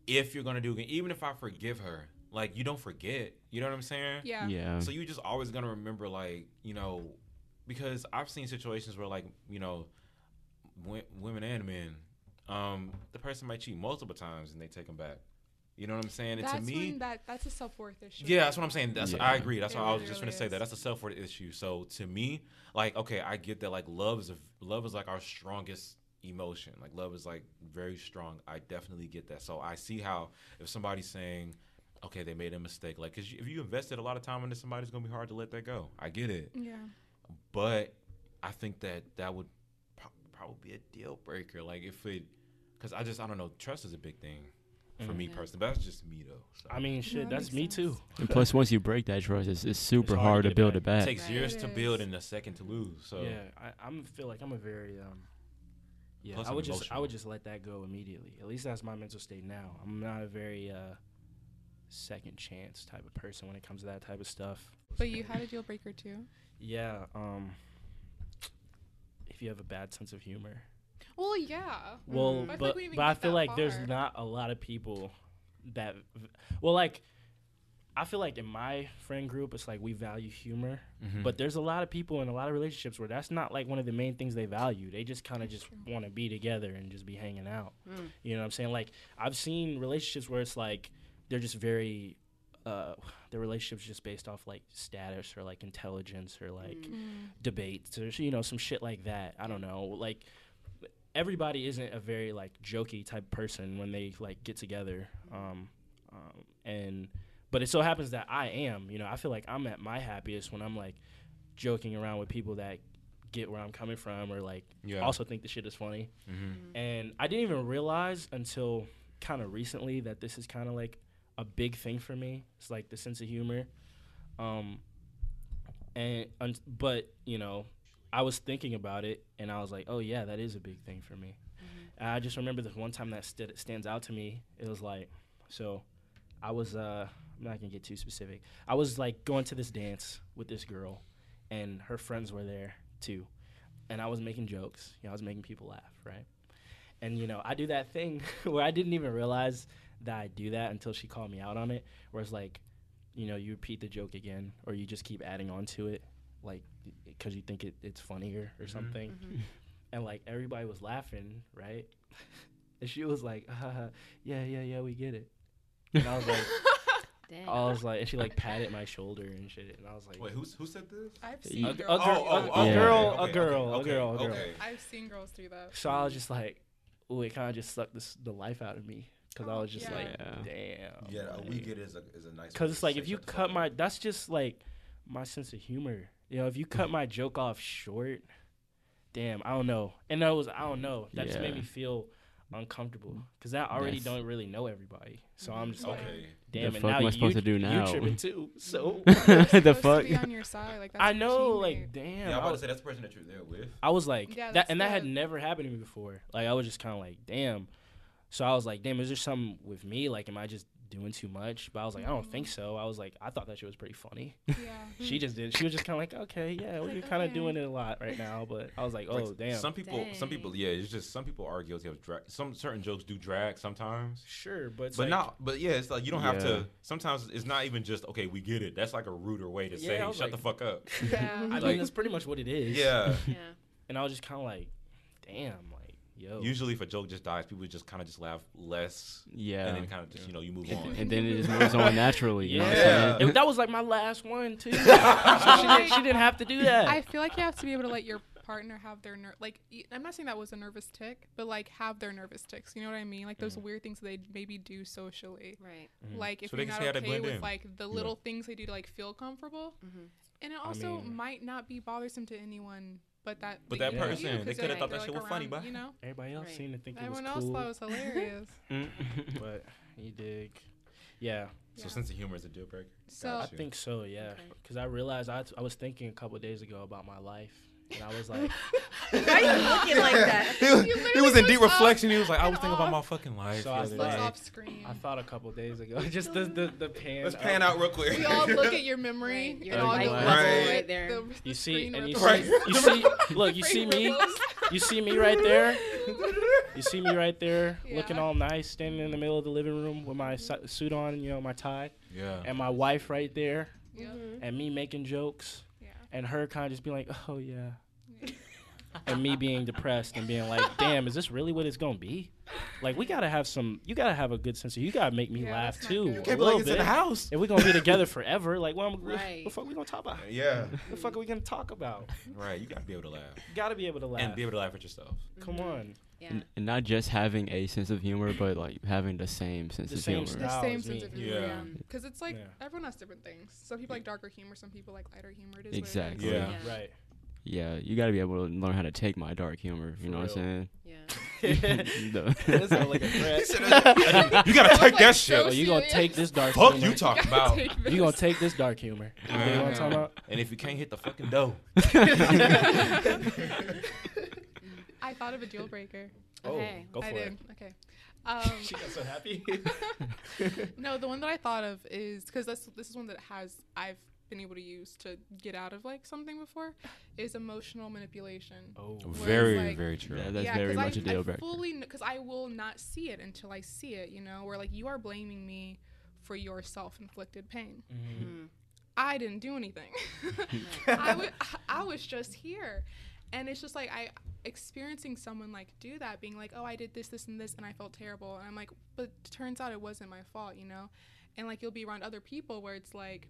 D: if you're gonna do it. Even if I forgive her, like you don't forget. You know what I'm saying?
A: yeah.
E: Yeah.
D: So you just always gonna remember like you know, because I've seen situations where like you know, w- women and men, um, the person might cheat multiple times and they take them back. You know what I'm saying? And
A: That's
D: to me,
A: when that that's a self worth issue.
D: yeah, that's what I'm saying. That's
E: Yeah.
D: I agree. That's
A: It
D: why I was
A: really,
D: just
A: really
D: gonna say that.
A: is.
D: That's a self worth issue. So to me, like, okay, I get that. Like, love is a, love is like our strongest emotion. Like, love is like very strong. I definitely get that. So I see how if somebody's saying, okay, they made a mistake, like, cause you- if you invested a lot of time into somebody, it's gonna be hard to let that go. I get it,
A: Yeah.
D: but I think that that would pro- probably be a deal breaker. Like, if it, cause I just I don't know. Trust is a big thing for me
C: Mhm.
D: personally. But that's just me though. So.
B: I mean,
A: that
B: shit, that's
A: makes
B: me
A: sense.
B: too.
E: And plus, once you break that trust, it's, it's super
B: hard to
E: hard,
B: get
E: to
B: it
E: build
B: back.
E: it back.
D: It takes
C: Right.
D: years
A: It
D: to build
A: is.
D: and a second to lose. So
B: yeah, I, I'm feel like I'm a very um. Yeah,
D: Plus
B: I
D: I'm
B: would just I
D: emotional.
B: would just let that go immediately. At least that's my mental state now. I'm not a very uh, second chance type of person when it comes to that type of stuff.
A: But you had a deal breaker too.
B: Yeah. Um. If you have a bad sense of humor.
A: Well, yeah. I
B: Well,
A: feel like
B: but
A: we didn't
B: but I
A: get
B: feel
A: that
B: like
A: far.
B: there's not a lot of people that, v- well, like, I feel like in my friend group, it's like we value humor, but there's a lot of people in a lot of relationships where that's not like one of the main things they value. They just kind of just want to be together and just be hanging out.
C: Mm.
B: You know what I'm saying? Like, I've seen relationships where it's like they're just very. Uh, their relationships just based off like status or like intelligence or like
A: Mm.
B: debates or you know some shit like that. I don't know. Like everybody isn't a very like jokey type person when they like get together. Um, um, and but it so happens that I am. You know, I feel like I'm at my happiest when I'm like joking around with people that get where I'm coming from or like
D: yeah,
B: also think the shit is funny
D: hmm
B: and I didn't even realize until kind of recently that this is kind of like a big thing for me. It's like the sense of humor, um, and un- but you know, I was thinking about it and I was like, oh yeah, that is a big thing for me. And I just remember this one time that stood stands out to me. It was like, so I was uh, I'm not gonna get too specific. I was like going to this dance with this girl, and her friends were there too, and I was making jokes. You know, I was making people laugh, right? And you know, I do that thing where I didn't even realize that I do that until she called me out on it. Where it's like, you know, you repeat the joke again, or you just keep adding on to it, like because you think it, it's funnier or
D: Mhm.
B: something. And like everybody was laughing, right? And she was like, "Uh, "Yeah, yeah, yeah, we get it." And I was like,
C: Dang.
B: I was like, and she like patted my shoulder and shit, and I was like,
D: Wait, who's who said this?
A: I've seen
B: a, a
A: girls.
B: girl, a, a
E: okay,
B: girl,
D: okay,
B: a girl, a
D: okay,
B: girl, a girl.
D: okay.
A: I've seen girls do that.
B: So I was just like, ooh, it kind of just sucked this, the life out of me because I
A: Oh,
B: was just
A: yeah.
B: like,
E: Yeah.
B: damn.
F: Yeah, a we get is a is a nice. way
B: Because Oh, it's
F: to
B: like
F: say
B: if you
F: shut the fuck
B: cut
F: up.
B: my, that's just like my sense of humor. You know, if you cut my joke off short, damn, I don't know. And that was, I don't know. That just made
E: Yeah.
B: me feel uncomfortable because I already
E: That's-
B: don't really know everybody. So I'm just like,
D: Okay,
B: damn. and
E: The fuck
B: now
E: am I
B: you,
E: supposed to do
B: You
E: now?
B: tripping too. So
A: They're
E: the
A: supposed
E: fuck?
A: To be on your side. Like, that's
B: I
A: your
B: know,
A: teammate.
B: like,
D: yeah,
B: damn.
D: I'm
B: I
D: about to
B: was,
D: say that's the person that you're there with.
B: I was like
A: Yeah,
B: that,
A: that's
B: and that had
A: the-
B: never happened to me before. Like I was just kind of like, damn. So I was like, damn, is there something with me? Like, am I just doing too much? But I was like, I don't think
A: Mm-hmm.
B: so. I was like, I thought that shit was pretty funny.
A: yeah.
B: she just did. She was just kind of like, okay, yeah, well,
A: Mm. Like,
B: you're kind of
A: okay.
B: doing it a lot right now. But I was like, oh
D: Like,
B: damn,
D: Some people, some people,
C: Dang.
D: yeah, it's just some people are guilty of drag. Some certain jokes do drag sometimes,
B: sure, but it's
D: but
B: like,
D: not. But yeah, it's like you don't have
E: Yeah.
D: to. Sometimes it's not even just okay. We get it. That's like a ruder way to
B: Yeah,
D: say
B: I was
D: shut the fuck up.
A: yeah.
B: I mean,
D: like-
B: that's pretty much what it is.
D: Yeah.
C: yeah.
B: And I was just kind of like, damn, like, yo.
D: Usually, if a joke just dies, people just kind of just laugh less, and
E: Yeah.
D: then kind of just you know you move
E: And,
D: on.
E: and then it just moves on naturally. You know what I'm
D: Yeah.
E: saying?
B: And that was like my last one too. so she, didn't, she didn't have to do that.
A: I feel like you have to be able to let your partner have their ner- like y- I'm not saying that was a nervous tick, but like have their nervous ticks. You know what I mean? Like those weird things they maybe do socially.
C: Right.
B: Mhm.
A: Like if
D: Mm. So they
A: you're
D: can
A: not
D: see how they
A: okay
D: blend
A: with
D: in.
A: like the
D: Yeah.
A: little things they do to like feel comfortable,
C: Mhm.
A: and it also
B: mean-
A: might not be bothersome to anyone. But that, like,
D: But that
A: you know, you,
D: person, they
A: 'cause
D: coulda
A: they're,
D: thought
A: they're,
D: that shit
A: like,
D: was funny,
A: around,
D: bruh.
A: You know,
B: Everybody else
C: Right.
B: seemed to think
A: everyone
B: it
A: else
B: was cool,
A: thought it was hilarious.
E: Mm-hmm.
B: but you dig. Yeah,
D: So
A: Yeah.
D: sense of humor is a deal breaker.
A: so
B: I think so. Yeah,
C: Okay.
B: because I realized I, I was thinking a couple of days ago about my life, and I was like,
C: Why are you looking like that?
D: He was, he was in deep
A: literally was
D: reflection. He was like, I
A: and
D: was thinking about my
A: off.
D: fucking life.
B: So
D: the
B: I
D: other
A: Just
B: was
A: looks
D: day."
B: like-
A: off screen.
B: I thought a couple of days ago, just the the, the pan.
F: Let's pan out real quick.
A: we all look at your memory.
C: Right,
A: and
C: your
A: all
B: light
A: go
B: bulb
A: level
F: Right.
A: at
C: there.
A: the- the
B: You see,
A: screen
B: and you
A: ripple.
B: see, you see, look, you see me, you see me right there. You see me right there, looking
A: Yeah.
B: all nice, standing in the middle of the living room with my su- suit on, you know, my tie,
D: yeah.
B: and my wife right there,
A: Yep.
B: and me making jokes,
A: Yeah.
B: and her kind of just being like, "Oh yeah," and me being depressed and being like, "Damn, is this really what it's gonna be?" Like, we gotta have some. You gotta have a good sense of. You gotta make me
A: Yeah,
B: laugh
A: that's not
B: too.
A: good. You
B: a
A: can't
F: be like,
B: little
F: "It's in
B: bit.
F: the house."
B: And we're gonna be together forever. Like, what, am-
C: Right.
B: the fuck we gonna talk about?
F: Yeah.
B: The fuck are we gonna talk about?
D: Right. You gotta be able to laugh
B: Gotta be able to laugh.
D: and be able to laugh at yourself.
A: Mm-hmm.
B: Come on.
C: Yeah.
E: And, and not just having a sense of humor, but like having the same sense
B: The
E: of
B: same
E: humor.
A: The
B: style.
A: same
B: is me.
A: sense of humor.
D: Yeah.
A: Yeah. Because it's like
B: Yeah.
A: everyone has different things. Some people like darker humor. Some people like lighter humor. It is What
E: Exactly.
A: it is.
D: Yeah.
B: Right.
E: Yeah, you gotta be able to learn how to take my dark humor. You
B: For
E: know what I'm saying?
C: Yeah.
E: No.
B: That sound like a threat.
D: You gotta take that
A: Like,
D: shit.
B: Oh, you gonna take this dark
D: Fuck
B: humor.
D: you talking about.
A: Take
B: You
A: this.
B: gonna take this dark humor. You know what I'm talking about?
D: And if you can't hit the fucking dough,
A: I thought of a deal breaker.
C: Okay.
B: Oh, Go for
A: I
B: it.
A: did. Okay. Um,
B: She got so happy.
A: No, the one that I thought of is because this this is one that has I've been able to use to get out of like something before is emotional manipulation.
B: oh.
A: it's
D: very,
A: like-
D: very true.
E: Yeah, that's
A: Yeah, 'cause
E: very
A: I-
E: much a deal
A: I
E: breaker.
A: fully because I will not see it until I see it. You know, where like you are blaming me for your self-inflicted pain.
B: Mm. Mm-hmm.
C: Mm-hmm.
A: I didn't do anything. I wa- I was just here, and it's just like I experiencing someone like do that, being like, oh, I did this, this, and this, and I felt terrible, and I'm like, but turns out it wasn't my fault, you know, and like you'll be around other people where it's like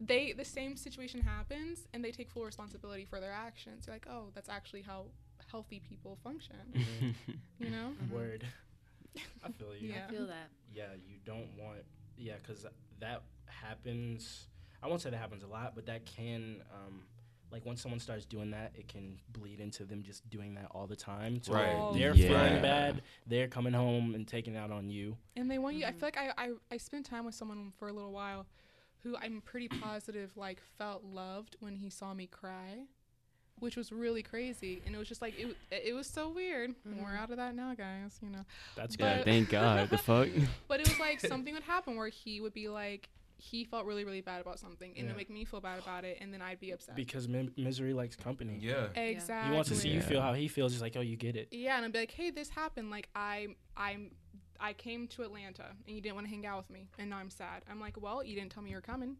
A: they the same situation happens and they take full responsibility for their actions. You're like, oh, that's actually how healthy people function, you know?
B: Word. I feel you.
A: Yeah.
C: I feel that.
B: yeah, you don't want yeah because that happens i won't say that happens a lot but that can um, like once someone starts doing that it can bleed into them just doing that all the time so
D: Right.
A: Oh,
B: they're
E: yeah.
B: feeling bad they're coming home and taking it out on you
A: And they want you. I feel like I, I I spent time with someone for a little while, who I'm pretty positive like felt loved when he saw me cry, which was really crazy. And it was just like it wa- it was so weird. We're out of that now, guys. You know.
B: that's
E: Yeah,
A: But-
B: good
E: thank God. The fuck?
A: But it was like something would happen where he would be like he felt really really bad about something, and it
B: Yeah.
A: would make me feel bad about it, and then I'd be upset.
B: because mi- misery likes company
D: Yeah.
A: exactly.
B: he wants to see you
E: Yeah.
B: feel how he feels he's like oh you get it
A: Yeah, and I'd be like, hey, this happened. Like I I'm. I came to Atlanta and you didn't want to hang out with me, and now I'm sad. I'm like, well, you didn't tell me you were coming,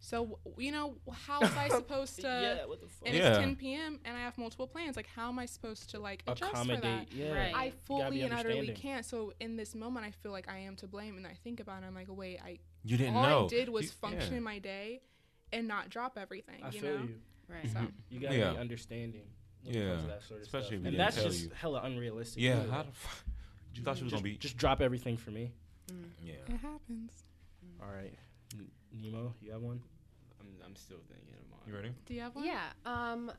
A: so w- you know how was I supposed to?
B: what the fuck
A: And
D: Yeah.
A: it's 10 p.m. and I have multiple plans. Like, how am I supposed to like adjust for that?
B: accommodate yeah
C: Right.
A: I
B: gotta
C: You
B: be
A: fully and utterly
B: understanding.
A: can't. So in this moment, I feel like I am to blame, and I think about it. I'm like, wait, I
D: You didn't
A: all
D: know.
A: I did was
D: You-
A: function in my day, and not drop everything.
B: i
A: you
B: feel
A: know,
B: you
C: Right.
A: so
B: you gotta
D: Yeah.
B: be understanding when it comes to
D: Yeah.
B: that sort of
D: Especially
B: stuff.
D: if we
B: and
D: didn't
B: that's
D: tell
B: just
D: you.
B: hella unrealistic
D: Yeah.
B: too.
D: How the fuck? You thought she was
B: just,
D: gonna be?
B: just drop everything for me.
D: Yeah.
A: it happens.
B: All right, N- Nemo, you have one.
E: I'm, I'm still thinking about
D: You ready?
A: Do you have one?
C: Yeah. Um,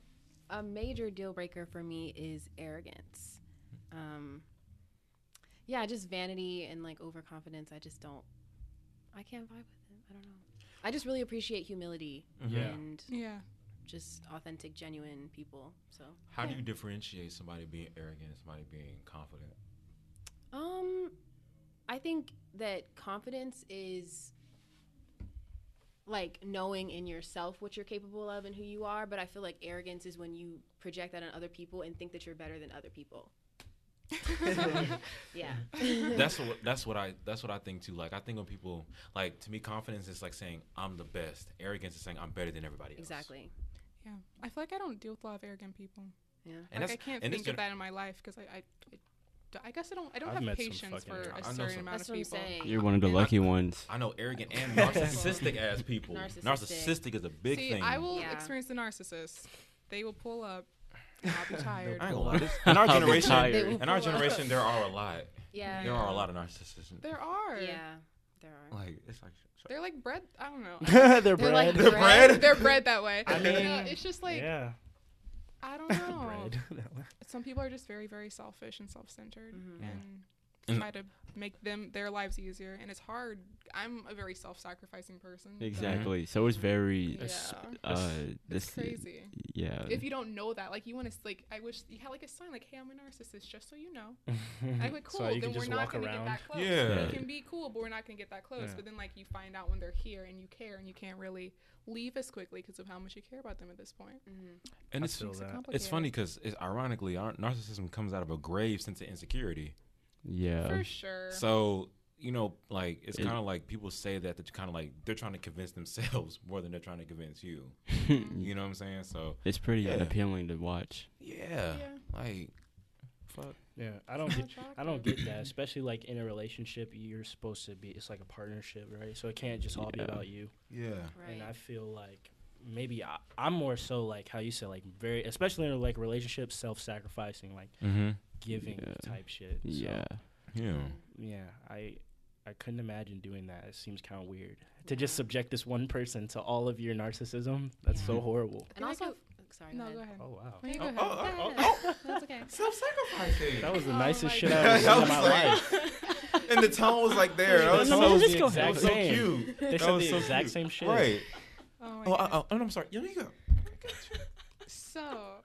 C: a major deal breaker for me is arrogance. Um, yeah, just vanity and like overconfidence. I just don't. I can't vibe with it. I don't know. I just really appreciate humility
B: Yeah.
C: and
A: Yeah.
C: just authentic, genuine people. So,
D: How do you differentiate somebody being arrogant and somebody being confident?
C: um, I think that confidence is like knowing in yourself what you're capable of and who you are. But I feel like arrogance is when you project that on other people and think that you're better than other people. Yeah.
D: that's what that's what I that's what I think too. Like I think when people like to me, confidence is like saying I'm the best. Arrogance is saying I'm better than everybody else.
C: Exactly.
A: yeah. I feel like I don't deal with a lot of arrogant people.
C: Yeah.
D: And
A: like I
D: that's-
A: can't
D: and this
A: think of
D: gener-
A: that in my life because I, I, I d- I guess I don't I don't
B: I've
A: have
B: met some
A: patience
B: fucking
A: for
B: arrogant-
A: a
D: I know
A: certain
D: some-
A: amount
C: That's
A: of
C: what I'm
A: people.
C: saying.
E: You're one of the
D: And I-
E: lucky ones.
D: I know arrogant and narcissistic ass people.
C: Narcissistic.
D: Narcissistic, is a big
A: See,
D: thing.
A: I will
C: Yeah.
A: experience the narcissist. They will pull up. and I'll be tired.
D: I ain't gonna lie. this- In our
E: I'll be
D: generation,
E: tired.
C: They will
D: in our
C: pull up.
D: generation, there are a lot.
C: Yeah.
D: There are a lot of narcissists.
A: There are.
C: Yeah, there are.
D: Like it's like
A: They're like bread. I don't know.
B: They're
C: They're like
B: bread.
C: bread.
D: bread?
A: They're bred that way.
B: I
A: You know,
B: mean,
A: it's just like
B: yeah,
A: I don't know.
B: bread.
A: Some people are just very, very selfish and self-centered,
C: Mhm.
B: Yeah.
A: and
D: And-
A: try to make them their lives easier. And it's hard. I'm a very self-sacrificing person.
E: Uh-huh.
A: so-
E: Exactly. So it's very.
A: Yeah.
B: It's-
E: Uh,
A: It's
E: this.
A: crazy.
E: Yeah.
A: If you don't know that, like you want to, like I wish you had like a sign, like "Hey, I'm a narcissist," just so you know. I like cool.
B: Mm-hmm. So you
A: then
B: can
A: we're
B: just
A: not
B: walk
A: gonna get
B: around.
A: that close.
D: Yeah.
A: It can be cool, but we're not gonna get that close.
B: Yeah.
A: But then like you find out when they're here and you care, and you can't really leave as quickly because of how much you care about them at this point.
C: Mm-hmm.
D: and
B: I
D: it's
B: feel
A: Makes it
B: that.
D: it's
A: complicated.
D: funny because it's ironically our narcissism comes out of a grave sense of insecurity.
E: Yeah.
A: for sure.
D: So you know, like it's
E: It-
D: kind of like people say that they're kind of like they're trying to convince themselves more than they're trying to convince you. You know what I'm saying? So
E: it's pretty
D: Yeah.
E: appealing to watch.
D: yeah,
A: Yeah.
D: like fuck.
B: Yeah, I don't
A: It's
B: get,
A: not
B: I don't
A: attractive.
B: get that. Especially like in a relationship, you're supposed to be. It's like a partnership, right? So it can't just all be
E: Yeah.
B: about you.
D: Yeah.
C: Right.
B: And I feel like maybe I, I'm more so like how you said, like very, especially in a, like relationships, self-sacrificing, like
D: Mm-hmm.
B: giving
E: Yeah.
B: type shit. So,
E: Yeah.
D: Yeah.
B: yeah, I. I couldn't imagine doing that. It seems kind of weird to just subject this one person to all of your narcissism. That's so
C: Yeah.
B: horrible.
C: and
A: I
C: also,
A: could-
C: sorry.
A: No,
C: go
A: go
C: ahead.
A: ahead.
B: Oh wow,
A: No, you go
D: Oh,
A: ahead.
D: oh, oh,
C: Yeah,
D: oh,
C: That's okay.
D: Self-sacrificing.
B: that was the
A: Oh
B: nicest
A: my
B: shit I've ever
F: God.
B: seen in my
F: That
B: life.
F: and the tone was like there.
B: That
F: I was
B: No,
F: so-
B: no,
D: so-
B: just go
D: that was so
B: ahead.
D: cute.
B: They
D: That
B: said
D: was
B: the
D: so
B: exact
D: cute.
B: same shit.
D: Right.
A: Oh my
D: Oh,
A: God.
D: I, oh, and I'm sorry. Yeah, you go.
A: So,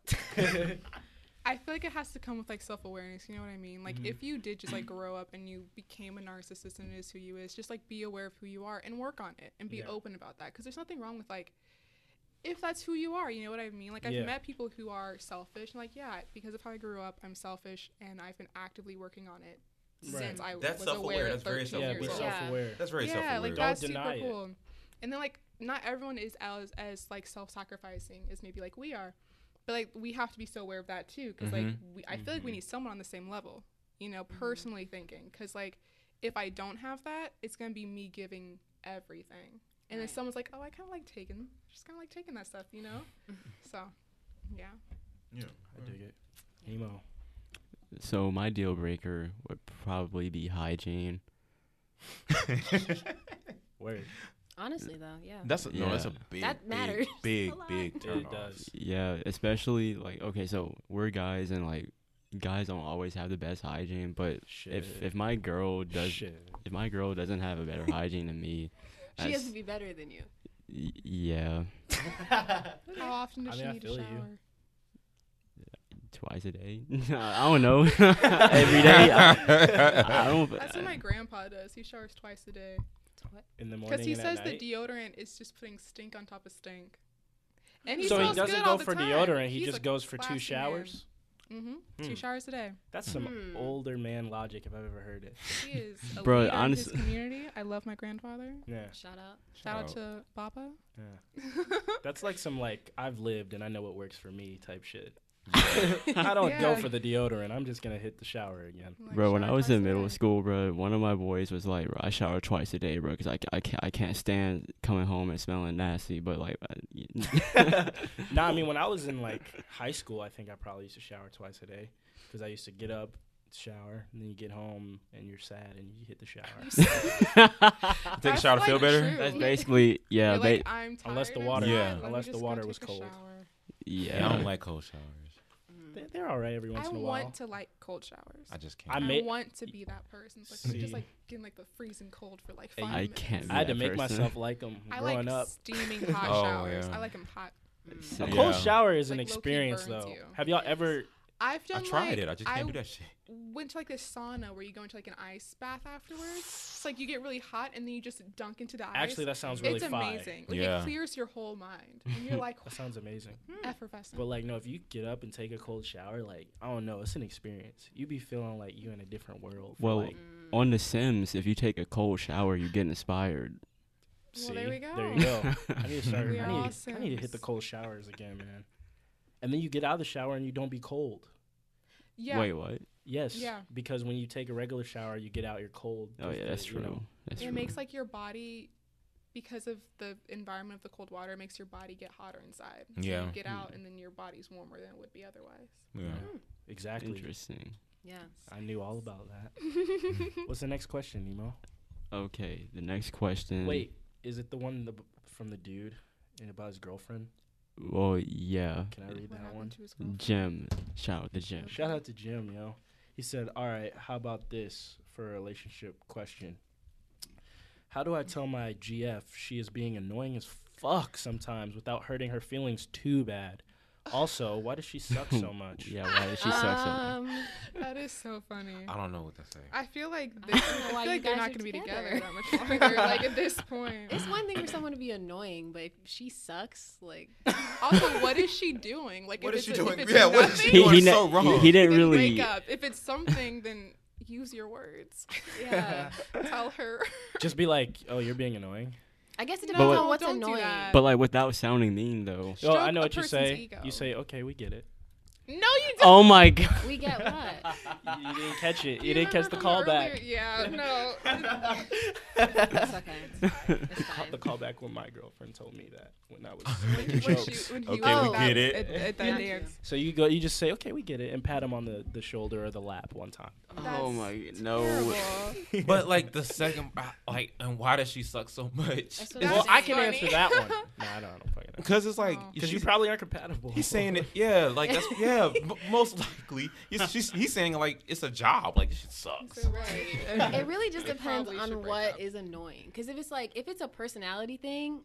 A: I feel like it has to come with like self awareness. You know what I mean? Like,
B: Mm-hmm.
A: if you did just like grow up and you became a narcissist and it is who you is, just like be aware of who you are and work on it and be
B: Yeah.
A: open about that. Because there's nothing wrong with like, if that's who you are, you know what I mean? Like, I've
B: Yeah.
A: met people who are selfish and like, yeah, because of how I grew up, I'm selfish and I've been actively working on it
B: Right.
A: since I
D: That's
A: was
D: self-aware.
A: aware.
D: That's
A: That's
D: very
A: 13
B: Yeah,
A: years
B: be
A: old
C: Yeah.
B: self-aware.
D: That's very
A: yeah,
D: self-aware.
A: like
B: Don't
A: that's
B: deny it.
A: super cool. And then like not everyone is as as like self-sacrificing as maybe like we are, but like we have to be so aware of that too because like we, I feel like
B: Mm-hmm.
A: we need someone on the same level, you know, personally thinking because like if I don't have that, it's gonna be me giving everything, and then
C: Right.
A: someone's like, oh, I kind of like taking, just kind of like taking that stuff, you know, so yeah.
B: I dig it. Emo.
E: So my deal breaker would probably be hygiene.
B: Word.
C: Honestly, though, yeah.
D: That's a, no, that's a
E: Yeah.
D: big,
C: That matters
D: big,
C: a lot.
D: big, big turn
B: It
D: off.
B: does.
E: Yeah, especially like okay, so we're guys and like guys don't always have the best hygiene, but
B: Shit.
E: if if my girl does
B: Shit.
E: if my girl doesn't have a better hygiene than me,
C: She has
E: that's-
C: to be better than you.
E: y- yeah,
A: How often does
B: I mean, I
A: she need
B: feel
A: a
B: you.
A: shower?
E: twice a day. I don't know. Every day. I, I don't.
A: That's what my grandpa does. He showers twice a day.
B: In the morning.
A: Because he
B: and
A: says
B: at
A: the
B: night?
A: deodorant is just putting stink on top of stink. And he
B: so he
A: smells
B: doesn't
A: good
B: go
A: all the
B: for
A: time.
B: deodorant. He
A: He's
B: just
A: a
B: goes for two
A: classy
B: showers.
A: Man. Mm-hmm.
B: Hmm.
A: Two showers a day.
B: That's some
C: Hmm.
B: older man logic if I've ever heard it.
A: He is a
E: Bro,
A: leader
E: honest-
A: in his community. I love my grandfather.
B: Yeah,
C: Shout out.
A: Shout out to Papa.
B: yeah. That's like some like I've lived and I know what works for me type shit. I don't go
A: Yeah.
B: for the deodorant. I'm just gonna hit the shower again.
A: Like,
E: Bro, when
A: shower
E: I was
A: twice
E: in
A: a
E: middle
A: day.
E: school, bro, one of my boys was like, bro, I shower twice a day, bro, because I, I, can't, I can't stand coming home and smelling nasty. But, like, I-
B: No, I mean when I was in like high school, I think I probably used to shower twice a day because I used to get up, shower, and then you get home and you're sad and you hit the shower.
A: Mm-hmm.
D: Take a
A: That's
D: shower to
A: like
D: feel better.
A: true.
E: that's
A: Yeah.
E: basically, yeah,
A: You're like,
E: ba-
A: I'm tired
B: Unless the
A: I'm
B: water-
A: sad,
D: Yeah.
A: let me
B: unless
A: just
B: the
A: go
B: water
A: take
B: was
A: a
B: cold.
A: shower."
E: yeah.
D: Yeah, I don't like cold showers.
B: They- They're all right every once
A: I
B: in a while.
A: want to like cold showers.
D: I just
B: I
A: I,
D: can't.
B: ma-
A: want to be that person. Like,
B: See.
A: just like getting like the freezing cold for like
E: I
A: five minutes.
E: can't be
B: I had to
E: that
B: make
E: person.
B: myself like them
A: I
B: growing
A: like
B: up.
A: steaming hot
D: Oh,
A: showers.
D: yeah.
A: I like them hot.
E: So-
B: A
D: Yeah.
B: cold shower is an
A: Like, low-key
B: experience,
A: burns
B: though.
A: you.
B: Have y'all ever?
A: I've
D: I
A: done.
D: tried
A: like,
D: it. I just can't
A: I
D: do that shit.
A: Went to like this sauna where you go into like an ice bath afterwards. It's like you get really hot and then you just dunk into the ice.
B: Actually, that sounds really
A: it's
B: fire.
A: amazing. Like
D: Yeah.
A: it clears your whole mind and you're like
B: That sounds amazing.
A: effervescent.
B: But like, no, if you get up and take a cold shower, like I don't know, it's an experience. You be feeling like you in a different world. for,
E: Well,
B: like,
C: Mm.
E: on The Sims, if you take a cold shower, you get inspired.
A: well, there we go.
B: There you go. I need to start.
A: We
B: I
A: are
B: need,
A: all
B: I need to hit the
A: Sims.
B: cold showers again, man. And then you get out of the shower and you don't be cold.
A: Yeah.
E: Wait, what?
B: Yes.
A: Yeah.
B: Because when you take a regular shower, you get out your cold.
E: Oh,
B: 'cause
E: yeah,
B: the-
E: that's
B: you know,
E: true. That's
A: it
E: true.
A: makes like your body because of the environment of the cold water, it makes your body get hotter inside.
D: Yeah.
A: you get out, and then your body's warmer than it would be otherwise.
D: Yeah.
B: Exactly.
E: Interesting.
C: Yeah.
B: I knew all about that. What's the next question, Nemo?
E: Okay, the next question.
B: Wait, is it the one the, from the dude and about his girlfriend?
E: Well, yeah.
B: Can I read
A: What
B: that
A: happened
B: one?
A: to his girlfriend?
E: Jim. Shout out to Jim.
B: Shout out to Jim, yo. He said, All right, how about this for a relationship question? How do I tell my GF she is being annoying as fuck sometimes without hurting her feelings too bad? Also, why does she suck so much?
E: Yeah, why does she suck
A: Uh,
E: so much?
C: Um,
A: That is so funny.
D: I don't know what to say.
A: I feel like they,
C: I
A: I
C: don't know why
A: feel
C: you
A: like they're
C: guys
A: not
C: are
A: going to be
C: together.
A: together that much longer. like at this point,
C: it's one thing for someone to be annoying, but if she sucks, like
A: also, what is she doing? Like,
F: What
A: if
F: is she
A: it's
F: doing?
A: A, if it's
F: Yeah, what is
A: nothing,
F: she doing?
E: he,
F: is
E: ne-
F: so
E: he-
F: wrong.
E: He, didn't
A: then
E: really.
A: wake up. If it's something, then use your words.
C: yeah.
A: Tell her.
B: Just be like, Oh, you're being annoying.
C: I guess it
A: No,
C: depends
E: But-
C: on what's
A: don't do
C: annoying.
A: that.
E: But like without sounding mean though.
B: Oh, I
A: Stroke
B: know
A: a
B: what you
A: person's
B: say.
A: ego.
B: You say, Okay, we get it.
A: No, you don't.
E: Oh my god.
C: We get what?
B: you didn't catch it. You,
A: You
B: didn't catch
A: remember
B: the
A: from
B: callback.
A: earlier? Yeah, no.
C: It's okay. It's fine.
B: The callback when my girlfriend told me that when I was
A: when
B: making
A: she-
B: jokes.
A: when he
D: Okay,
A: was
C: we
A: at
D: get it.
A: At, at
C: Got
A: that
C: you.
A: dance.
B: So you go, you just say, okay, we get it, and pat him on the, the shoulder or the lap one time.
E: oh
A: That's
E: my no.
A: Terrible.
D: but like the second, I- like, and why does she suck so much?
C: That's what
A: That's
B: well, I can
A: funny.
B: answer that one. Nah, I don't, I don't fucking know.
D: Because it's like,
A: Oh.
B: Because you
D: she's-
B: probably are compatible.
D: He's saying it, yeah, like that's yeah, m- most likely. He's, she's, he's saying like it's a job, like this shit sucks.
A: So, right.
C: It really just
A: They
C: depends
A: probably should
C: on
A: break
C: what
A: up.
C: is annoying. Because if it's like if it's a personality thing,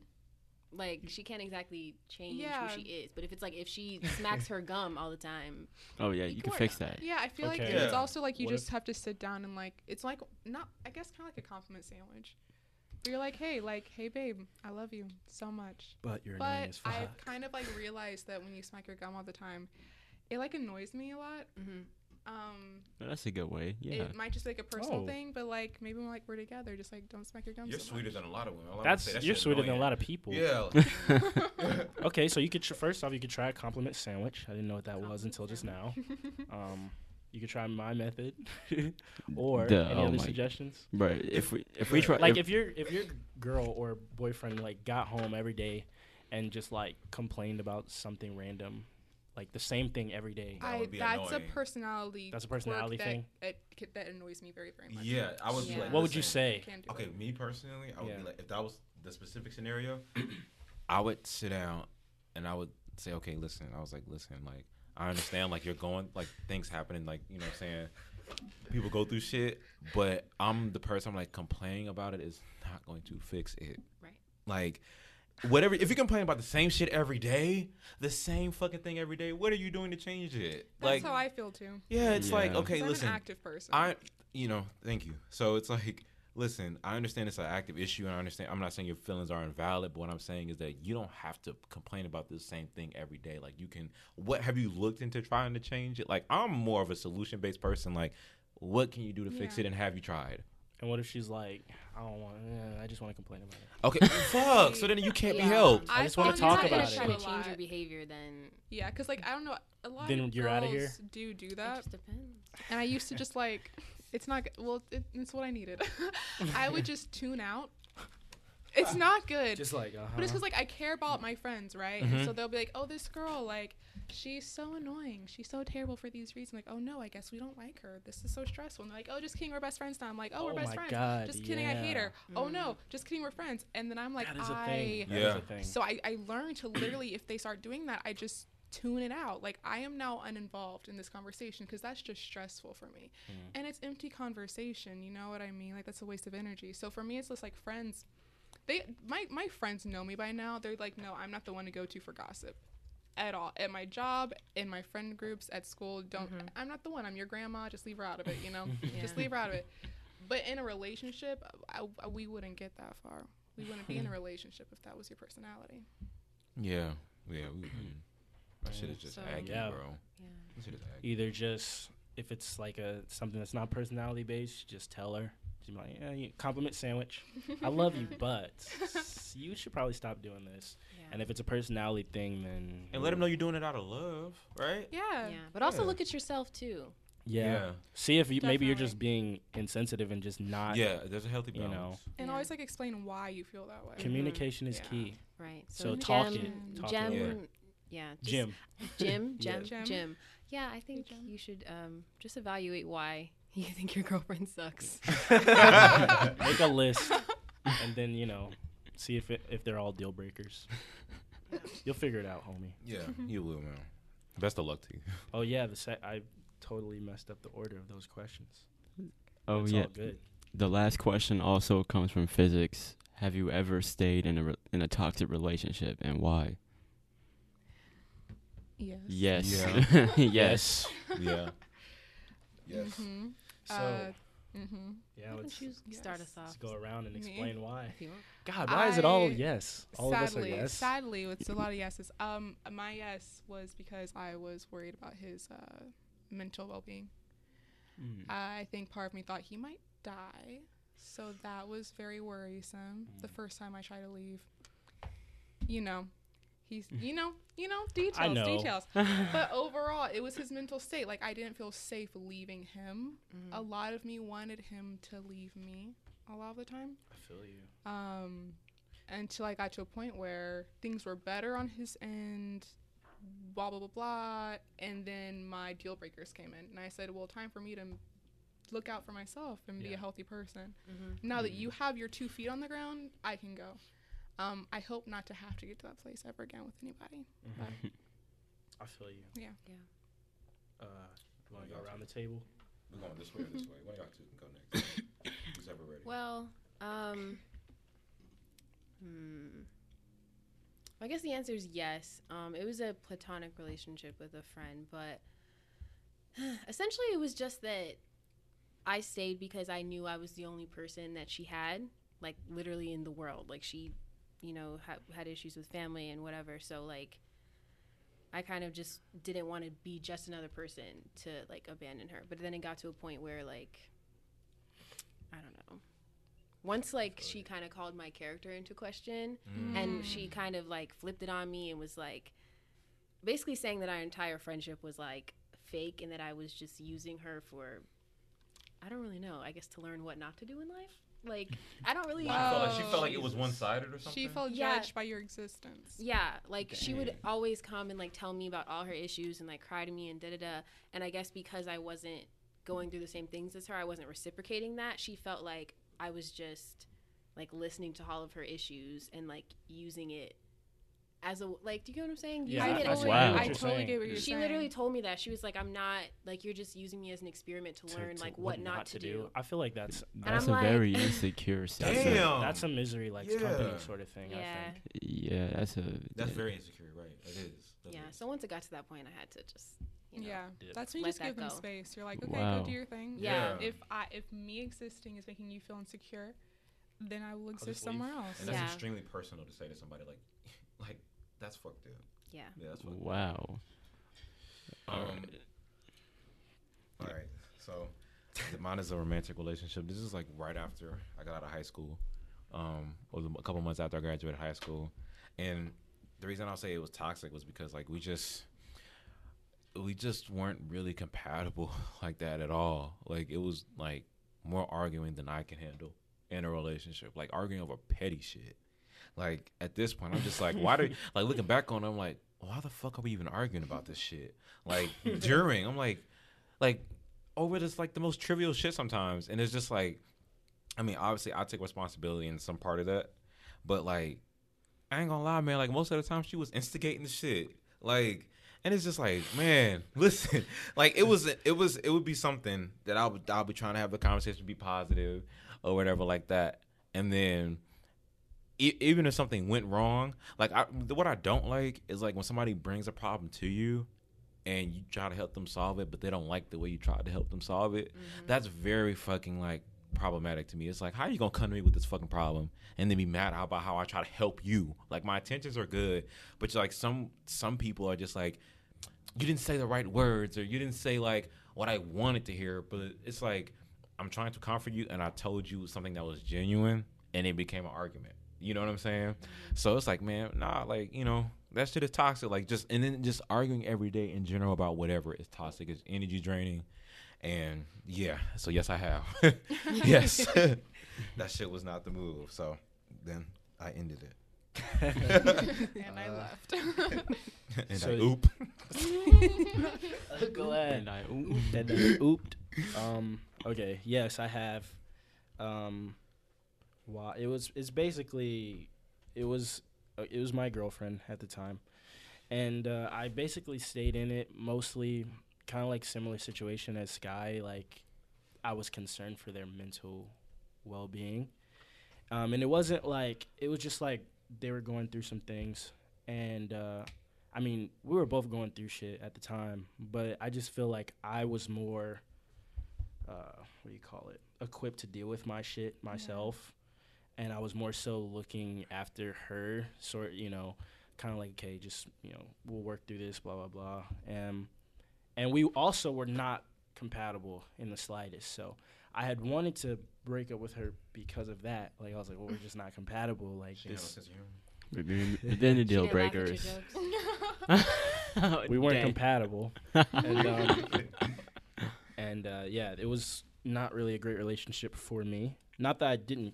C: like she can't exactly change
A: Yeah.
C: who she is. But if it's like if she smacks her gum all the time,
E: Oh yeah, you can
A: work
E: fix
A: on
E: that.
A: Yeah, I feel like
B: Okay.
A: it's
D: Yeah.
A: also like you
B: What if-
A: just have to sit down and like it's like not I guess kind of like a compliment sandwich. Where you're like, hey, like, hey, babe, I love you so much.
B: but you're annoying
A: But
B: as fuck.
A: I kind of like realized that when you smack your gum all the time, it like annoys me a lot.
B: Mm-hmm.
C: Mhm.
A: Um,
E: Well, that's a good way. Yeah.
A: it might just be like a personal
B: Oh.
A: thing, but like maybe when like we're together, just like don't smack your gum.
D: You're
A: so
D: sweeter
A: much.
D: than a lot of women. All I'm
B: That's
D: saying, that
B: you're
D: shit
B: sweeter than a
D: annoying.
B: lot of people.
D: Yeah, like,
B: Okay, so you could tr- first off you could try a compliment sandwich. I didn't know what that was until just now. Um, you could try my method, or
E: Duh,
B: any
E: oh
B: other
E: my-
B: suggestions.
E: Right. If we if we try
B: like if your if your girl or boyfriend like got home every day and just like complained about something random like the same thing every day
D: That
A: I,
D: would be
A: that's
D: annoying.
A: a personality.
B: That's a
A: quirk
B: personality
A: that,
B: thing?
A: It, c- that annoys me very, very much.
D: yeah, I was.
C: Yeah.
D: Like,
B: what would you
D: listen,
B: say
A: Can't do
D: Okay,
A: it.
D: me personally, I would
B: Yeah.
D: be like, if that was the specific scenario, I would sit down and I would say, okay, listen. I was like, listen, like I understand, like you're going, like things happening, like you know, what I'm saying people go through shit, but I'm the person. I'm like complaining about it is not going to fix it.
C: Right.
D: Like. Whatever, if you complain about the same shit every day, the same fucking thing every day, what are you doing to change it?
A: That's
D: like,
A: how I feel too.
D: yeah, it's like
E: Yeah.
D: okay,
A: 'Cause I'm
D: listen,
A: an active person.
D: I, you know, thank you. So it's like, listen, I understand it's an active issue, and I understand. I'm not saying your feelings are invalid, but what I'm saying is that you don't have to complain about the same thing every day. Like, you can. What have you looked into trying to change it? Like, I'm more of a solution based person. Like, what can you do to fix
A: Yeah.
D: it, and have you tried?
B: and what if she's like i don't want eh, i just want to complain about it
D: Okay, fuck. So then you can't
C: Yeah.
D: be helped.
B: I just
A: found
B: wanna talk
A: that
C: if you're
B: about it.
C: not
A: issue
C: trying
A: a
C: to change your
A: lot.
C: behavior, then
A: Yeah, because like I don't know, a lot
B: Then
A: of
B: you're outta here?
A: girls do do
C: it
A: that,
C: just depends.
A: and I used to just like, it's not g- well, it, it's what I needed. I would just tune out. It's not good.
B: just like uh-huh. Mm-hmm.
A: But it's because like I care about my friends, right? And so they'll be like, "Oh, this girl, like, she's so annoying. She's so terrible for these reasons." Like, "Oh no, I guess we don't like her. This is so stressful." And they're like, "Oh, just kidding, we're best friends now." I'm like, "Oh,
B: Oh
A: we're best
B: my
A: friends."
B: God,
A: just kidding, I hate
B: yeah.
A: her. Oh no, just kidding, we're friends. And then I'm like,
B: that is a
A: I.
B: thing That is
D: Yeah.
B: a thing.
A: So I I learned to literally, if they start doing that, I just tune it out. Like I am now uninvolved in this conversation because that's just stressful for me,
B: Mm.
A: and it's empty conversation. You know what I mean? Like that's a waste of energy. So for me, it's just like friends they my my friends know me by now. They're like, no, I'm not the one to go to for gossip at all at my job in my friend groups at school don't
B: Mm-hmm.
A: i'm not the one i'm your grandma just leave her out of it you know just
C: Yeah.
A: leave her out of it but in a relationship I, I- we wouldn't get that far we wouldn't be in a relationship if that was your personality
D: Yeah, yeah. We, mm. I should have just
C: So-
D: aggy,
B: Yeah.
D: bro.
C: Yeah.
D: That shit is aggy.
B: either just if it's like a something that's not personality based just tell her She'd be like, yeah, you- compliment sandwich. I love you, but s- you should probably stop doing this.
C: Yeah.
B: And if it's a personality thing, then
D: And let them know you're doing it out of love, right?
A: yeah
C: yeah. But also
D: Yeah.
C: look at yourself too.
B: Yeah. See if you, maybe you're just being insensitive and just
D: Yeah.
B: not.
D: Yeah, there's a healthy
B: you know,
D: balance.
A: And
C: Yeah.
A: always like explain why you feel that way.
B: Communication is
A: Mm-hmm. Yeah.
B: key.
C: Right.
B: So talk it.
C: gem-
B: Talk
C: gem-
B: it.
D: over.
C: Yeah. just-
B: Jim.
C: Jim.
B: Yeah.
C: Jim.
A: Jim.
C: Jim. Yeah, I think
A: Jim.
C: you should um, just evaluate why you think your girlfriend sucks.
B: Make a list, and then you know, see if it, if they're all deal breakers. You'll figure it out, homie.
D: Yeah, you will, man. Best of luck to you.
B: Oh yeah, the se- I totally messed up the order of those questions.
E: Oh
B: it's
E: yeah.
B: all good.
E: The last question also comes from physics. Have you ever stayed in a re- in a toxic relationship and why?
A: Yes.
E: Yes.
D: Yeah.
E: yes.
D: Yeah.
F: Yes.
A: Mm-hmm.
B: So
A: Uh, Mm-hmm.
B: yeah,
C: Why don't
B: let's,
C: you start
A: yes.
C: us off?
B: let's go around and
A: Me?
B: explain why.
C: if you want.
B: God, why is it all
A: I-
B: yes? All of us are
A: sadly,
B: yes.
A: sadly, it's a lot of yeses. Um, my yes was because I was worried about his uh, mental well-being.
B: Mm.
A: I think part of me thought he might die, so that was very worrisome.
B: Mm.
A: The first time I tried to leave, you know, he's you know you know details
B: Mm. know.
A: details. but overall, it was his mental state. Like I didn't feel safe leaving him. A lot of me wanted him to leave me a lot of the time
B: I feel you.
A: um, until I got to a point where things were better on his end, blah blah blah blah, and then my deal breakers came in, and I said, "Well, time for me to m- look out for myself and be
B: Yeah.
A: a healthy person. Now that you have your two feet on the ground, I can go." Um, I hope not to have to get to that place ever again with anybody.
B: I feel you.
A: Yeah.
C: Yeah.
B: Uh, you want to go around the table?
D: We're going this way or this way. One of y'all two can go next. Who's ever ready?
C: Well, um, hmm. I guess the answer is yes. Um, it was a platonic relationship with a friend, but essentially it was just that I stayed because I knew I was the only person that she had, like literally in the world. Like she, you know, ha- had issues with family and whatever. So like, I kind of just didn't want to be just another person to like abandon her. But then it got to a point where like, I don't know. Once like she kind of called my character into question,
D: Mm.
C: and she kind of like flipped it on me and was like basically saying that our entire friendship was like fake and that I was just using her for I don't really know, I guess to learn what not to do in life. Like I don't really
D: I felt like she
A: Oh.
D: felt like it was one sided or something.
A: She felt
C: Yeah.
A: judged by your existence.
C: Yeah, like she would always come and like tell me about all her issues and like cry to me and da da da. And I guess because I wasn't going through the same things as her, I wasn't reciprocating that. She felt like I was just like listening to all of her issues and like using it as a like. Do you get what I'm saying?
B: Yeah,
C: Using
A: I
C: it
B: that's
C: as a-
A: totally,
B: wow.
A: I
B: What you're
A: totally
B: saying.
A: get what you're
C: She
A: saying.
C: literally told me that she was like, "I'm not like you're just using me as an experiment to, learn like what, not, to, do.
B: I feel like that's
E: That's a
C: I'm like-
E: very insecure
B: that's
E: sense.
B: a-
F: Damn.
B: that's a misery like company
F: Yeah.
B: sort of thing. I
C: Yeah,
B: think.
E: Yeah, that's a
D: That's
E: yeah.
D: very insecure, right? It is. That
C: yeah.
D: is.
C: So once it got to that point, I had to just you know,
A: yeah,
B: Yeah.
A: that's when you
C: Let
A: just give
C: that
A: them
C: go.
A: space. You're like, okay,
E: Wow.
A: go do your thing.
C: Yeah.
A: If I, if me existing is making you feel insecure, then I will
D: just
A: exist
D: leave.
A: somewhere else.
D: And that's
C: Yeah.
D: extremely personal to say to somebody like, like that's fucked up.
C: yeah.
D: Yeah, that's fucked up.
E: Wow.
D: Um, all right. So mine is a romantic relationship. This is like right after I got out of high school. Um, it was a couple months after I graduated high school, and the reason I'll say it was toxic was because like we just we just weren't really compatible like that at all. Like it was like more arguing than I can handle in a relationship. Like arguing over petty shit. Like at this point, I'm just like, why do like looking back on, it, I'm like, why the fuck are we even arguing about this shit? Like during, I'm like, like over this like the most trivial shit sometimes, and it's just like, I mean, obviously I take responsibility in some part of that, but like, I ain't gonna lie, man. Like most of the time, she was instigating the shit, like. And it's just like, man, listen, like it was, it was, it would be something that I would, I'll be trying to have the conversation, be positive, or whatever like that, and then e- even if something went wrong, like I, what I don't like is like when somebody brings a problem to you and you try to help them solve it, but they don't like the way you tried to help them solve it. That's very fucking like problematic to me. It's like, how you gonna come to me with this fucking problem and then be mad about how I try to help you? Like my intentions are good, but like some some people are just like, you didn't say the right words or you didn't say like what I wanted to hear, but it's like I'm trying to comfort you and I told you something that was genuine and it became an argument. You know what I'm saying? So it's like, man, nah, like, you know, that shit is toxic. Like just and then just arguing every day in general about whatever is toxic. It's energy draining. And yeah, so yes, I have. yes, that shit was not the move. So then I ended it.
A: and I
B: Uh,
A: left.
D: and
B: So-
D: I oop.
B: Glad.
E: And I,
B: that done uh, ooped. Um, okay, yes, I have. Um, why it was it's basically it was uh, it was my girlfriend at the time, and uh, I basically stayed in it mostly kind of like similar situation as Sky. Like I was concerned for their mental well being, um, and it wasn't like it was just like they were going through some things, and uh, I mean, we were both going through shit at the time, but I just feel like I was more, uh, what do you call it, equipped to deal with my shit myself, and I was more so looking after her, sort you know, kind of like okay, just you know, we'll work through this, blah blah blah, and and we also were not compatible in the slightest, so I had wanted to break up with her because of that. Like I was like, well, we're just not compatible. Like
D: She didn't have a
B: this,
D: sense of humor.
E: then the deal breakers.
B: we weren't
E: Dang.
B: compatible. and um, and uh, yeah, it was not really a great relationship for me. Not that I didn't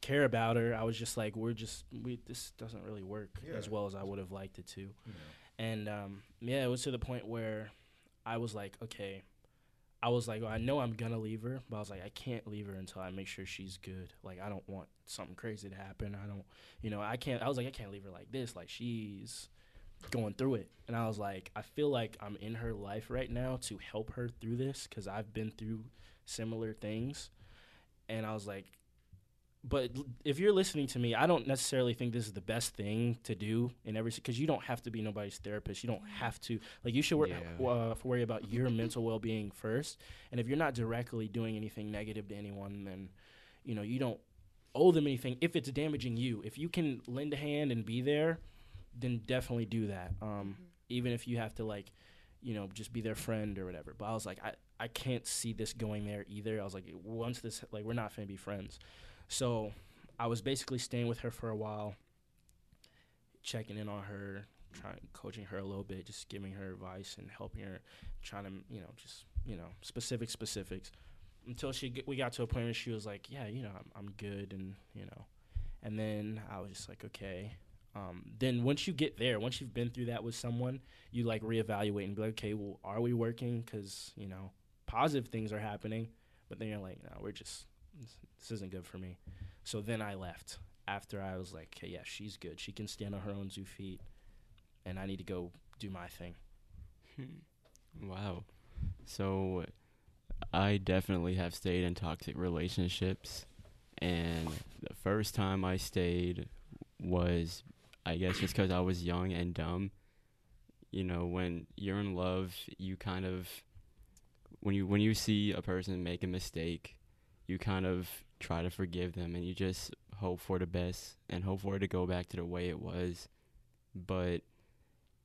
B: care about her. I was just like, we're just we this doesn't really work
D: Yeah.
B: as well as I would have liked it to.
D: Yeah.
B: And um, yeah, it was to the point where I was like, okay, I was like, well, I know I'm gonna leave her, but I was like, I can't leave her until I make sure she's good. Like, I don't want something crazy to happen. I don't, you know, I can't. I was like, I can't leave her like this. Like, she's going through it, and I was like, I feel like I'm in her life right now to help her through this because I've been through similar things, and I was like. But l- if you're listening to me, I don't necessarily think this is the best thing to do in every because you don't have to be nobody's therapist. You don't have to like you should wor-
E: Yeah.
B: w- uh, worry about your mental well being first. And if you're not directly doing anything negative to anyone, then you know you don't owe them anything. If it's damaging you, if you can lend a hand and be there, then definitely do that.
C: Mm-hmm.
B: Um, Even if you have to like, you know, just be their friend or whatever. But I was like, I I can't see this going there either. I was like, once this like we're not gonna be friends. So I was basically staying with her for a while, checking in on her, trying coaching her a little bit, just giving her advice and helping her, trying to you know just you know specific specifics. Until she g we got to a point where she was like, yeah, you know, I'm I'm good, and you know, and then I was just like, okay. Um, then once you get there, once you've been through that with someone, you like reevaluate and be like, okay, well, are we working? Because you know, positive things are happening, but then you're like, no, we're just this, this isn't good for me. So then I left after I was like, okay, yeah, she's good. She can stand on her own two feet, and I need to go do my thing.
E: Hmm. Wow. So I definitely have stayed in toxic relationships. And the first time I stayed was, I guess, just because I was young and dumb. You know, when you're in love, you kind of, when you when you see a person make a mistake, you kind of try to forgive them and you just hope for the best and hope for it to go back to the way it was. But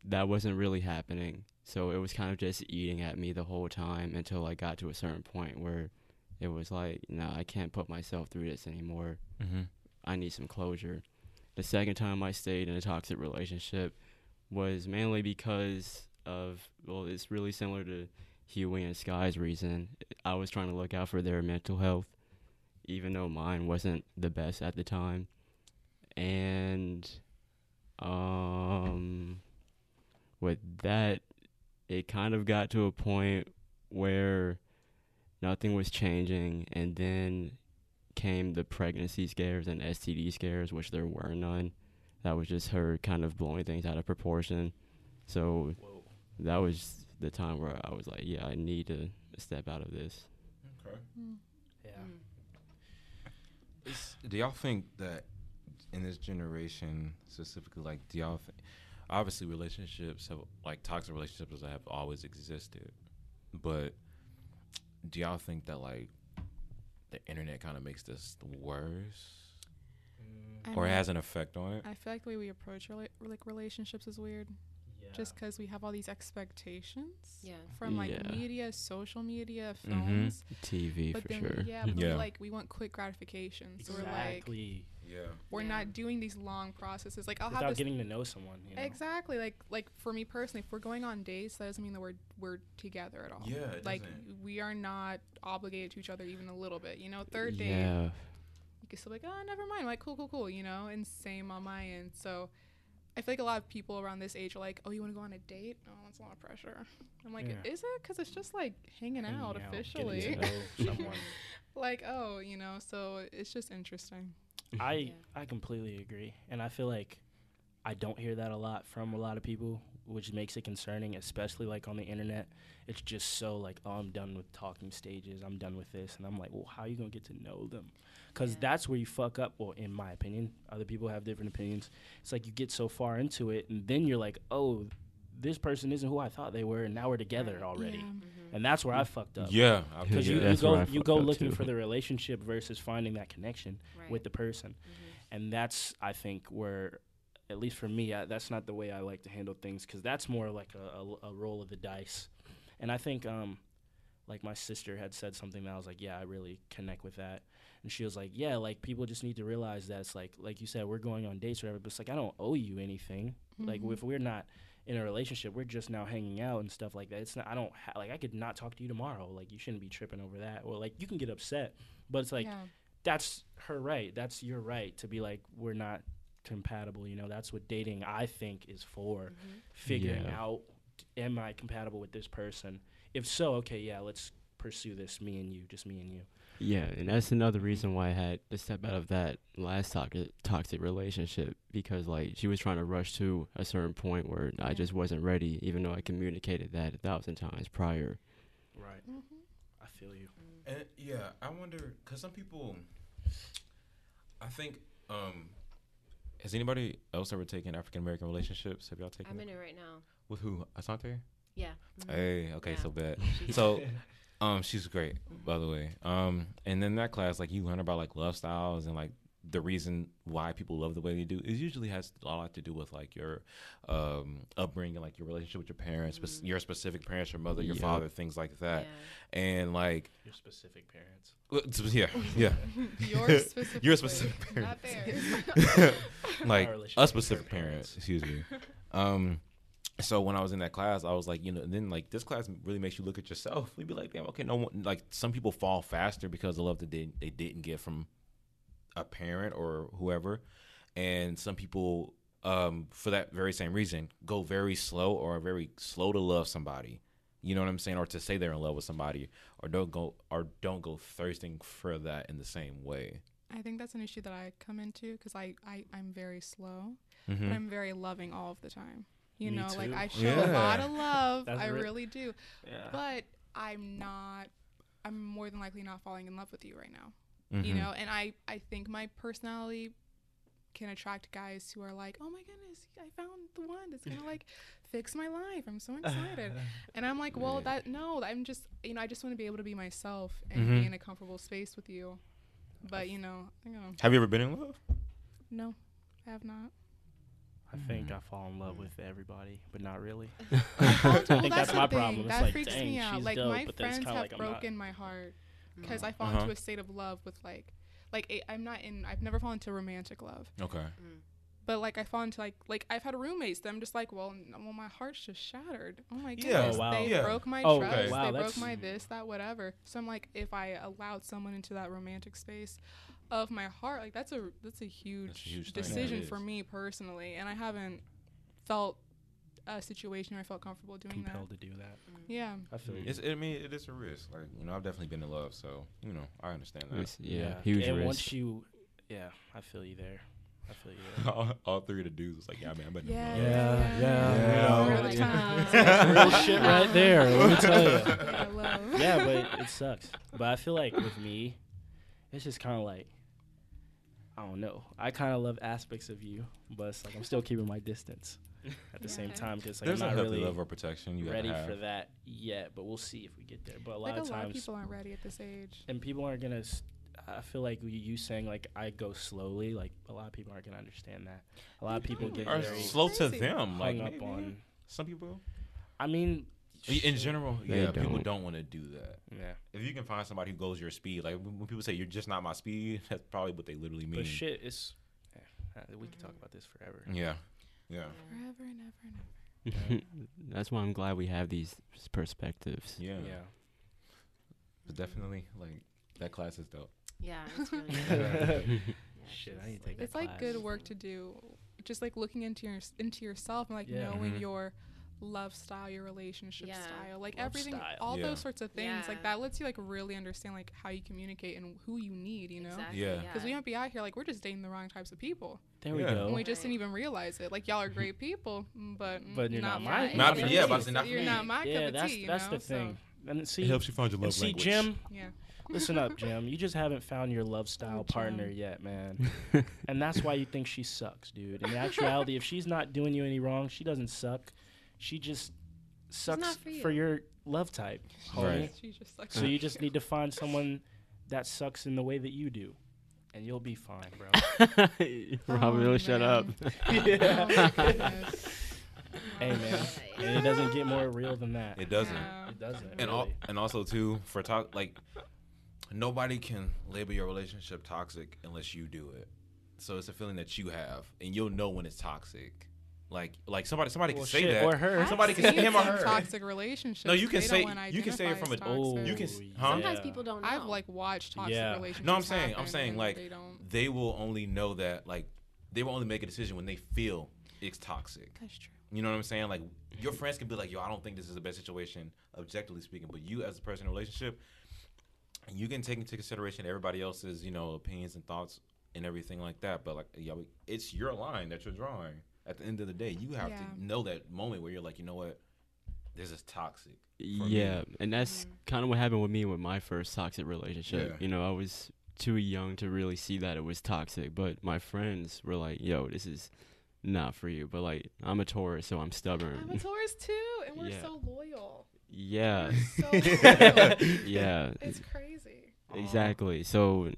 E: that wasn't really happening. So it was kind of just eating at me the whole time until I got to a certain point where it was like, no, I can't put myself through this anymore.
D: Mm-hmm.
E: I need some closure. The second time I stayed in a toxic relationship was mainly because of, well, it's really similar to Huey and Sky's reason. I was trying to look out for their mental health, even though mine wasn't the best at the time. And, um, with that, it kind of got to a point where nothing was changing, and then came the pregnancy scares and STD scares, which there were none. That was just her kind of blowing things out of proportion. So
B: Whoa.
E: that was the time where I was like, yeah, I need to step out of this.
D: Okay.
B: Yeah.
C: Mm-hmm.
D: It's, do y'all think that in this generation specifically, like, do y'all think, obviously relationships have, like, toxic relationships have always existed, but do y'all think that, like, the internet kind of makes this worse
A: Mm.
D: or has an effect on it?
A: Mm-hmm. I feel like the way we approach rela- like relationships is weird.
B: Mm,
A: just because we have all these expectations
C: Yeah.
A: from like
E: Yeah.
A: media, social media,
E: Mhm.
A: films.
E: TV
A: But
E: for
A: then,
E: sure.
A: yeah, but
D: Yeah.
A: We, like we want quick gratification, so we're like
B: Exactly.
F: Yeah.
A: we're
C: Yeah.
A: not doing these long processes. Like I'll have
B: Without
A: this
B: getting to know someone. You know?
A: exactly like like for me personally, if we're going on dates, that doesn't mean that we're we're together at all.
F: Yeah. It
A: Like
F: doesn't.
A: we are not obligated to each other even a little bit. You know, third date
E: Yeah.
A: you can still be like, oh, never mind. Like cool, cool, cool. You know, and same on my end. So. I feel like a lot of people around this age are like, "Oh, you want to go on a date? Oh, that's a lot of pressure." I'm like,
B: Yeah.
A: "Is it? Because it's just like hanging,
B: Hanging
A: out
B: out, getting to
A: officially."
B: know someone.
A: like oh you know so it's just interesting
B: I
C: Yeah.
B: I completely agree, and I feel like I don't hear that a lot from a lot of people, which makes it concerning, especially like on the internet. It's just so like, oh, I'm done with talking stages. I'm done with this, and I'm like, well, how are you gonna get to know them? Because
C: Yeah.
B: that's where you fuck up. Well, in my opinion, other people have different opinions. It's like you get so far into it, and then you're like, oh, this person isn't who I thought they were, and now we're together
C: Right.
B: already,
C: Mm-hmm.
B: and that's where I fucked up.
D: Yeah,
E: Yeah,
D: I
B: Because you, you
E: that's where
B: go
E: I
B: you
E: fucked
B: go
E: up
B: looking
E: too.
B: for the relationship versus finding that connection
C: Right.
B: with the person
C: Mhm.
B: and that's i think where at least for me I, that's not the way i like to handle things because that's more like a, a, a roll of the dice and i think um like my sister had said something that i was like yeah i really connect with that and she was like yeah like people just need to realize that it's like like you said we're going on dates or whatever but it's like i don't owe you anything
A: Mm-hmm.
B: like if we're not in a relationship we're just now hanging out and stuff like that it's not i don't ha- like i could not talk to you tomorrow like you shouldn't be tripping over that or like you can get upset but it's like
A: yeah.
B: that's her right. That's your right to be like, we're not compatible. You know, that's what dating I think is for.
C: Mhm.
B: Figuring
E: Yeah.
B: out, am I compatible with this person? If so, okay, yeah, let's pursue this. Me and you, just me and you.
E: Yeah, and that's another reason why I had to step out of that last toxic toxic relationship because like she was trying to rush to a certain point where I
A: Yeah.
E: just wasn't ready, even though I communicated that a thousand times prior.
B: Right. I feel you.
F: And yeah, I wonder because some people, I think, um,
D: Has anybody else ever taken African American relationships? Have y'all taken
C: I'm
D: it?
C: in it right now.
D: with who? Asante?
C: Yeah. Mhm.
D: Hey, okay,
C: Yeah.
D: so bad.
C: She's-
D: So, um, she's great, by the way. Um, and then that class, like, you learn about like love styles and like the reason why people love the way they do. It usually has a lot to do with like your um upbringing, like your relationship with your parents, spec- your specific parents, your mother, your
E: Yeah.
D: father, things like that.
C: Mm-hmm. yeah.
D: And like,
B: Your specific parents.
D: yeah, yeah,
A: your specific
D: your specific parents,
A: not theirs
D: like
B: Our
D: us
B: relationship with her
D: specific parents. Excuse me. Um, so when I was in that class, I was like, you know, and then like this class really makes you look at yourself. You'd be like, damn, okay, no one. Like some people fall faster because the love that they, they didn't get from a parent or whoever, and some people, um, for that very same reason, go very slow or are very slow to love somebody. You know what I'm saying, or to say they're in love with somebody, or don't go, or don't go thirsting for that in the same way.
A: i think that's an issue that i come into because I, I i'm very slow
D: Mhm.
A: but i'm very loving all of the time you
B: Me
A: know like
B: too.
A: i show a lot
D: Yeah.
A: of love
B: That's
A: i
B: re-
A: really do
B: Yeah.
A: but i'm not i'm more than likely not falling in love with you right now you
D: Mhm.
A: know and i i think my personality can attract guys who are like oh my goodness i found the one that's gonna like fix my life i'm so excited and i'm like well that no i'm just you know i just want to be able to be myself and
D: Mhm.
A: be in a comfortable space with you but you know, you know
D: Have you ever been in love?
A: no i have not
B: I
E: Mm-hmm.
B: think I fall in love with everybody, but not really.
A: Well,
B: think that's
A: the
B: my
A: thing.
B: problem. It's
A: that
B: like,
A: freaks
B: dang,
A: me out
B: she's
A: like
B: dope,
A: my
B: but then it's
A: friends
B: kinda
A: have
B: like I'm not-
A: broken my heart because i fall
D: Uh-huh.
A: into a state of love with like like I- i'm not in i've never fallen into romantic love
D: Okay.
A: but like I fall into like like I've had roommates that I'm just like, well, n- well, my heart's just shattered. Oh my
F: Yeah.
A: goodness,
B: Oh, wow.
A: they
F: Yeah.
A: broke my
B: Oh,
A: trust,
B: okay. Wow,
A: they broke
B: that's-
A: my this, that, whatever. So I'm like, if I allowed someone into that romantic space of my heart, like that's a that's a huge,
D: huge thing.
A: decision
D: Yeah, it
A: for
D: is.
A: me personally, and I haven't felt a situation where I felt comfortable doing
B: Compelled to do that.
C: Mm-hmm.
B: Mm.
A: that. Yeah,
B: I feel you.
D: It's, I mean, it is a risk. Like, you know, I've definitely been in love, so you know, I understand that.
E: It's- yeah, huge
B: And
E: risk.
B: once you, yeah, I feel you there. I feel you there.
D: all, all three of the dudes was like, "Yeah, man, I've been
A: yeah,
D: in love."
B: Yeah,
D: yeah.
A: Real
C: Like,
A: time.
B: That's real shit right there. Let me tell you.
A: Yeah, love.
B: Yeah, but it sucks. But I feel like with me, it's just kind of like I don't know. I kind of love aspects of you, but it's like I'm still keeping my distance at the
A: Yeah.
B: same time because like
D: There's a
B: I'm not
D: healthy
B: really
D: level of protection you
B: ready
D: gotta have.
B: for that yet. But we'll see if we get there. But a lot
A: like a
B: of
A: lot of
B: times,
A: people aren't ready at this age.
B: and people aren't gonna. s I I feel like you- you saying like I go slowly. Like a lot of people aren't gonna understand that. A lot of people
A: don't.
B: get
D: Or
B: very
D: slow to
A: Crazy.
D: them, like
B: hung up
D: maybe.
B: on
D: Some people.
B: I mean,
D: In general,
E: They
D: yeah, people
E: don't.
D: don't want to do that.
B: yeah.
D: If you can find somebody who goes your speed, like when when people say you're just not my speed, that's probably what they literally mean.
B: But shit, it's yeah, uh, we could talk about this forever.
D: Yeah, yeah,
A: Forever and ever and ever.
E: That's why I'm glad we have these s- perspectives.
D: yeah,
B: yeah.
D: But definitely, like that class is dope.
C: Yeah, it's really good. Yeah,
B: Shit, I
C: she's
B: need to take
C: like-
A: It's like good work to do, just like looking into your into yourself and like
B: Yeah.
A: knowing
D: Mhm.
A: your love style, your relationship
C: Yeah.
A: style, like
B: Love
A: everything,
B: style.
A: all
D: Yeah.
A: those sorts of things.
C: Yeah.
A: Like that lets you like really understand like how you communicate and who you need, you know?
C: Exactly,
D: Yeah.
A: Because we might be out here like we're just dating the wrong types of people,
B: There we
D: Yeah.
A: and
B: go.
A: we just
C: Right.
A: didn't even realize it. Like y'all are great people, mm, but mm,
B: But you're not my-
C: Yeah,
D: Not
C: it's
D: me, yeah,
C: really
D: but I said not
A: you're
D: me.
A: not my cup
B: yeah,
A: of
B: that's
A: tea. you
B: that's
A: know?
B: the thing. And see,
G: It helps you find your
B: and
G: love
B: see,
G: language.
B: Jim,
A: So, yeah.
B: listen up, Jim. You just haven't found your
A: Oh,
B: love style partner yet, man. and that's why you think she sucks, dude. In actuality, if she's not doing you any wrong, she doesn't suck. She just sucks
C: not for you.
B: your love type, homie.
D: Right.
A: She just sucks.
B: So you just need to find someone that sucks in the way that you do, and you'll be fine, bro.
E: Rob,
A: Oh,
E: really shut up.
A: man.
B: yeah.
A: Oh, my goodness.
B: Hey, man. And it doesn't get more real than that.
D: It doesn't.
A: Yeah.
B: It doesn't.
D: And all,
B: really.
D: and also too for talk like nobody can label your relationship toxic unless you do it. So it's a feeling that you have, and you'll know when it's toxic. Like like somebody somebody
B: Well,
D: can say
B: shit,
D: that.
B: or her.
A: I've
D: Somebody can say
A: seen
D: him or
A: some
D: her.
A: Toxic relationships.
D: No, you can
A: they
D: say-
A: don't wanna
D: you can say it
A: identify
D: from
A: as
D: a-
A: toxic.
D: You can s-
B: Oh, yeah.
D: huh?
C: Sometimes people don't know.
A: I've like watched toxic
B: Yeah. No, I'm
A: relationships.
D: No, I'm saying I'm
A: happen
D: saying
A: and
D: like
A: they don't.
D: they will only know that like they will only make a decision when they feel it's toxic.
C: That's true.
D: You know what I'm saying? Like your friends can be like, "Yo, I don't think this is the best situation, objectively speaking." But you, as a person in a relationship, you can take into consideration everybody else's, you know, opinions and thoughts and everything like that. But like, yo, it's your line that you're drawing. At the end of the day, you have
A: Yeah.
D: to know that moment where you're like, you know what, this is toxic. for me.
E: yeah, and that's kind of what happened with me with my first toxic relationship.
D: Yeah.
E: You know, I was too young to really see that it was toxic, but my friends were like, "Yo, this is not for you." But like, I'm a Taurus, so I'm stubborn.
A: I'm a Taurus too, and we're
E: Yeah.
A: so loyal.
E: yeah,
A: We're so loyal.
E: yeah,
A: It's crazy.
E: exactly. So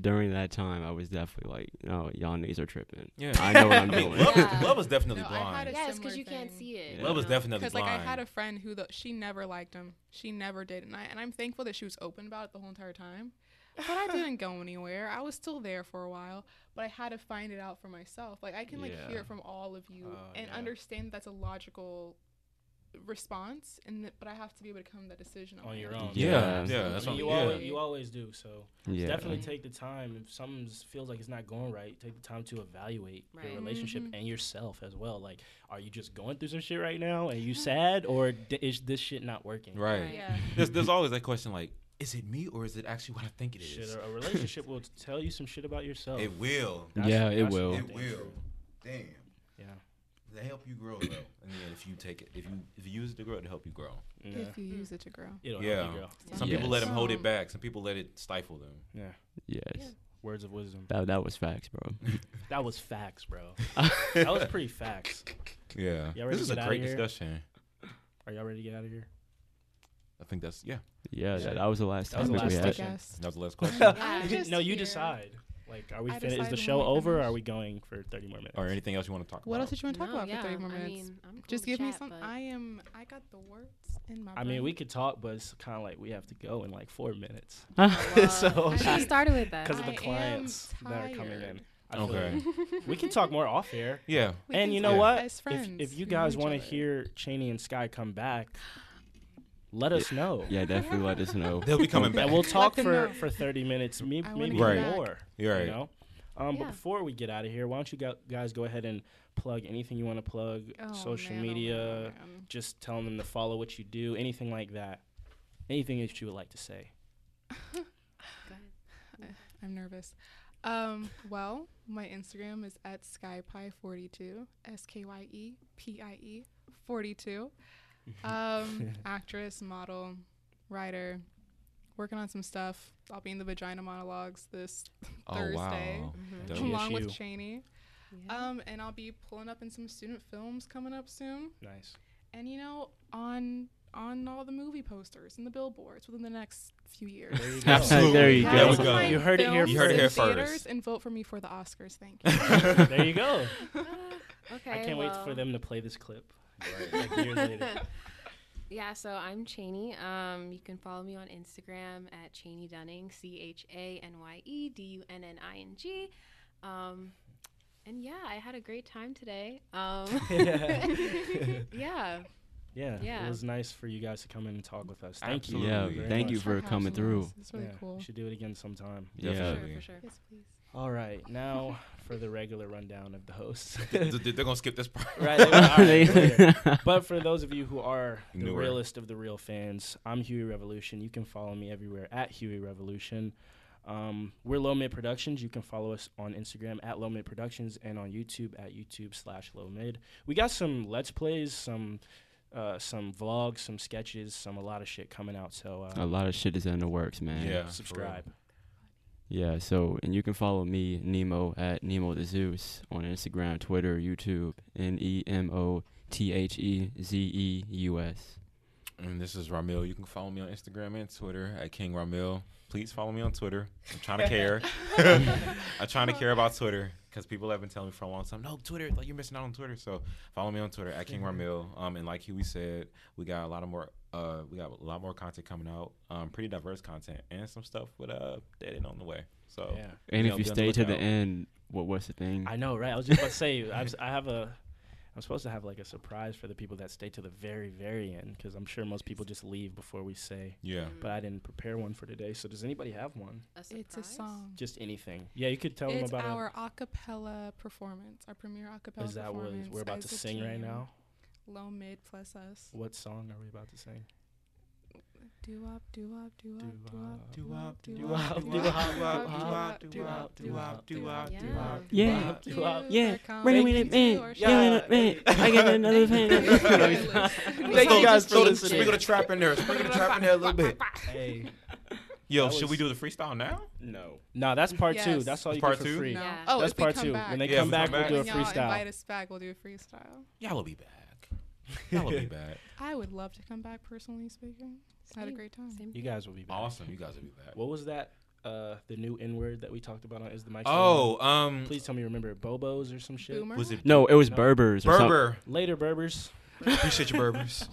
E: during that time, I was definitely like, "No, y'all niggas are tripping."
D: Yeah,
E: I know what I'm
D: I mean,
E: doing.
D: love,
C: Yeah.
D: is, love is definitely
A: No, I had
D: blind.
A: a
C: Yeah, it's because
A: similar
C: you can't
A: thing.
C: see it.
E: Yeah.
C: you
D: love is
C: know?
D: definitely
A: Because
D: blind.
A: like I had a friend who the, she never liked him. She never did, and I and I'm thankful that she was open about it the whole entire time. But I didn't go anywhere. I was still there for a while, but I had to find it out for myself. Like I can like
E: Yeah.
A: hear it from all of you
B: Oh,
A: and
B: yeah.
A: understand that's a logical response, and that, but I have to be able to come to that decision
B: On
A: my
B: your own.
D: yeah,
E: Yeah.
D: yeah,
B: I
D: that's
B: mean,
D: what
B: you,
D: yeah.
B: always, you always do. So
E: Yeah,
B: definitely take the time. If something feels like it's not going right, take the time to evaluate
C: Right. Mm-hmm.
B: your relationship
A: Mhm.
B: and yourself as well. Like, are you just going through some shit right now? and you sad, or d- is this shit not working?
D: right.
A: Yeah.
D: There's, there's always that question like, is it me or is it actually what I think it is?
B: Shit, a a relationship will tell you some shit about yourself.
D: It will.
E: Yeah, it
A: Oh.
E: will.
D: It
B: damn
D: will.
B: true.
D: Damn.
B: Yeah.
D: They help you grow though. And then if you take it, if you if you use it to grow, it help you grow.
B: Yeah.
A: If you use it to grow.
B: It'll
D: Yeah.
B: help you grow.
D: Some people let
A: Yes.
D: them hold
B: Oh.
A: Um,
D: it back. Some people let it stifle them.
E: yes.
B: Words of wisdom.
E: That that was facts, bro.
B: That was facts, bro. that was pretty facts.
D: Yeah.
B: Y'all ready
D: This
B: to
D: is a
B: get outta
D: great
B: here?
D: discussion.
B: Are y'all ready to get out of here?
D: I think that's yeah.
E: Yeah,
B: Yeah.
E: that, that was the last
B: That was
E: topic
B: the
E: we
B: last
E: had.
B: topic.
A: guess.
D: That was the last question.
A: Yeah, I'm just
B: no, you
A: here.
B: decide. Like, are we
A: I
B: finished? Is
A: decide
B: the
A: when
B: show
A: we
B: over? Or
A: finish.
B: are we going for thirty more minutes?
D: or anything else you want to talk
A: What
D: about?
A: else did you want to talk
C: No,
A: about
C: yeah,
A: for 30 more minutes?
C: I mean, I'm cool
A: just
C: to
A: give me
C: chat,
A: some.
C: but-
A: I am. I got the words in my.
B: I mean,
A: brain.
B: we could talk, but it's kind of like we have to go in like four minutes
C: Well,
B: So-
C: I should've started with that.
B: because of the
A: I am
B: clients that are coming in.
A: tired.
B: I feel
D: Okay.
B: like we can talk more off air.
D: Yeah.
A: We
B: and
A: can
B: you know
A: talk
B: what?
A: As friends,
B: if, if you
A: we know
B: guys
A: each
B: want to
A: other.
B: hear Cheney and Sky come back, let us know.
E: Yeah, definitely let us know.
D: They'll be coming back.
B: And we'll talk
A: them
B: for,
A: know.
B: for 30 minutes, me-
A: I wanna
B: maybe
A: get
D: Right.
A: back.
B: more.
D: You're right.
B: You know? Um, But
C: Yeah.
B: before we get out of here, why don't you go- guys go ahead and plug anything you want to plug,
A: Oh,
B: social
A: man, oh, man,
B: media,
A: oh, man.
B: just telling them to follow what you do, anything like that. Anything that you would like to say.
C: Go ahead.
A: I'm nervous. Um, well, my Instagram is at skypie42, S K Y E P I E 42. Um, actress, model, writer, working on some stuff. I'll be in the vagina monologues this
D: Oh,
A: Thursday, Mm-hmm.
D: Dope.
B: Mhm.
A: along with
B: GSU.
A: Cheney. Um, and I'll be pulling up in some student films coming up soon.
B: Nice.
A: And you know, on on all the movie posters and the billboards within the next few years.
B: There you go.
E: Absolutely. There you
A: Guys,
D: There we
A: come
D: go.
A: find
B: You heard it here
A: films
D: You heard it
A: in
D: here
A: theaters
D: first.
A: And vote for me for the Oscars. Thank you.
B: there you go.
C: okay.
B: I can't wait for
C: well,
B: them to play this clip.
F: Right.
B: like years later.
C: yeah, so I'm Cheney. Um, you can follow me on Instagram at Cheney Dunning, C H A N Y E D U N N I N G. Um, and yeah, I had a great time today. Um, yeah,
B: Yeah,
C: Yeah.
B: it was nice for you guys to come in and talk with us. Thank you.
E: Yeah,
B: very
E: thank
B: much.
E: you for coming through.
A: It's really
B: yeah,
A: cool.
B: We should do it again sometime.
C: for
E: Yeah.
C: sure,
D: Yeah.
C: for sure.
A: Yes, please.
B: All right, now for the regular rundown of the hosts.
D: They're gonna skip this part.
B: Right, they were- all right, later.
E: Later.
B: But for those of you who are the
D: Newer.
B: realest of the real fans, I'm Huey Revolution. You can follow me everywhere at Huey Revolution. Um, we're Low Mid Productions. You can follow us on Instagram at Low Mid Productions and on YouTube at YouTube slash Low Mid. We got some Let's Plays, some uh, some vlogs, some sketches, some a lot of shit coming out. So uh,
E: a lot of shit is in the works, man.
D: Yeah. for real.
B: subscribe.
E: Yeah, so and you can follow me, Nemo, at Nemo the Zeus on Instagram, Twitter, YouTube, N E M O T H E Z E U S.
D: And this is Ramil. You can follow me on Instagram and Twitter at King Ramil. Please follow me on Twitter. I'm trying to care. I'm trying to care about Twitter because people have been telling me for a long time, no, Twitter, like you're missing out on Twitter. So follow me on Twitter at King Ramil. Um, and like Huey said, we got a lot of more. Uh, we got a lot more content coming out. Um, pretty diverse content and some stuff with uh dating on the way. So
B: Yeah.
E: And
D: Yeah,
E: if
D: be
E: you
D: on the
E: stay to the
D: lookout.
E: end, what what's the thing?
B: I know, right? I was just about to say, I, was, I have a, I'm supposed to have like a surprise for the people that stay to the very, very end, because I'm sure most people just leave before we say.
D: yeah.
C: Mm,
B: But I didn't prepare one for today. So does anybody have one?
A: It's a song.
B: Just anything? Yeah, you could tell
A: it's
B: them about.
A: our a cappella performance, our premiere a
B: a,
A: cappella
B: is that what
A: performance.
B: is- we're about to
A: as a
B: sing right
A: team.
B: now?
A: Low mid plus us.
B: What song are we about to sing?
A: Do up, do up, do up, do up,
B: Do
A: up,
B: do up, do up, do up, do up, do up, do up,
E: Yeah.
B: do up, do up.
E: Yeah.
A: Wait
E: Wait a minute, man.
B: Yeah.
E: Yeah, man. I got another thing.
B: Thank you guys for
C: Just
B: listening.
C: change
D: the trap in there. Sprinkle the trap in there a little bit.
B: Hey,
D: Yo,
B: That
D: should
B: was-
D: we do the freestyle now?
B: no, no, that's part two.
A: Yes.
B: That's all you
D: Part
B: get for
D: two?
B: free.
A: No.
C: Yeah.
A: Oh,
B: That's
A: if we
B: part
A: come
B: two.
A: back.
B: When they
D: Yeah,
B: come
D: if we
B: back,
D: come
B: we'll
D: back.
B: do a
A: When y'all invite
B: freestyle.
A: us back, we'll do a freestyle.
D: Y'all will be back. Y'all will be back.
A: I would love to come back personally speaking. I had a great time.
B: You guys will be back.
D: Awesome. You guys will be back.
B: What was that? Uh, the new N word that we talked about on is the mic. Still
D: Oh,
B: On?
D: um,
B: please tell me you remember Bobos or some shit.
A: Boomer.
D: was it
E: No, it was
B: No.
E: Berbers. or some-
D: Berber?
B: Later, Berbers.
D: Appreciate you, Berbers.